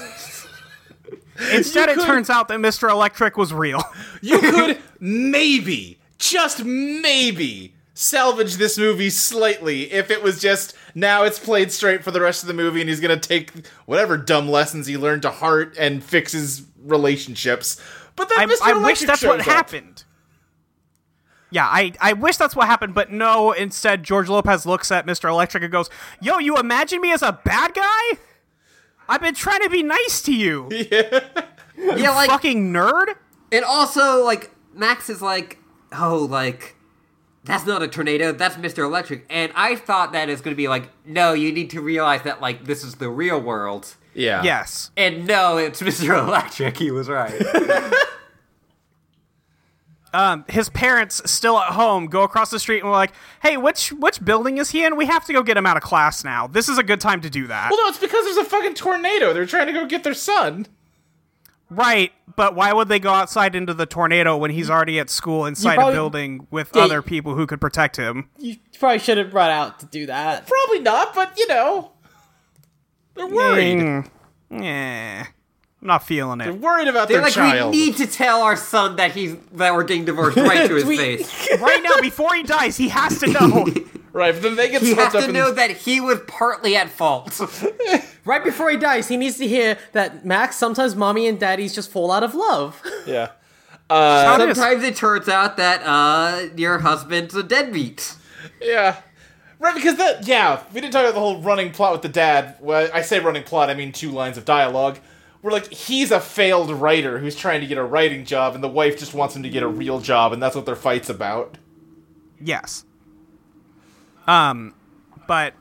S4: Instead,
S2: You
S4: it
S2: could-
S4: turns out that Mr. Electric was real.
S2: you could maybe, just maybe, salvage this movie slightly if it was just now it's played straight for the rest of the movie and he's gonna take whatever dumb lessons he learned to heart and fix his relationships. But then
S4: I,
S2: Mr.
S4: I wish
S2: Electric
S4: that's what
S2: shows up.
S4: happened. Yeah, I, I wish that's what happened, but no, instead, George Lopez looks at Mr. Electric and goes, Yo, you imagine me as a bad guy? I've been trying to be nice to you,
S1: yeah, like
S4: fucking nerd.
S2: Uh.
S1: and also like Max is like, oh, like that's not a tornado, that's Mr. Electric. And I thought that is going to be like, no, you need to realize that like this is the real world.
S2: Yeah.
S4: Yes.
S1: And no, it's Mr. Electric. He was right.
S4: um, his parents still at home go across the street and we're like, "Hey, which which building is he in? We have to go get him out of class now. This is a good time to do that."
S2: Well, no, it's because there's a fucking tornado. They're trying to go get their son.
S4: right, but why would they go outside into the tornado when he's already at school inside
S3: probably-
S4: a building with
S3: Yeah,
S4: other
S3: you-
S4: people who could protect him?
S3: You probably should have run out to do that.
S2: Probably not, but you know, they're worried.
S4: Yeah. Eh, I'm not feeling it.
S2: Worried about
S1: They're
S2: their
S1: like,
S2: child.
S1: we need to tell our son that he's that we're getting divorced right to his
S3: We-
S1: face.
S4: right now before he dies, he has to know.
S2: right, but then they get
S1: He has
S2: swept up
S1: to
S2: in
S1: know that he was partly at fault.
S3: Right before he dies, he needs to hear that Max sometimes mommy and daddies just fall out of love.
S2: yeah. Uh,
S4: How does-
S1: Sometimes it turns out that uh, your husband's a deadbeat.
S2: Yeah. Right, because that, yeah, we didn't talk about the whole running plot with the dad. Well, I say running plot, I mean two lines of dialogue. We're like, he's a failed writer who's trying to get a writing job, and the wife just wants him to get a real job, and that's what their fight's about.
S4: Yes. Um, but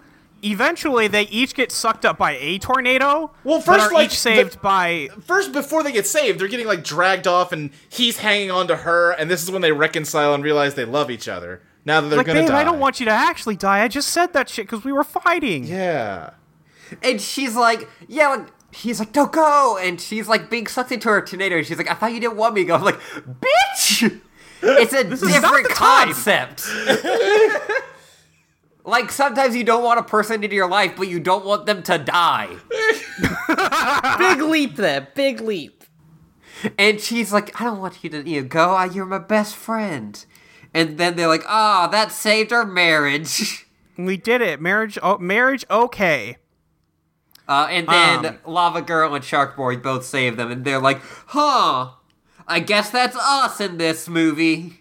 S4: eventually they each get sucked up by a tornado.
S2: Well,
S4: but
S2: first,
S4: are
S2: like,
S4: each saved
S2: the-
S4: by
S2: First, before they get saved, they're getting, like, dragged off, and he's hanging on to her, and this is when they reconcile and realize they love each other. Now that they're
S4: like,
S2: gonna
S4: babe,
S2: die.
S4: I don't want you to actually die. I just said that shit because we were fighting.
S2: Yeah.
S1: And she's like, yeah, like, he's like, don't go. And she's like being sucked into her tornado. And she's like, I thought you didn't want me to go. I'm like, bitch! It's a
S4: is not
S1: different
S4: the time.
S1: concept. like, sometimes you don't want a person into your life, but you don't want them to die.
S3: Big leap there, big leap.
S1: And she's like, I don't want you to you know, go. I- You're my best friend. And then they're like, ah, that saved our marriage.
S4: We did it. Marriage, oh, marriage, okay.
S1: Uh, and then Lava Girl and Shark Boy both save them, and they're like, "Huh, I guess that's us in this movie."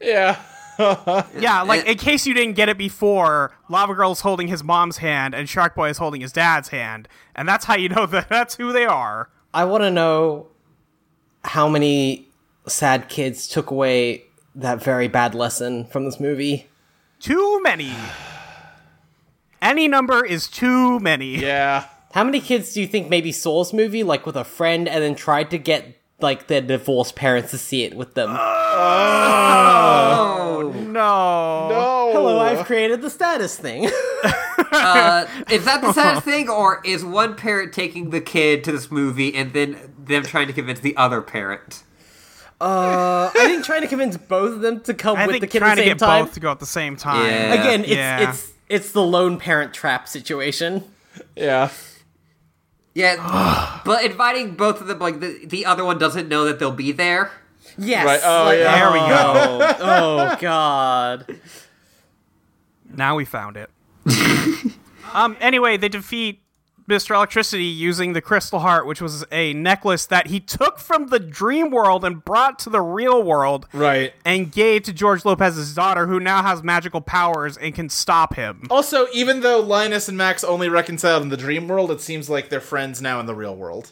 S2: Yeah.
S4: yeah, like in case you didn't get it before, Lava Girl's holding his mom's hand and Shark Boy is holding his dad's hand, and that's how you know that that's who they are.
S3: I want to know how many sad kids took away that very bad lesson from this movie.
S4: Too many. Any number is too many.
S2: Yeah.
S3: How many kids do you think maybe saw this movie like with a friend and then tried to get like their divorced parents to see it with them?
S4: Oh, no.
S2: No.
S3: Hello, I've created the status thing.
S1: Uh, is that the sad thing, or is one parent taking the kid to this movie and then them trying to convince the other parent?
S3: uh, I think trying to convince both of them to come
S4: I
S3: with the
S4: think
S3: kid at
S4: trying
S3: the
S4: to
S3: same
S4: get
S3: time.
S4: both to go at the same time.
S1: Yeah.
S3: Again, it's
S4: Yeah.
S3: it's it's the lone parent trap situation.
S2: Yeah.
S1: Yeah, but inviting both of them, like the, the other one doesn't know that they'll be there.
S3: Yes.
S2: Right, oh,
S3: like-
S2: yeah.
S4: There we go.
S3: Oh, oh god.
S4: Now we found it. um. Anyway, they defeat Mr. Electricity using the Crystal Heart, which was a necklace that he took from the dream world and brought to the real world,
S2: Right.
S4: and gave to George Lopez's daughter, who now has magical powers and can stop him.
S2: Also, even though Linus and Max only reconciled in the dream world, it seems like they're friends now in the real world.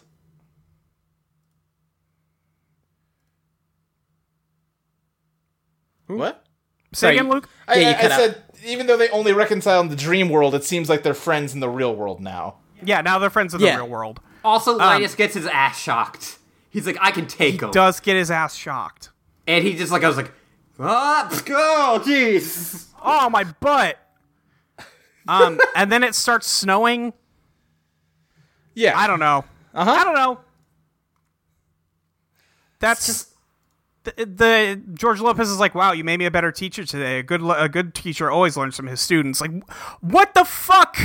S2: What?
S4: Say again, Luke.
S2: I,
S3: Yeah, you
S2: I- I
S3: cut out.
S2: said even though they only reconcile in the dream world, it seems like they're friends in the real world now.
S4: Yeah. Now they're friends of the
S3: Yeah.
S4: real world.
S1: Also, Linus gets his ass shocked. He's like, I can take him.
S4: Does get his ass shocked.
S1: And he just like, I was like, ah, pff, oh, jeez.
S4: oh my butt um and then it starts snowing
S2: Yeah,
S4: i don't know i don't know that's the, the george lopez is like wow you made me a better teacher today a good le- a good teacher always learns from his students like what the fuck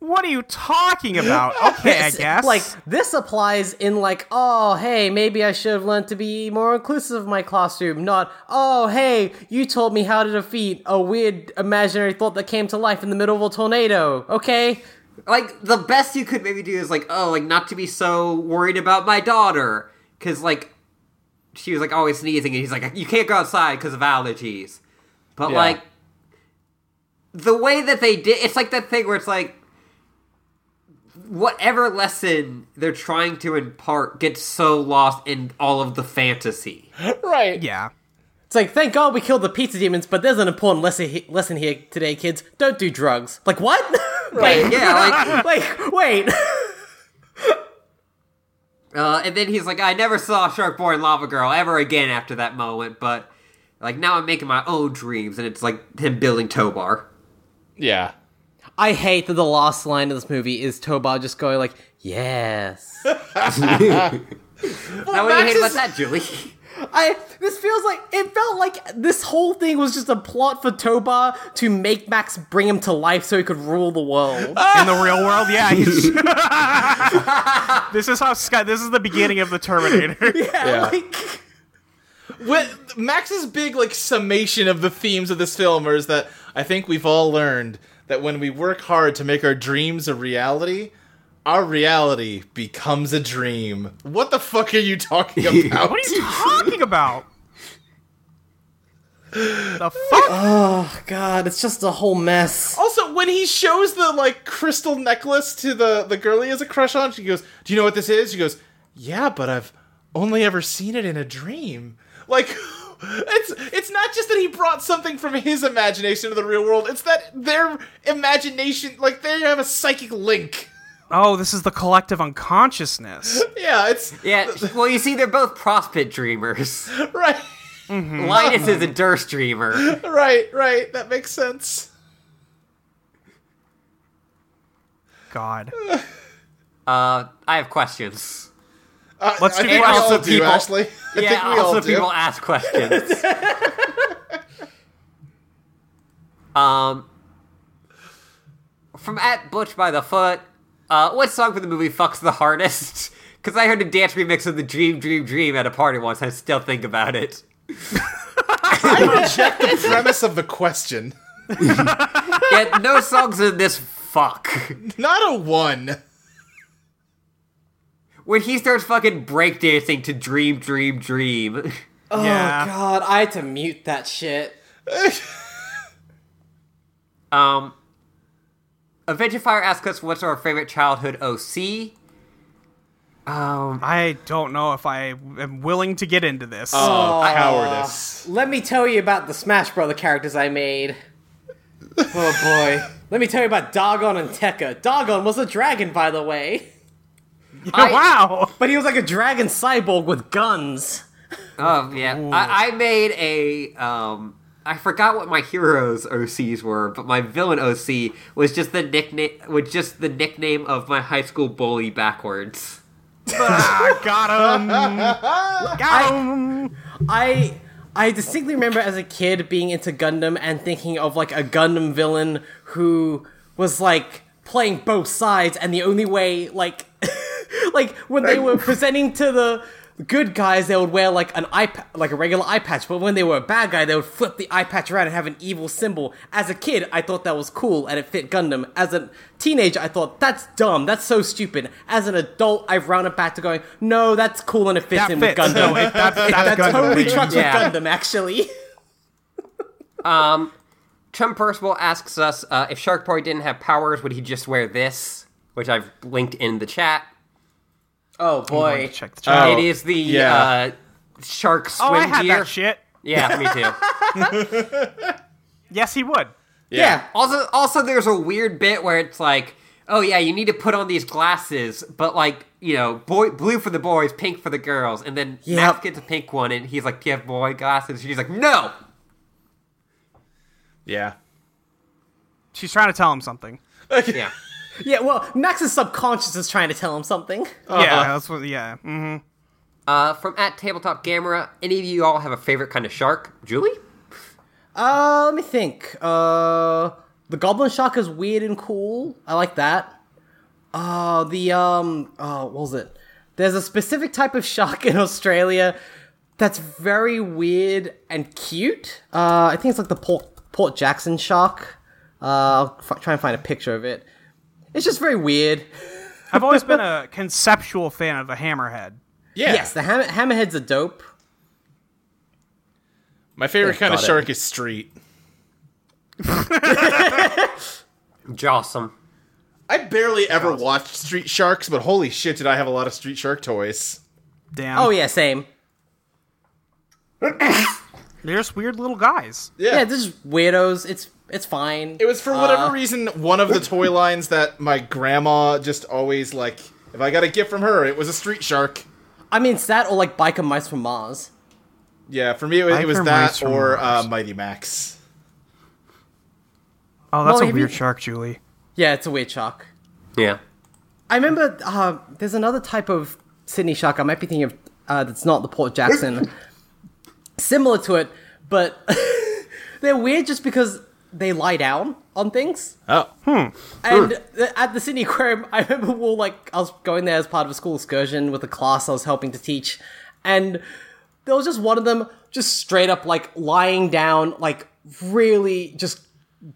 S4: what are you talking about okay i
S3: This-
S4: guess
S3: Like this applies in like, oh hey, maybe I should have learned to be more inclusive of my classroom, not oh hey, you told me how to defeat a weird imaginary thought that came to life in the middle of a tornado. Okay?
S1: Like, the best you could maybe do is like, oh, like, not to be so worried about my daughter. Because, like, she was like always sneezing, and he's like, you can't go outside because of allergies. But,
S2: Yeah.
S1: like, the way that they did it's like that thing where it's like, whatever lesson they're trying to impart gets so lost in all of the fantasy.
S2: right.
S4: yeah
S3: It's like, thank God we killed the pizza demons, but there's an important lesson, he- lesson here today, kids. Don't do drugs. Like, what?
S2: Right.
S1: Yeah, like,
S3: like, wait.
S1: Uh, and then he's like, I never saw Sharkboy and Lava Girl ever again after that moment, but like now I'm making my own dreams, and it's like him building Tobar.
S2: Yeah.
S3: I hate that the last line of this movie is Tobar just going like, yes.
S1: now what do you hate about
S3: Max's-
S1: that, Julie?
S3: I this feels like it felt like this whole thing was just a plot for Tobar to make Max bring him to life so he could rule the world.
S4: in the real world yeah he's- this is how sky this is the beginning of the terminator
S2: Yeah.
S3: like
S2: With Max's big like summation of the themes of this film is that I think we've all learned that when we work hard to make our dreams a reality, our reality becomes a dream. What the fuck are you talking about?
S4: What are you talking about? The fuck?
S3: God, it's just a whole mess.
S2: also, when he shows the like crystal necklace to the the girl he has a crush on, she goes, "Do you know what this is?" She goes, "Yeah, but I've only ever seen it in a dream." Like it's it's not just that he brought something from his imagination to the real world. It's that their imagination, like they have a psychic link.
S4: Oh, this is the collective unconsciousness.
S2: Yeah, it's
S1: Yeah, well, you see, they're both prospect dreamers.
S2: right,
S1: Linus is a Durst dreamer.
S2: right, right. That makes sense.
S4: God.
S1: Uh, I have questions.
S2: Uh,
S4: Let's
S2: I
S4: do
S2: think
S4: that.
S2: we all
S1: Also,
S2: do,
S1: people-
S2: Ashley. I
S1: yeah,
S2: think we
S1: also
S2: all do.
S1: people ask questions. um, from at Butch by the Foot, uh, what song from the movie fucks the hardest? Because I heard a dance remix of the Dream Dream Dream at a party once. I still think about it.
S2: I reject the premise of the question.
S1: yeah, no songs in this fuck.
S2: Not a one.
S1: When he starts fucking breakdancing to Dream, Dream, Dream.
S3: Oh god, I had to mute that shit.
S1: Um, Avenge of Fire asks us what's our favorite childhood OC. Um,
S4: I don't know if I am willing to get into this.
S2: Oh, cowardice.
S3: Let me tell you about the Smash Brother characters I made. Oh boy. Let me tell you about Dogon and Tekka. Dogon was a dragon, by the way.
S1: I-
S4: wow.
S3: But he was like a dragon cyborg with guns.
S1: Oh yeah, I, I made a. Um, I forgot what my heroes OCs were, but my villain OC was just the nickname was just the nickname of my high school bully backwards.
S4: Ah, got him. Got him.
S3: I I distinctly remember as a kid being into Gundam and thinking of like a Gundam villain who was like playing both sides and the only way like like when they were presenting to the good guys they would wear like an eye pa- like a regular eye patch but when they were a bad guy they would flip the eye patch around and have an evil symbol as a kid i thought that was cool and it fit gundam as a teenager i thought that's dumb that's so stupid as an adult i've rounded back to going no that's cool and it fits
S4: That
S3: in
S4: fits.
S3: with gundam
S4: No, it- that's, that's,
S3: that
S4: Gundam.
S3: totally trucks
S1: Yeah.
S3: with Gundam, actually.
S1: Um, Chum Percival asks us uh, if Shark Boy didn't have powers, would he just wear this? Which I've linked in the chat.
S3: Oh boy.
S4: Check the chat.
S2: Oh,
S1: it is the
S2: yeah.
S1: uh, shark swim
S4: Oh, I had
S1: gear.
S4: that shit.
S1: Yeah, me too.
S4: Yes, he would.
S3: yeah.
S1: Also, also, there's a weird bit where it's like, oh yeah, you need to put on these glasses, but like, you know, boy, blue for the boys, pink for the girls, and then
S3: Yep.
S1: Max gets a pink one, and he's like, "Do you have boy glasses?" She's like, "No."
S2: Yeah.
S4: She's trying to tell him something.
S1: Yeah.
S3: Yeah, well, Max's subconscious is trying to tell him something.
S4: Yeah,
S2: Uh-huh.
S4: that's what. Yeah. Mm.
S1: Uh, from at tabletop gamera, any of you all have a favorite kind of shark? Julie?
S3: Uh, let me think. Uh, the Goblin Shock is weird and cool. I like that. Uh, the, um, uh, what was it? There's a specific type of shark in Australia that's very weird and cute. Uh, I think it's like the Port, Port Jackson shark. Uh, I'll f- try and find a picture of it. It's just very weird.
S4: I've always been a conceptual fan of a hammerhead.
S2: Yeah.
S3: Yes, the hammer- hammerheads are dope.
S2: My favorite kind of
S3: got it.
S2: shark is street.
S1: Jawsome.
S2: I barely ever watched Street Sharks, but holy shit, did I have a lot of Street Shark toys.
S4: Damn.
S3: Oh, yeah, same.
S4: They're just weird little guys.
S2: Yeah.
S3: Yeah, this is weirdos. It's it's fine.
S2: It was for whatever reason one of the toy lines that my grandma just always like. If I got a gift from her, it was a Street Shark.
S3: I mean, it's that or like biker mice from Mars.
S2: Yeah, for me it, was- it
S4: Biker
S2: was
S4: mice
S2: that
S4: from
S2: or uh,
S4: Mars.
S2: Mighty Max.
S4: Oh, that's
S3: Well,
S4: a
S3: if you-
S4: weird shark, Julie.
S3: Yeah, it's a weird shark.
S1: Yeah.
S3: I remember uh, there's another type of Sydney shark. I might be thinking of uh, that's not the Port Jackson, similar to it, but they're weird just because they lie down on things.
S2: Oh.
S3: And th- at the Sydney Aquarium, I remember we were like, I was going there as part of a school excursion with a class I was helping to teach, and there was just one of them just straight up like lying down, like really just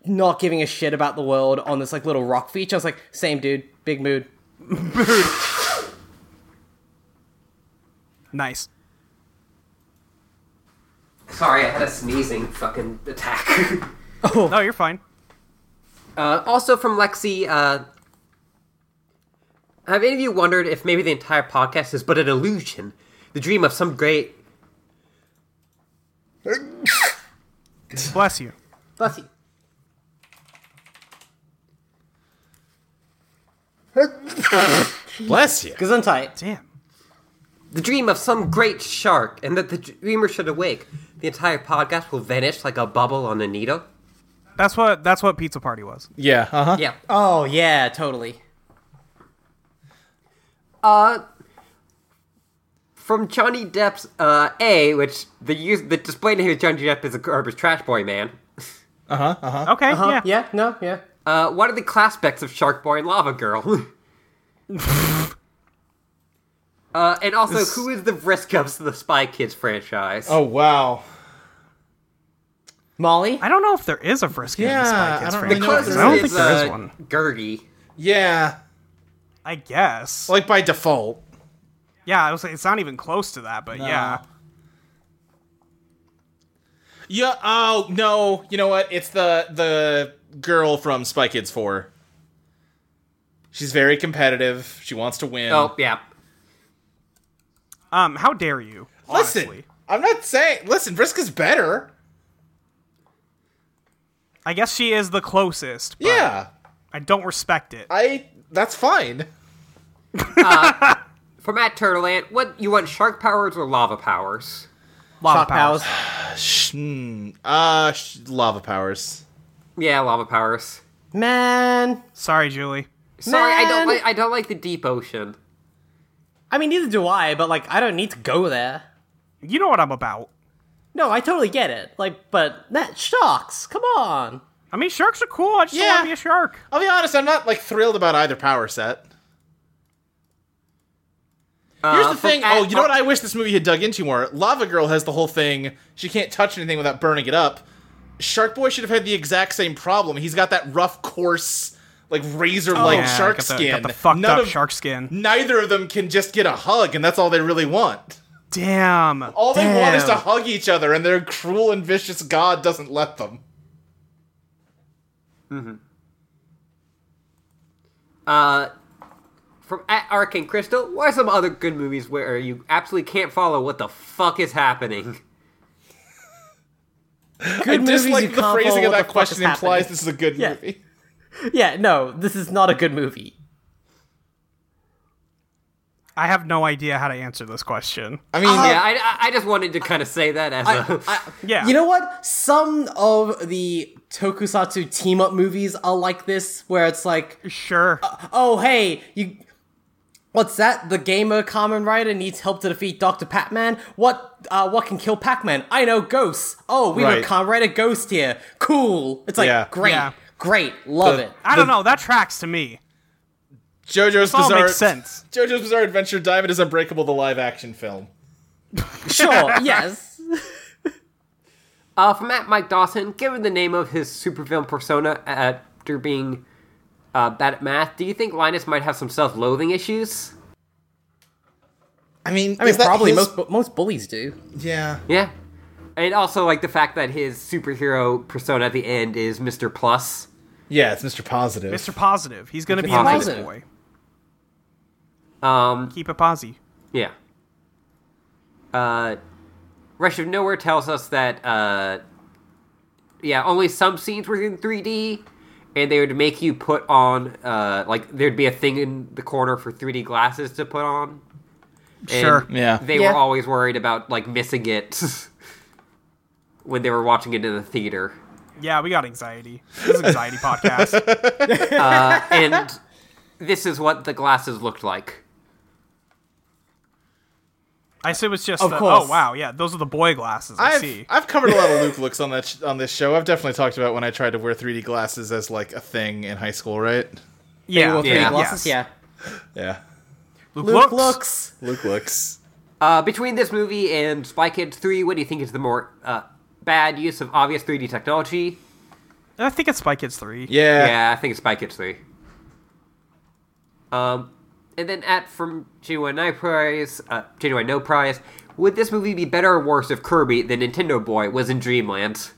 S3: not giving a shit about the world on this like little rock feature. I was like, same dude, big mood.
S4: Nice.
S1: Sorry, I had a sneezing fucking attack.
S4: No, you're fine.
S1: Uh, also from Lexi, uh, have any of you wondered if maybe the entire podcast is but an illusion, the dream of some great?
S4: Bless you.
S3: Bless you.
S2: Bless you.
S3: Gesundheit.
S4: Damn.
S1: The dream of some great shark, and that the dreamer should awake. The entire podcast will vanish like a bubble on a needle.
S4: That's what. That's what pizza party was.
S2: Yeah, uh huh.
S1: Yeah. uh-huh.
S3: Oh yeah, totally.
S1: Uh, from Johnny Depp's uh, A, which the use the display name of Johnny Depp is a garbage trash boy man.
S4: Okay.
S3: Huh?
S2: Uh-huh.
S4: Yeah.
S3: Yeah. No. Yeah.
S1: Uh, what are the class specs of Shark Boy and Lava Girl? uh, and also,
S4: Oh,
S1: who is the Briscoes of the Spy Kids franchise?
S2: Oh, wow.
S3: Molly?
S4: I don't know if there is a Frisk in the Spy
S2: Yeah,
S4: Kids
S2: I don't
S4: franchise.
S2: really know if
S4: I don't
S2: there
S4: think
S1: is,
S4: there is
S1: uh,
S4: one.
S1: Gertie.
S2: Yeah,
S4: I guess.
S2: like by default.
S4: yeah, I was like, it's not even close to that, but yeah.
S2: Yeah. Oh no. You know what? It's the the girl from Spy Kids Four. She's very competitive. She wants to win.
S1: Oh yeah.
S4: Um, how dare you?
S2: listen,
S4: honestly.
S2: I'm not saying. Listen, Vriska's better.
S4: I guess she is the closest. But
S2: Yeah.
S4: I don't respect it.
S2: I. That's fine.
S1: From Matt Turtle Ant, what you want shark powers or lava powers?
S4: Lava
S3: Pop
S4: powers.
S3: house.
S2: Sh- mm, uh, sh- lava powers.
S1: Yeah, lava powers.
S3: Man.
S4: Sorry, Julie.
S1: Sorry, I don't
S3: Man.
S1: like I don't like the deep ocean.
S3: I mean, neither do I, but like, I don't need to go there.
S4: You know what I'm about.
S3: No, I totally get it. Like, but that sharks. Come on.
S4: I mean, sharks are cool. I just don't
S2: Yeah.
S4: want to be a shark.
S2: I'll be honest. I'm not like thrilled about either power set. Here's the
S1: from-
S2: thing.
S1: uh,
S2: Oh, you know what? I wish this movie had dug into more. Lava Girl has the whole thing. She can't touch anything without burning it up. Shark Boy should have had the exact same problem. He's got that rough, coarse, like razor-like
S4: Oh, Yeah,
S2: shark
S4: got the,
S2: skin.
S4: Got the fucked
S2: None
S4: up
S2: of-
S4: shark skin.
S2: Neither of them can just get a hug, and that's all they really want.
S4: Damn.
S2: All they
S4: Damn.
S2: want is to hug each other, and their cruel and vicious god doesn't let them.
S1: Uh, from at Arc and Crystal, what are some other good movies where you absolutely can't follow what the fuck is happening?
S3: Good
S2: I
S3: movies you
S2: dislike the
S3: can't
S2: phrasing
S3: follow
S2: of
S3: what
S2: that
S3: the fuck
S2: question
S3: is
S2: implies
S3: happening.
S2: this is a good
S3: Yeah.
S2: movie.
S3: Yeah, no, this is not a good movie.
S4: I have no idea how to answer this question.
S2: I mean,
S1: yeah, I, I- I just wanted to kind of say that as a
S4: Yeah.
S3: You know what? Some of the tokusatsu team up movies are like this, where it's like,
S4: Sure.
S3: oh, hey, you. What's that? The gamer Kamen Rider needs help to defeat Dr. Pac-Man? What, uh, what can kill Pac-Man? I know, ghosts. Oh, we have
S2: Right.
S3: a Kamen Rider ghost here. Cool. It's like,
S2: Yeah.
S3: great,
S4: Yeah.
S3: great, love
S2: The-
S3: it.
S4: I don't know. That tracks to me.
S2: JoJo's
S4: It all
S2: Bizarre
S4: makes sense.
S2: JoJo's Bizarre Adventure Diamond is Unbreakable, the live action film.
S3: Sure, yes.
S1: Uh, from at Mike Dawson, given the name of his supervillain persona after being uh, bad at math, do you think Linus might have some self-loathing issues?
S2: I mean,
S3: I mean, probably most bu- most bullies do.
S2: Yeah.
S1: Yeah, and also like the fact that his superhero persona at the end is Mister Plus.
S2: Yeah, it's Mr. Positive.
S4: Mr. Positive. He's going to be a
S1: Positive.
S4: nice boy.
S1: Um,
S4: Keep it posy.
S1: Yeah. Uh, Rush of Nowhere tells us that, uh, yeah, only some scenes were in 3D, and they would make you put on, uh, like, there'd be a thing in the corner for 3D glasses to put on. And
S4: Sure.
S2: Yeah.
S1: They
S3: Yeah.
S1: were always worried about, like, missing it when they were watching it in the theater.
S4: Yeah, we got anxiety. This is an anxiety podcast.
S1: And this is what the glasses looked like.
S4: I assume it's just,
S3: Of
S4: that- oh,
S3: course.
S4: wow, yeah, those are the boy glasses. I
S2: I've,
S4: see.
S2: I've covered a lot of Luke looks on that sh- on this show. I've definitely talked about when I tried to wear 3D glasses as like a thing in high school, right?
S4: yeah.
S3: Well, three
S1: Yeah.
S3: glasses,
S4: Yes.
S3: yeah.
S2: Yeah.
S4: Luke, looks.
S3: Luke looks.
S2: Luke looks.
S1: Uh, between this movie and Spy Kids 3, what do you think is the more uh, bad use of obvious 3D technology?
S4: I think it's Spy Kids 3.
S2: Yeah.
S1: Yeah, I think it's Spy Kids 3. Um, and then at from Genuine No Prize, uh, Genuine No Prize, would this movie be better or worse if Kirby, the Nintendo boy, was in Dreamland?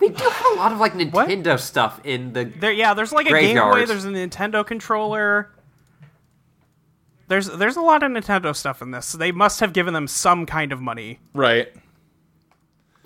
S1: They do have a lot of like Nintendo stuff in the.
S4: There, yeah, there's like a Game Boy,
S1: Graveyard.
S4: there's a Nintendo controller. There's there's a lot of Nintendo stuff in this. So they must have given them some kind of money.
S2: Right.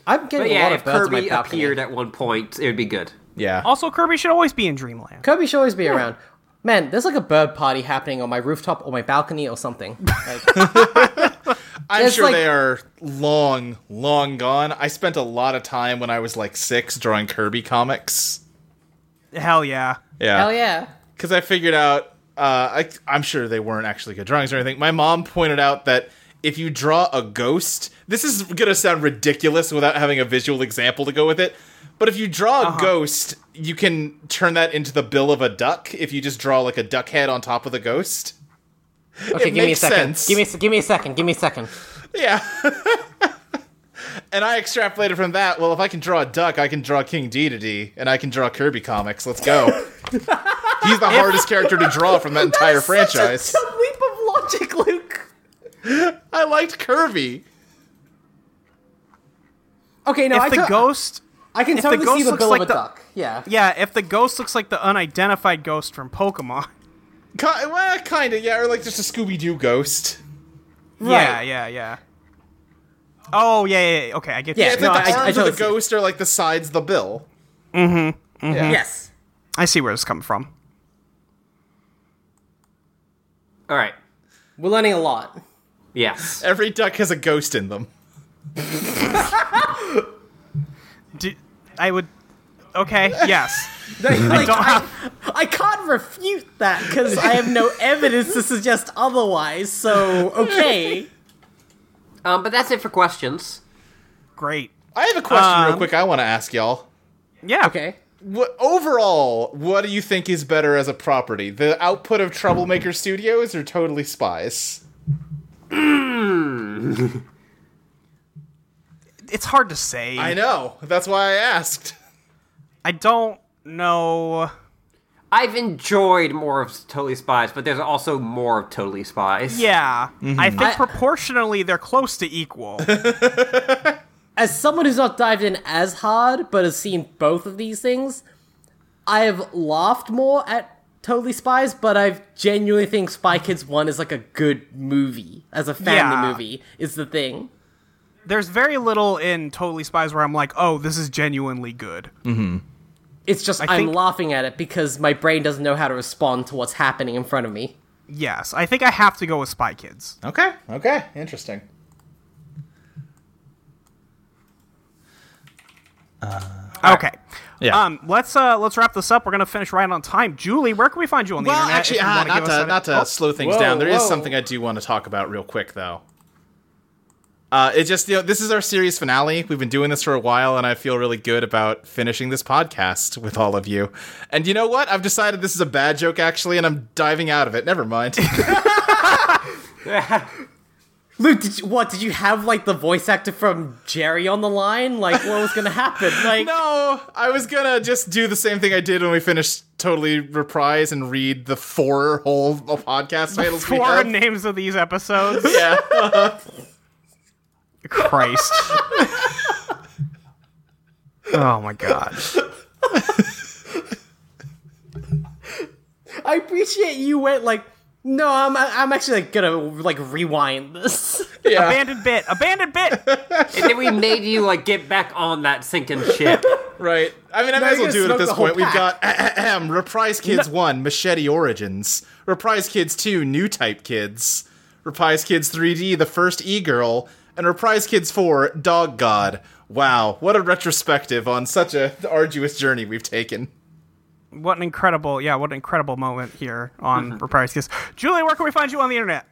S3: I'm
S1: But
S3: getting a
S1: yeah,
S3: lot
S1: if
S3: of birds on
S1: Kirby
S3: my balcony.
S1: appeared at one point, it would be good.
S2: Yeah.
S4: Also, Kirby should always be in Dreamland.
S3: Kirby should always be around. Man, there's like a bird party happening on my rooftop or my balcony or something. Like,
S2: I'm
S3: It's
S2: sure
S3: like-
S2: they are long, long gone. I spent a lot of time when I was like six drawing Kirby comics.
S4: Hell yeah.
S2: Yeah.
S3: hell yeah.
S2: because I figured out. Uh, I, I'm sure they weren't actually good drawings or anything. My mom pointed out that if you draw a ghost, this is gonna sound ridiculous without having a visual example to go with it. But if you draw a
S3: Uh-huh.
S2: ghost, you can turn that into the bill of a duck. If you just draw like a duck head on top of the ghost,
S3: Okay,
S2: It
S3: give me a
S2: makes
S3: second.
S2: sense.
S3: Give me a, give me a second. Give me a second.
S2: yeah. and I extrapolated from that. Well, if I can draw a duck, I can draw King Dedede, and I can draw Kirby comics. Let's go. He's the hardest character to draw from that entire franchise.
S3: Such a leap of logic, Luke.
S2: I liked Kirby.
S3: Okay, no,
S4: if
S3: I
S4: the
S3: to-
S4: ghost,
S3: I can
S4: if
S3: totally
S4: the ghost
S3: see the
S4: looks
S3: bill
S4: like
S3: of a
S4: the-
S3: duck. Yeah.
S4: yeah, if the ghost looks like the unidentified ghost from Pokemon,
S2: Ki- well, kind of, yeah, or like just a Scooby Doo ghost.
S4: yeah, yeah, yeah. Oh yeah, yeah, yeah. okay, I get
S3: Yeah,
S4: you.
S2: It's
S3: No,
S2: like the
S3: I- I
S2: arms
S3: totally
S2: of the
S3: see it.
S2: ghost are like the sides of the bill.
S4: mm-hmm, mm-hmm.
S2: Yeah.
S3: Yes.
S4: I see where this comes from.
S1: All right.
S3: We're learning a lot.
S1: Yes.
S2: Every duck has a ghost in them.
S4: Do, I would. Okay. Yes.
S3: Like, I,
S4: don't
S3: I can't refute that because I have no evidence to suggest otherwise. So okay.
S1: Um, but that's it for questions.
S4: Great.
S2: I have a question real
S4: Um,
S2: quick I want to ask y'all.
S4: Yeah.
S3: Okay.
S2: What, overall, what do you think is better as a property? The output of Troublemaker Studios or Totally Spies?
S4: It's hard to say.
S2: I know. That's why I asked.
S4: I don't know.
S1: I've enjoyed more of Totally Spies, but there's also more of Totally Spies.
S4: Yeah, I think
S3: I-
S4: proportionally they're close to equal.
S3: As someone who's not dived in as hard but has seen both of these things, I have laughed more at Totally Spies, but I've genuinely think Spy Kids One is like a good movie as a family
S4: Yeah.
S3: movie is the thing.
S4: There's very little in Totally Spies where I'm like, oh, this is genuinely good.
S3: It's just
S4: I
S3: I'm
S4: think-
S3: laughing at it because my brain doesn't know how to respond to what's happening in front of me.
S4: Yes, I think I have to go with Spy Kids.
S2: Okay. Okay. Interesting.
S4: Okay.
S2: Yeah.
S4: Um, let's uh let's wrap this up. We're gonna finish right on time. Julie, where can we find you on the
S2: Well,
S4: internet?
S2: actually,
S4: if you
S2: ah,
S4: wanna
S2: not
S4: give us
S2: to,
S4: an-
S2: not to slow things
S4: Whoa,
S2: down, There is
S4: whoa.
S2: something I do want to talk about real quick, though. Uh, it just, you know, this is our series finale. We've been doing this for a while, and I feel really good about finishing this podcast with all of you. And you know what? I've decided this is a bad joke, actually, and I'm diving out of it. Never mind.
S3: Luke, did you, what did you have like the voice actor from Jerry on the line? Like, what was gonna happen? Like,
S2: no, I was gonna just do the same thing I did when we finished Totally Reprise and read the four whole podcast titles we
S4: four
S2: have.
S4: names of these episodes.
S2: yeah.
S4: Christ. oh my god.
S3: I appreciate you went like, no, I'm I'm actually like, gonna like rewind this.
S2: yeah.
S4: Abandoned bit. Abandoned bit.
S1: And then we made you like get back on that sinking ship.
S2: Right. I mean, I
S3: Now
S2: might as
S3: you're
S2: well do it at
S3: gonna smoke
S2: this
S3: the whole
S2: point. We've got
S3: pack.
S2: ahem, Reprise Kids 1, Machete Origins. Reprise Kids 2, New Type Kids. Reprise Kids 3D, The First E Girl. And Reprise Kids 4, Dog God. Wow, what a retrospective on such a arduous journey we've taken.
S4: What an incredible, yeah, what an incredible moment here on Reprise Kiss. Julie, where can we find you on the internet?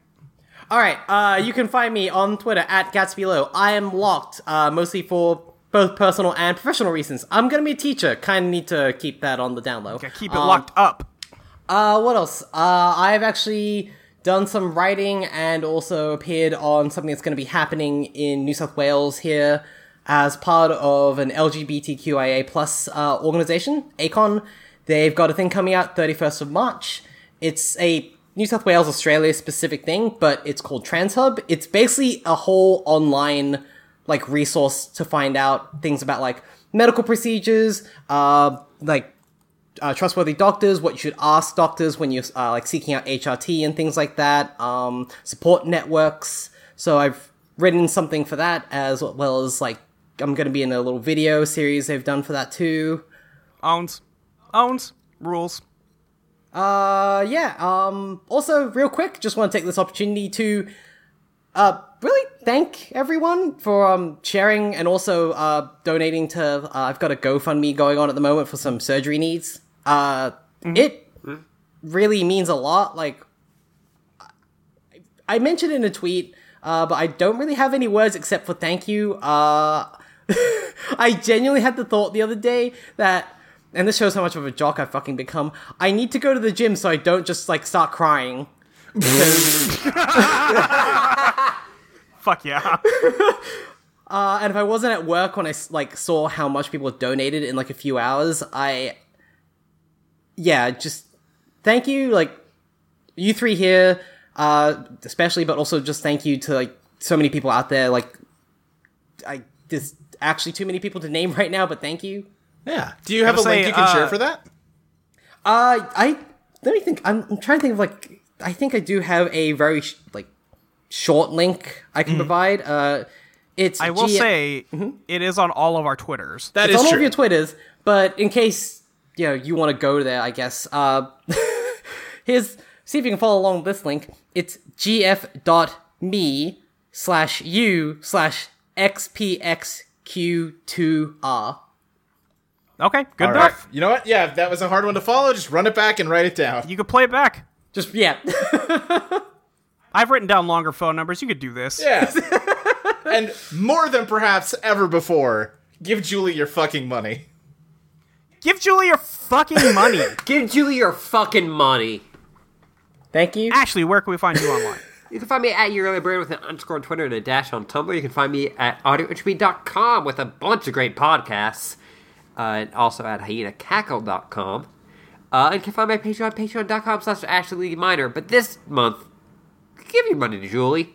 S3: All right, uh, you can find me on Twitter at GatsbyLow. I am locked, uh, mostly for both personal and professional reasons. I'm gonna be a teacher. Kind of need to keep that on the down low. Um,
S4: Yeah, keep it
S2: Um,
S4: locked up.
S3: Uh, what else? Uh, I've actually done some writing and also appeared on something that's going to be happening in New South Wales here as part of an LGBTQIA plus uh, organization, ACON. They've got a thing coming out 31st of March. It's a New South Wales, Australia specific thing, but it's called Trans Hub. It's basically a whole online like resource to find out things about like medical procedures, uh, like uh, trustworthy doctors, what you should ask doctors when you're uh, like seeking out HRT and things like that, um, support networks. So I've written something for that as well as like I'm going to be in a little video series they've done for that too.
S4: Owns. Owns. Rules.
S3: Uh, yeah. Um, also, real quick, just want to take this opportunity to uh, really thank everyone for um, sharing and also uh, donating to. Uh, I've got a GoFundMe going on at the moment for some surgery needs. Uh, It really means a lot. Like, I, I mentioned in a tweet, uh, but I don't really have any words except for thank you. Uh, I genuinely had the thought the other day that, and this shows how much of a jock I've fucking become. I need to go to the gym so I don't just like start crying.
S4: Fuck yeah.
S3: Uh, and if I wasn't at work when I s- like saw how much people donated in like a few hours, I yeah, just thank you like you three here uh especially but also just thank you to like so many people out there like I there's actually too many people to name right now, but thank you.
S2: Yeah. Do you have a
S4: Gotta
S2: link
S4: say,
S2: you can share
S4: uh,
S2: for that?
S3: Uh, I let me think. I'm, I'm trying to think of like I think I do have a very sh- like short link I can provide. Uh, it's
S4: Hmm. I will
S3: G-
S4: say it is on all of our Twitters.
S2: Mm-hmm. That
S3: it's
S2: is
S3: on all
S2: true.
S3: of your Twitters, but in case you know you want to go there, I guess. Uh, here's see if you can follow along this link. It's gf.me slash u slash xpxq2r.
S4: okay, good
S2: All right.
S4: enough.
S2: You know what? Yeah, if that was a hard one to follow, just run it back and write it down.
S4: You could play it back.
S3: Just yeah,
S4: I've written down longer phone numbers. You could do this.
S2: Yeah. and more than perhaps ever before, give Julie your fucking money.
S4: Give Julie your fucking money.
S1: Give Julie your fucking money.
S3: thank you.
S4: Ashley, where can we find you online?
S1: You can find me at your early brain with an underscore on Twitter and a dash on Tumblr. You can find me at audioentropy.com with a bunch of great podcasts. Uh, and also at hyenacackle.com. Uh, and you can find my Patreon, patreon.com slash Ashley Lee Minor. But this month, give your money to Julie.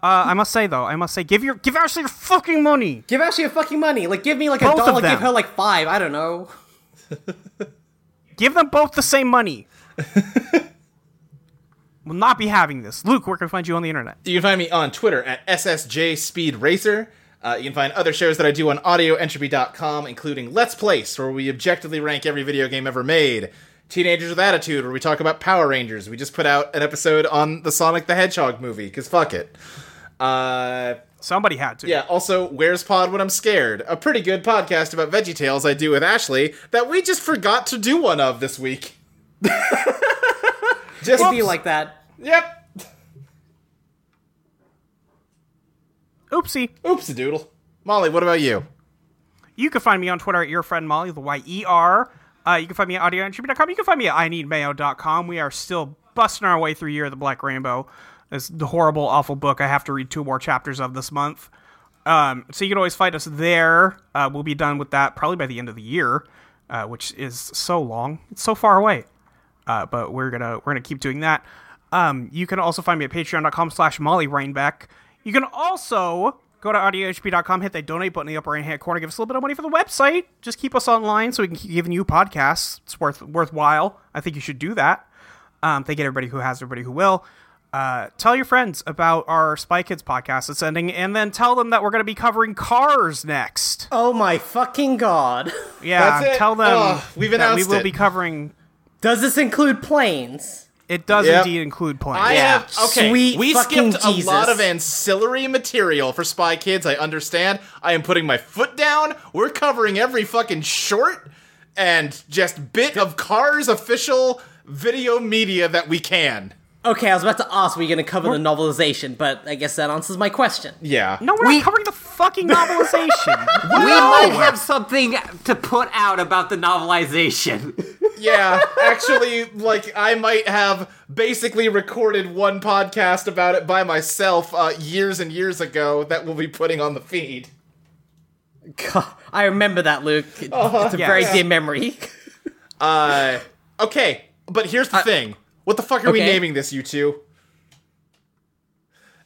S4: Uh, I must say though, I must say, give your give Ashley your fucking money.
S3: Give Ashley your fucking money. Like, give me like
S4: Both
S3: a
S4: of
S3: dollar. Give
S4: them.
S3: her like five. I don't know.
S4: Give them both the same money. Will not be having this. Luke, where can we find you on the internet?
S2: You can find me on Twitter at SSJ Speed Racer. Uh, you can find other shows that I do on audioentropy.com, including Let's Place, where we objectively rank every video game ever made, Teenagers with Attitude, where we talk about Power Rangers. We just put out an episode on the Sonic the Hedgehog movie, because fuck it. Uh,
S4: Somebody had to.
S2: yeah, also, Where's Pod When I'm Scared? A pretty good podcast about Veggie Tales I do with Ashley that we just forgot to do one of this week. just
S3: Be like that.
S2: Yep.
S4: Oopsie.
S2: Oops a doodle. Molly, what about you?
S4: You can find me on Twitter at your friend Molly, the Y E R. Uh, you can find me at audioentropy.com. You can find me at I need mayo.com. We are still busting our way through Year of the Black Rainbow. This horrible, awful book I have to read two more chapters of this month. Um, so you can always find us there. Uh, we'll be done with that probably by the end of the year, uh, which is so long. It's so far away. Uh, but we're gonna we're gonna keep doing that. Um, you can also find me at patreon.com slash Molly Reinbeck. You can also go to audiohp.com, hit that donate button in the upper right hand corner, give us a little bit of money for the website. Just keep us online so we can keep giving you podcasts. It's worth worthwhile. I think you should do that. Um, thank you to everybody who has, everybody who will. Uh, tell your friends about our Spy Kids podcast that's ending, and then tell them that we're going to be covering cars next.
S3: Oh my fucking god.
S4: yeah,
S2: that's it.
S4: tell them
S2: Ugh, we've
S4: that we
S2: announced
S4: will
S2: it.
S4: be covering.
S3: Does this include planes?
S4: It does
S2: Yep.
S4: indeed include planes.
S2: I
S3: Yeah.
S2: have okay.
S3: Sweet
S2: we
S3: fucking
S2: skipped
S3: Jesus.
S2: a lot of ancillary material for Spy Kids. I understand. I am putting my foot down. We're covering every fucking short and just bit of Cars official video media that we can.
S3: Okay, I was about to ask were you going to cover the novelization, but I guess that answers my question.
S2: Yeah.
S4: No, we're
S1: We-
S4: not covering the fucking novelization.
S1: We might have something to put out about the novelization.
S2: Yeah. Actually, like I might have basically recorded one podcast about it by myself uh, years and years ago that we'll be putting on the feed.
S3: God, I remember that, Luke. It- it's a
S4: Yeah.
S3: very
S4: Yeah.
S3: dear memory.
S2: Uh, okay, but here's the thing. What the fuck are we
S3: okay.
S2: naming this, you two?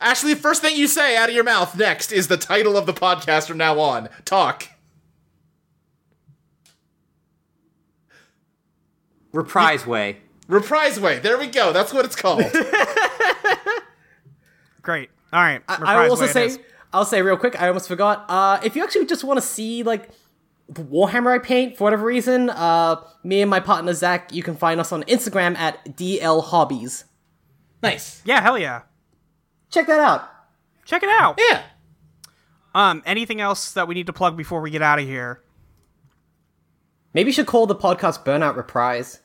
S2: Actually, first thing you say out of your mouth next is the title of the podcast from now on. Talk.
S1: Reprise way.
S2: Reprise Way. There we go. That's what it's called.
S4: Great. All right.
S3: I
S4: Reprise
S3: will also
S4: way it
S3: say,
S4: is.
S3: I'll say real quick, I almost forgot. Uh, if you actually just want to see, like, the Warhammer I paint for whatever reason, uh, me and my partner Zach, you can find us on Instagram at DL Hobbies. Nice.
S4: yeah, hell yeah.
S3: Check that out.
S4: Check it out.
S2: yeah.
S4: Um, anything else that we need to plug before we get out of here?
S3: Maybe you should call the podcast Burnout Reprise.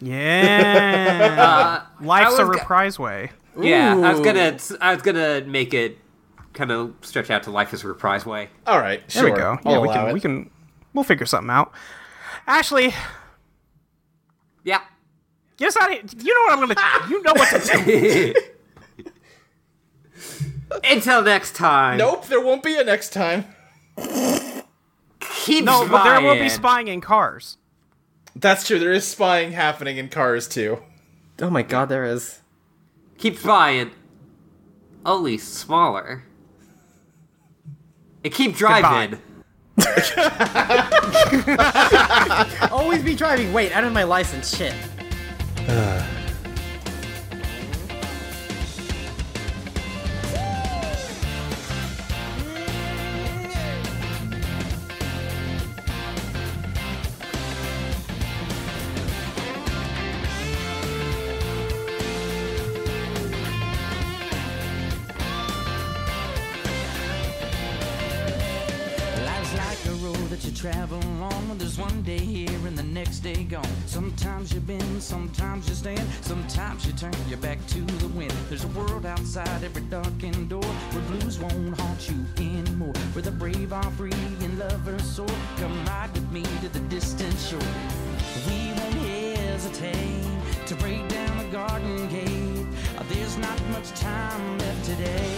S4: Yeah. Life's
S1: I
S4: a
S1: was go-
S4: reprise way.
S1: Yeah, I was
S3: Ooh.
S1: gonna, I was gonna make it kind of stretch out to life as a reprise way.
S2: All right. Sure.
S4: There we go. Yeah,
S2: I'll
S4: we
S2: allow
S4: can.
S2: it.
S4: We can. We'll figure something out. Ashley,
S1: Yeah.
S4: get us out of here. You know what I'm gonna. you know what to do.
S1: Until next time.
S2: Nope, there won't be a next time.
S1: Keep
S4: no,
S1: spying.
S4: but there will be spying in cars.
S2: That's true. There is spying happening in cars too.
S3: Oh my god, there is.
S1: Keep spying. Only smaller. And keep driving.
S3: Always be driving. Wait, I don't have my license. Shit.
S6: Life's like a road that you travel on. when There's one day here and the next day gone. Sometimes you bend, sometimes you stand, sometimes you turn your back to the wind. There's a world outside every darkened door where blues won't haunt you anymore. Where the brave are free and lovers soar. Come ride with me to the distant shore. We won't hesitate to break down the garden gate. There's not much time left today.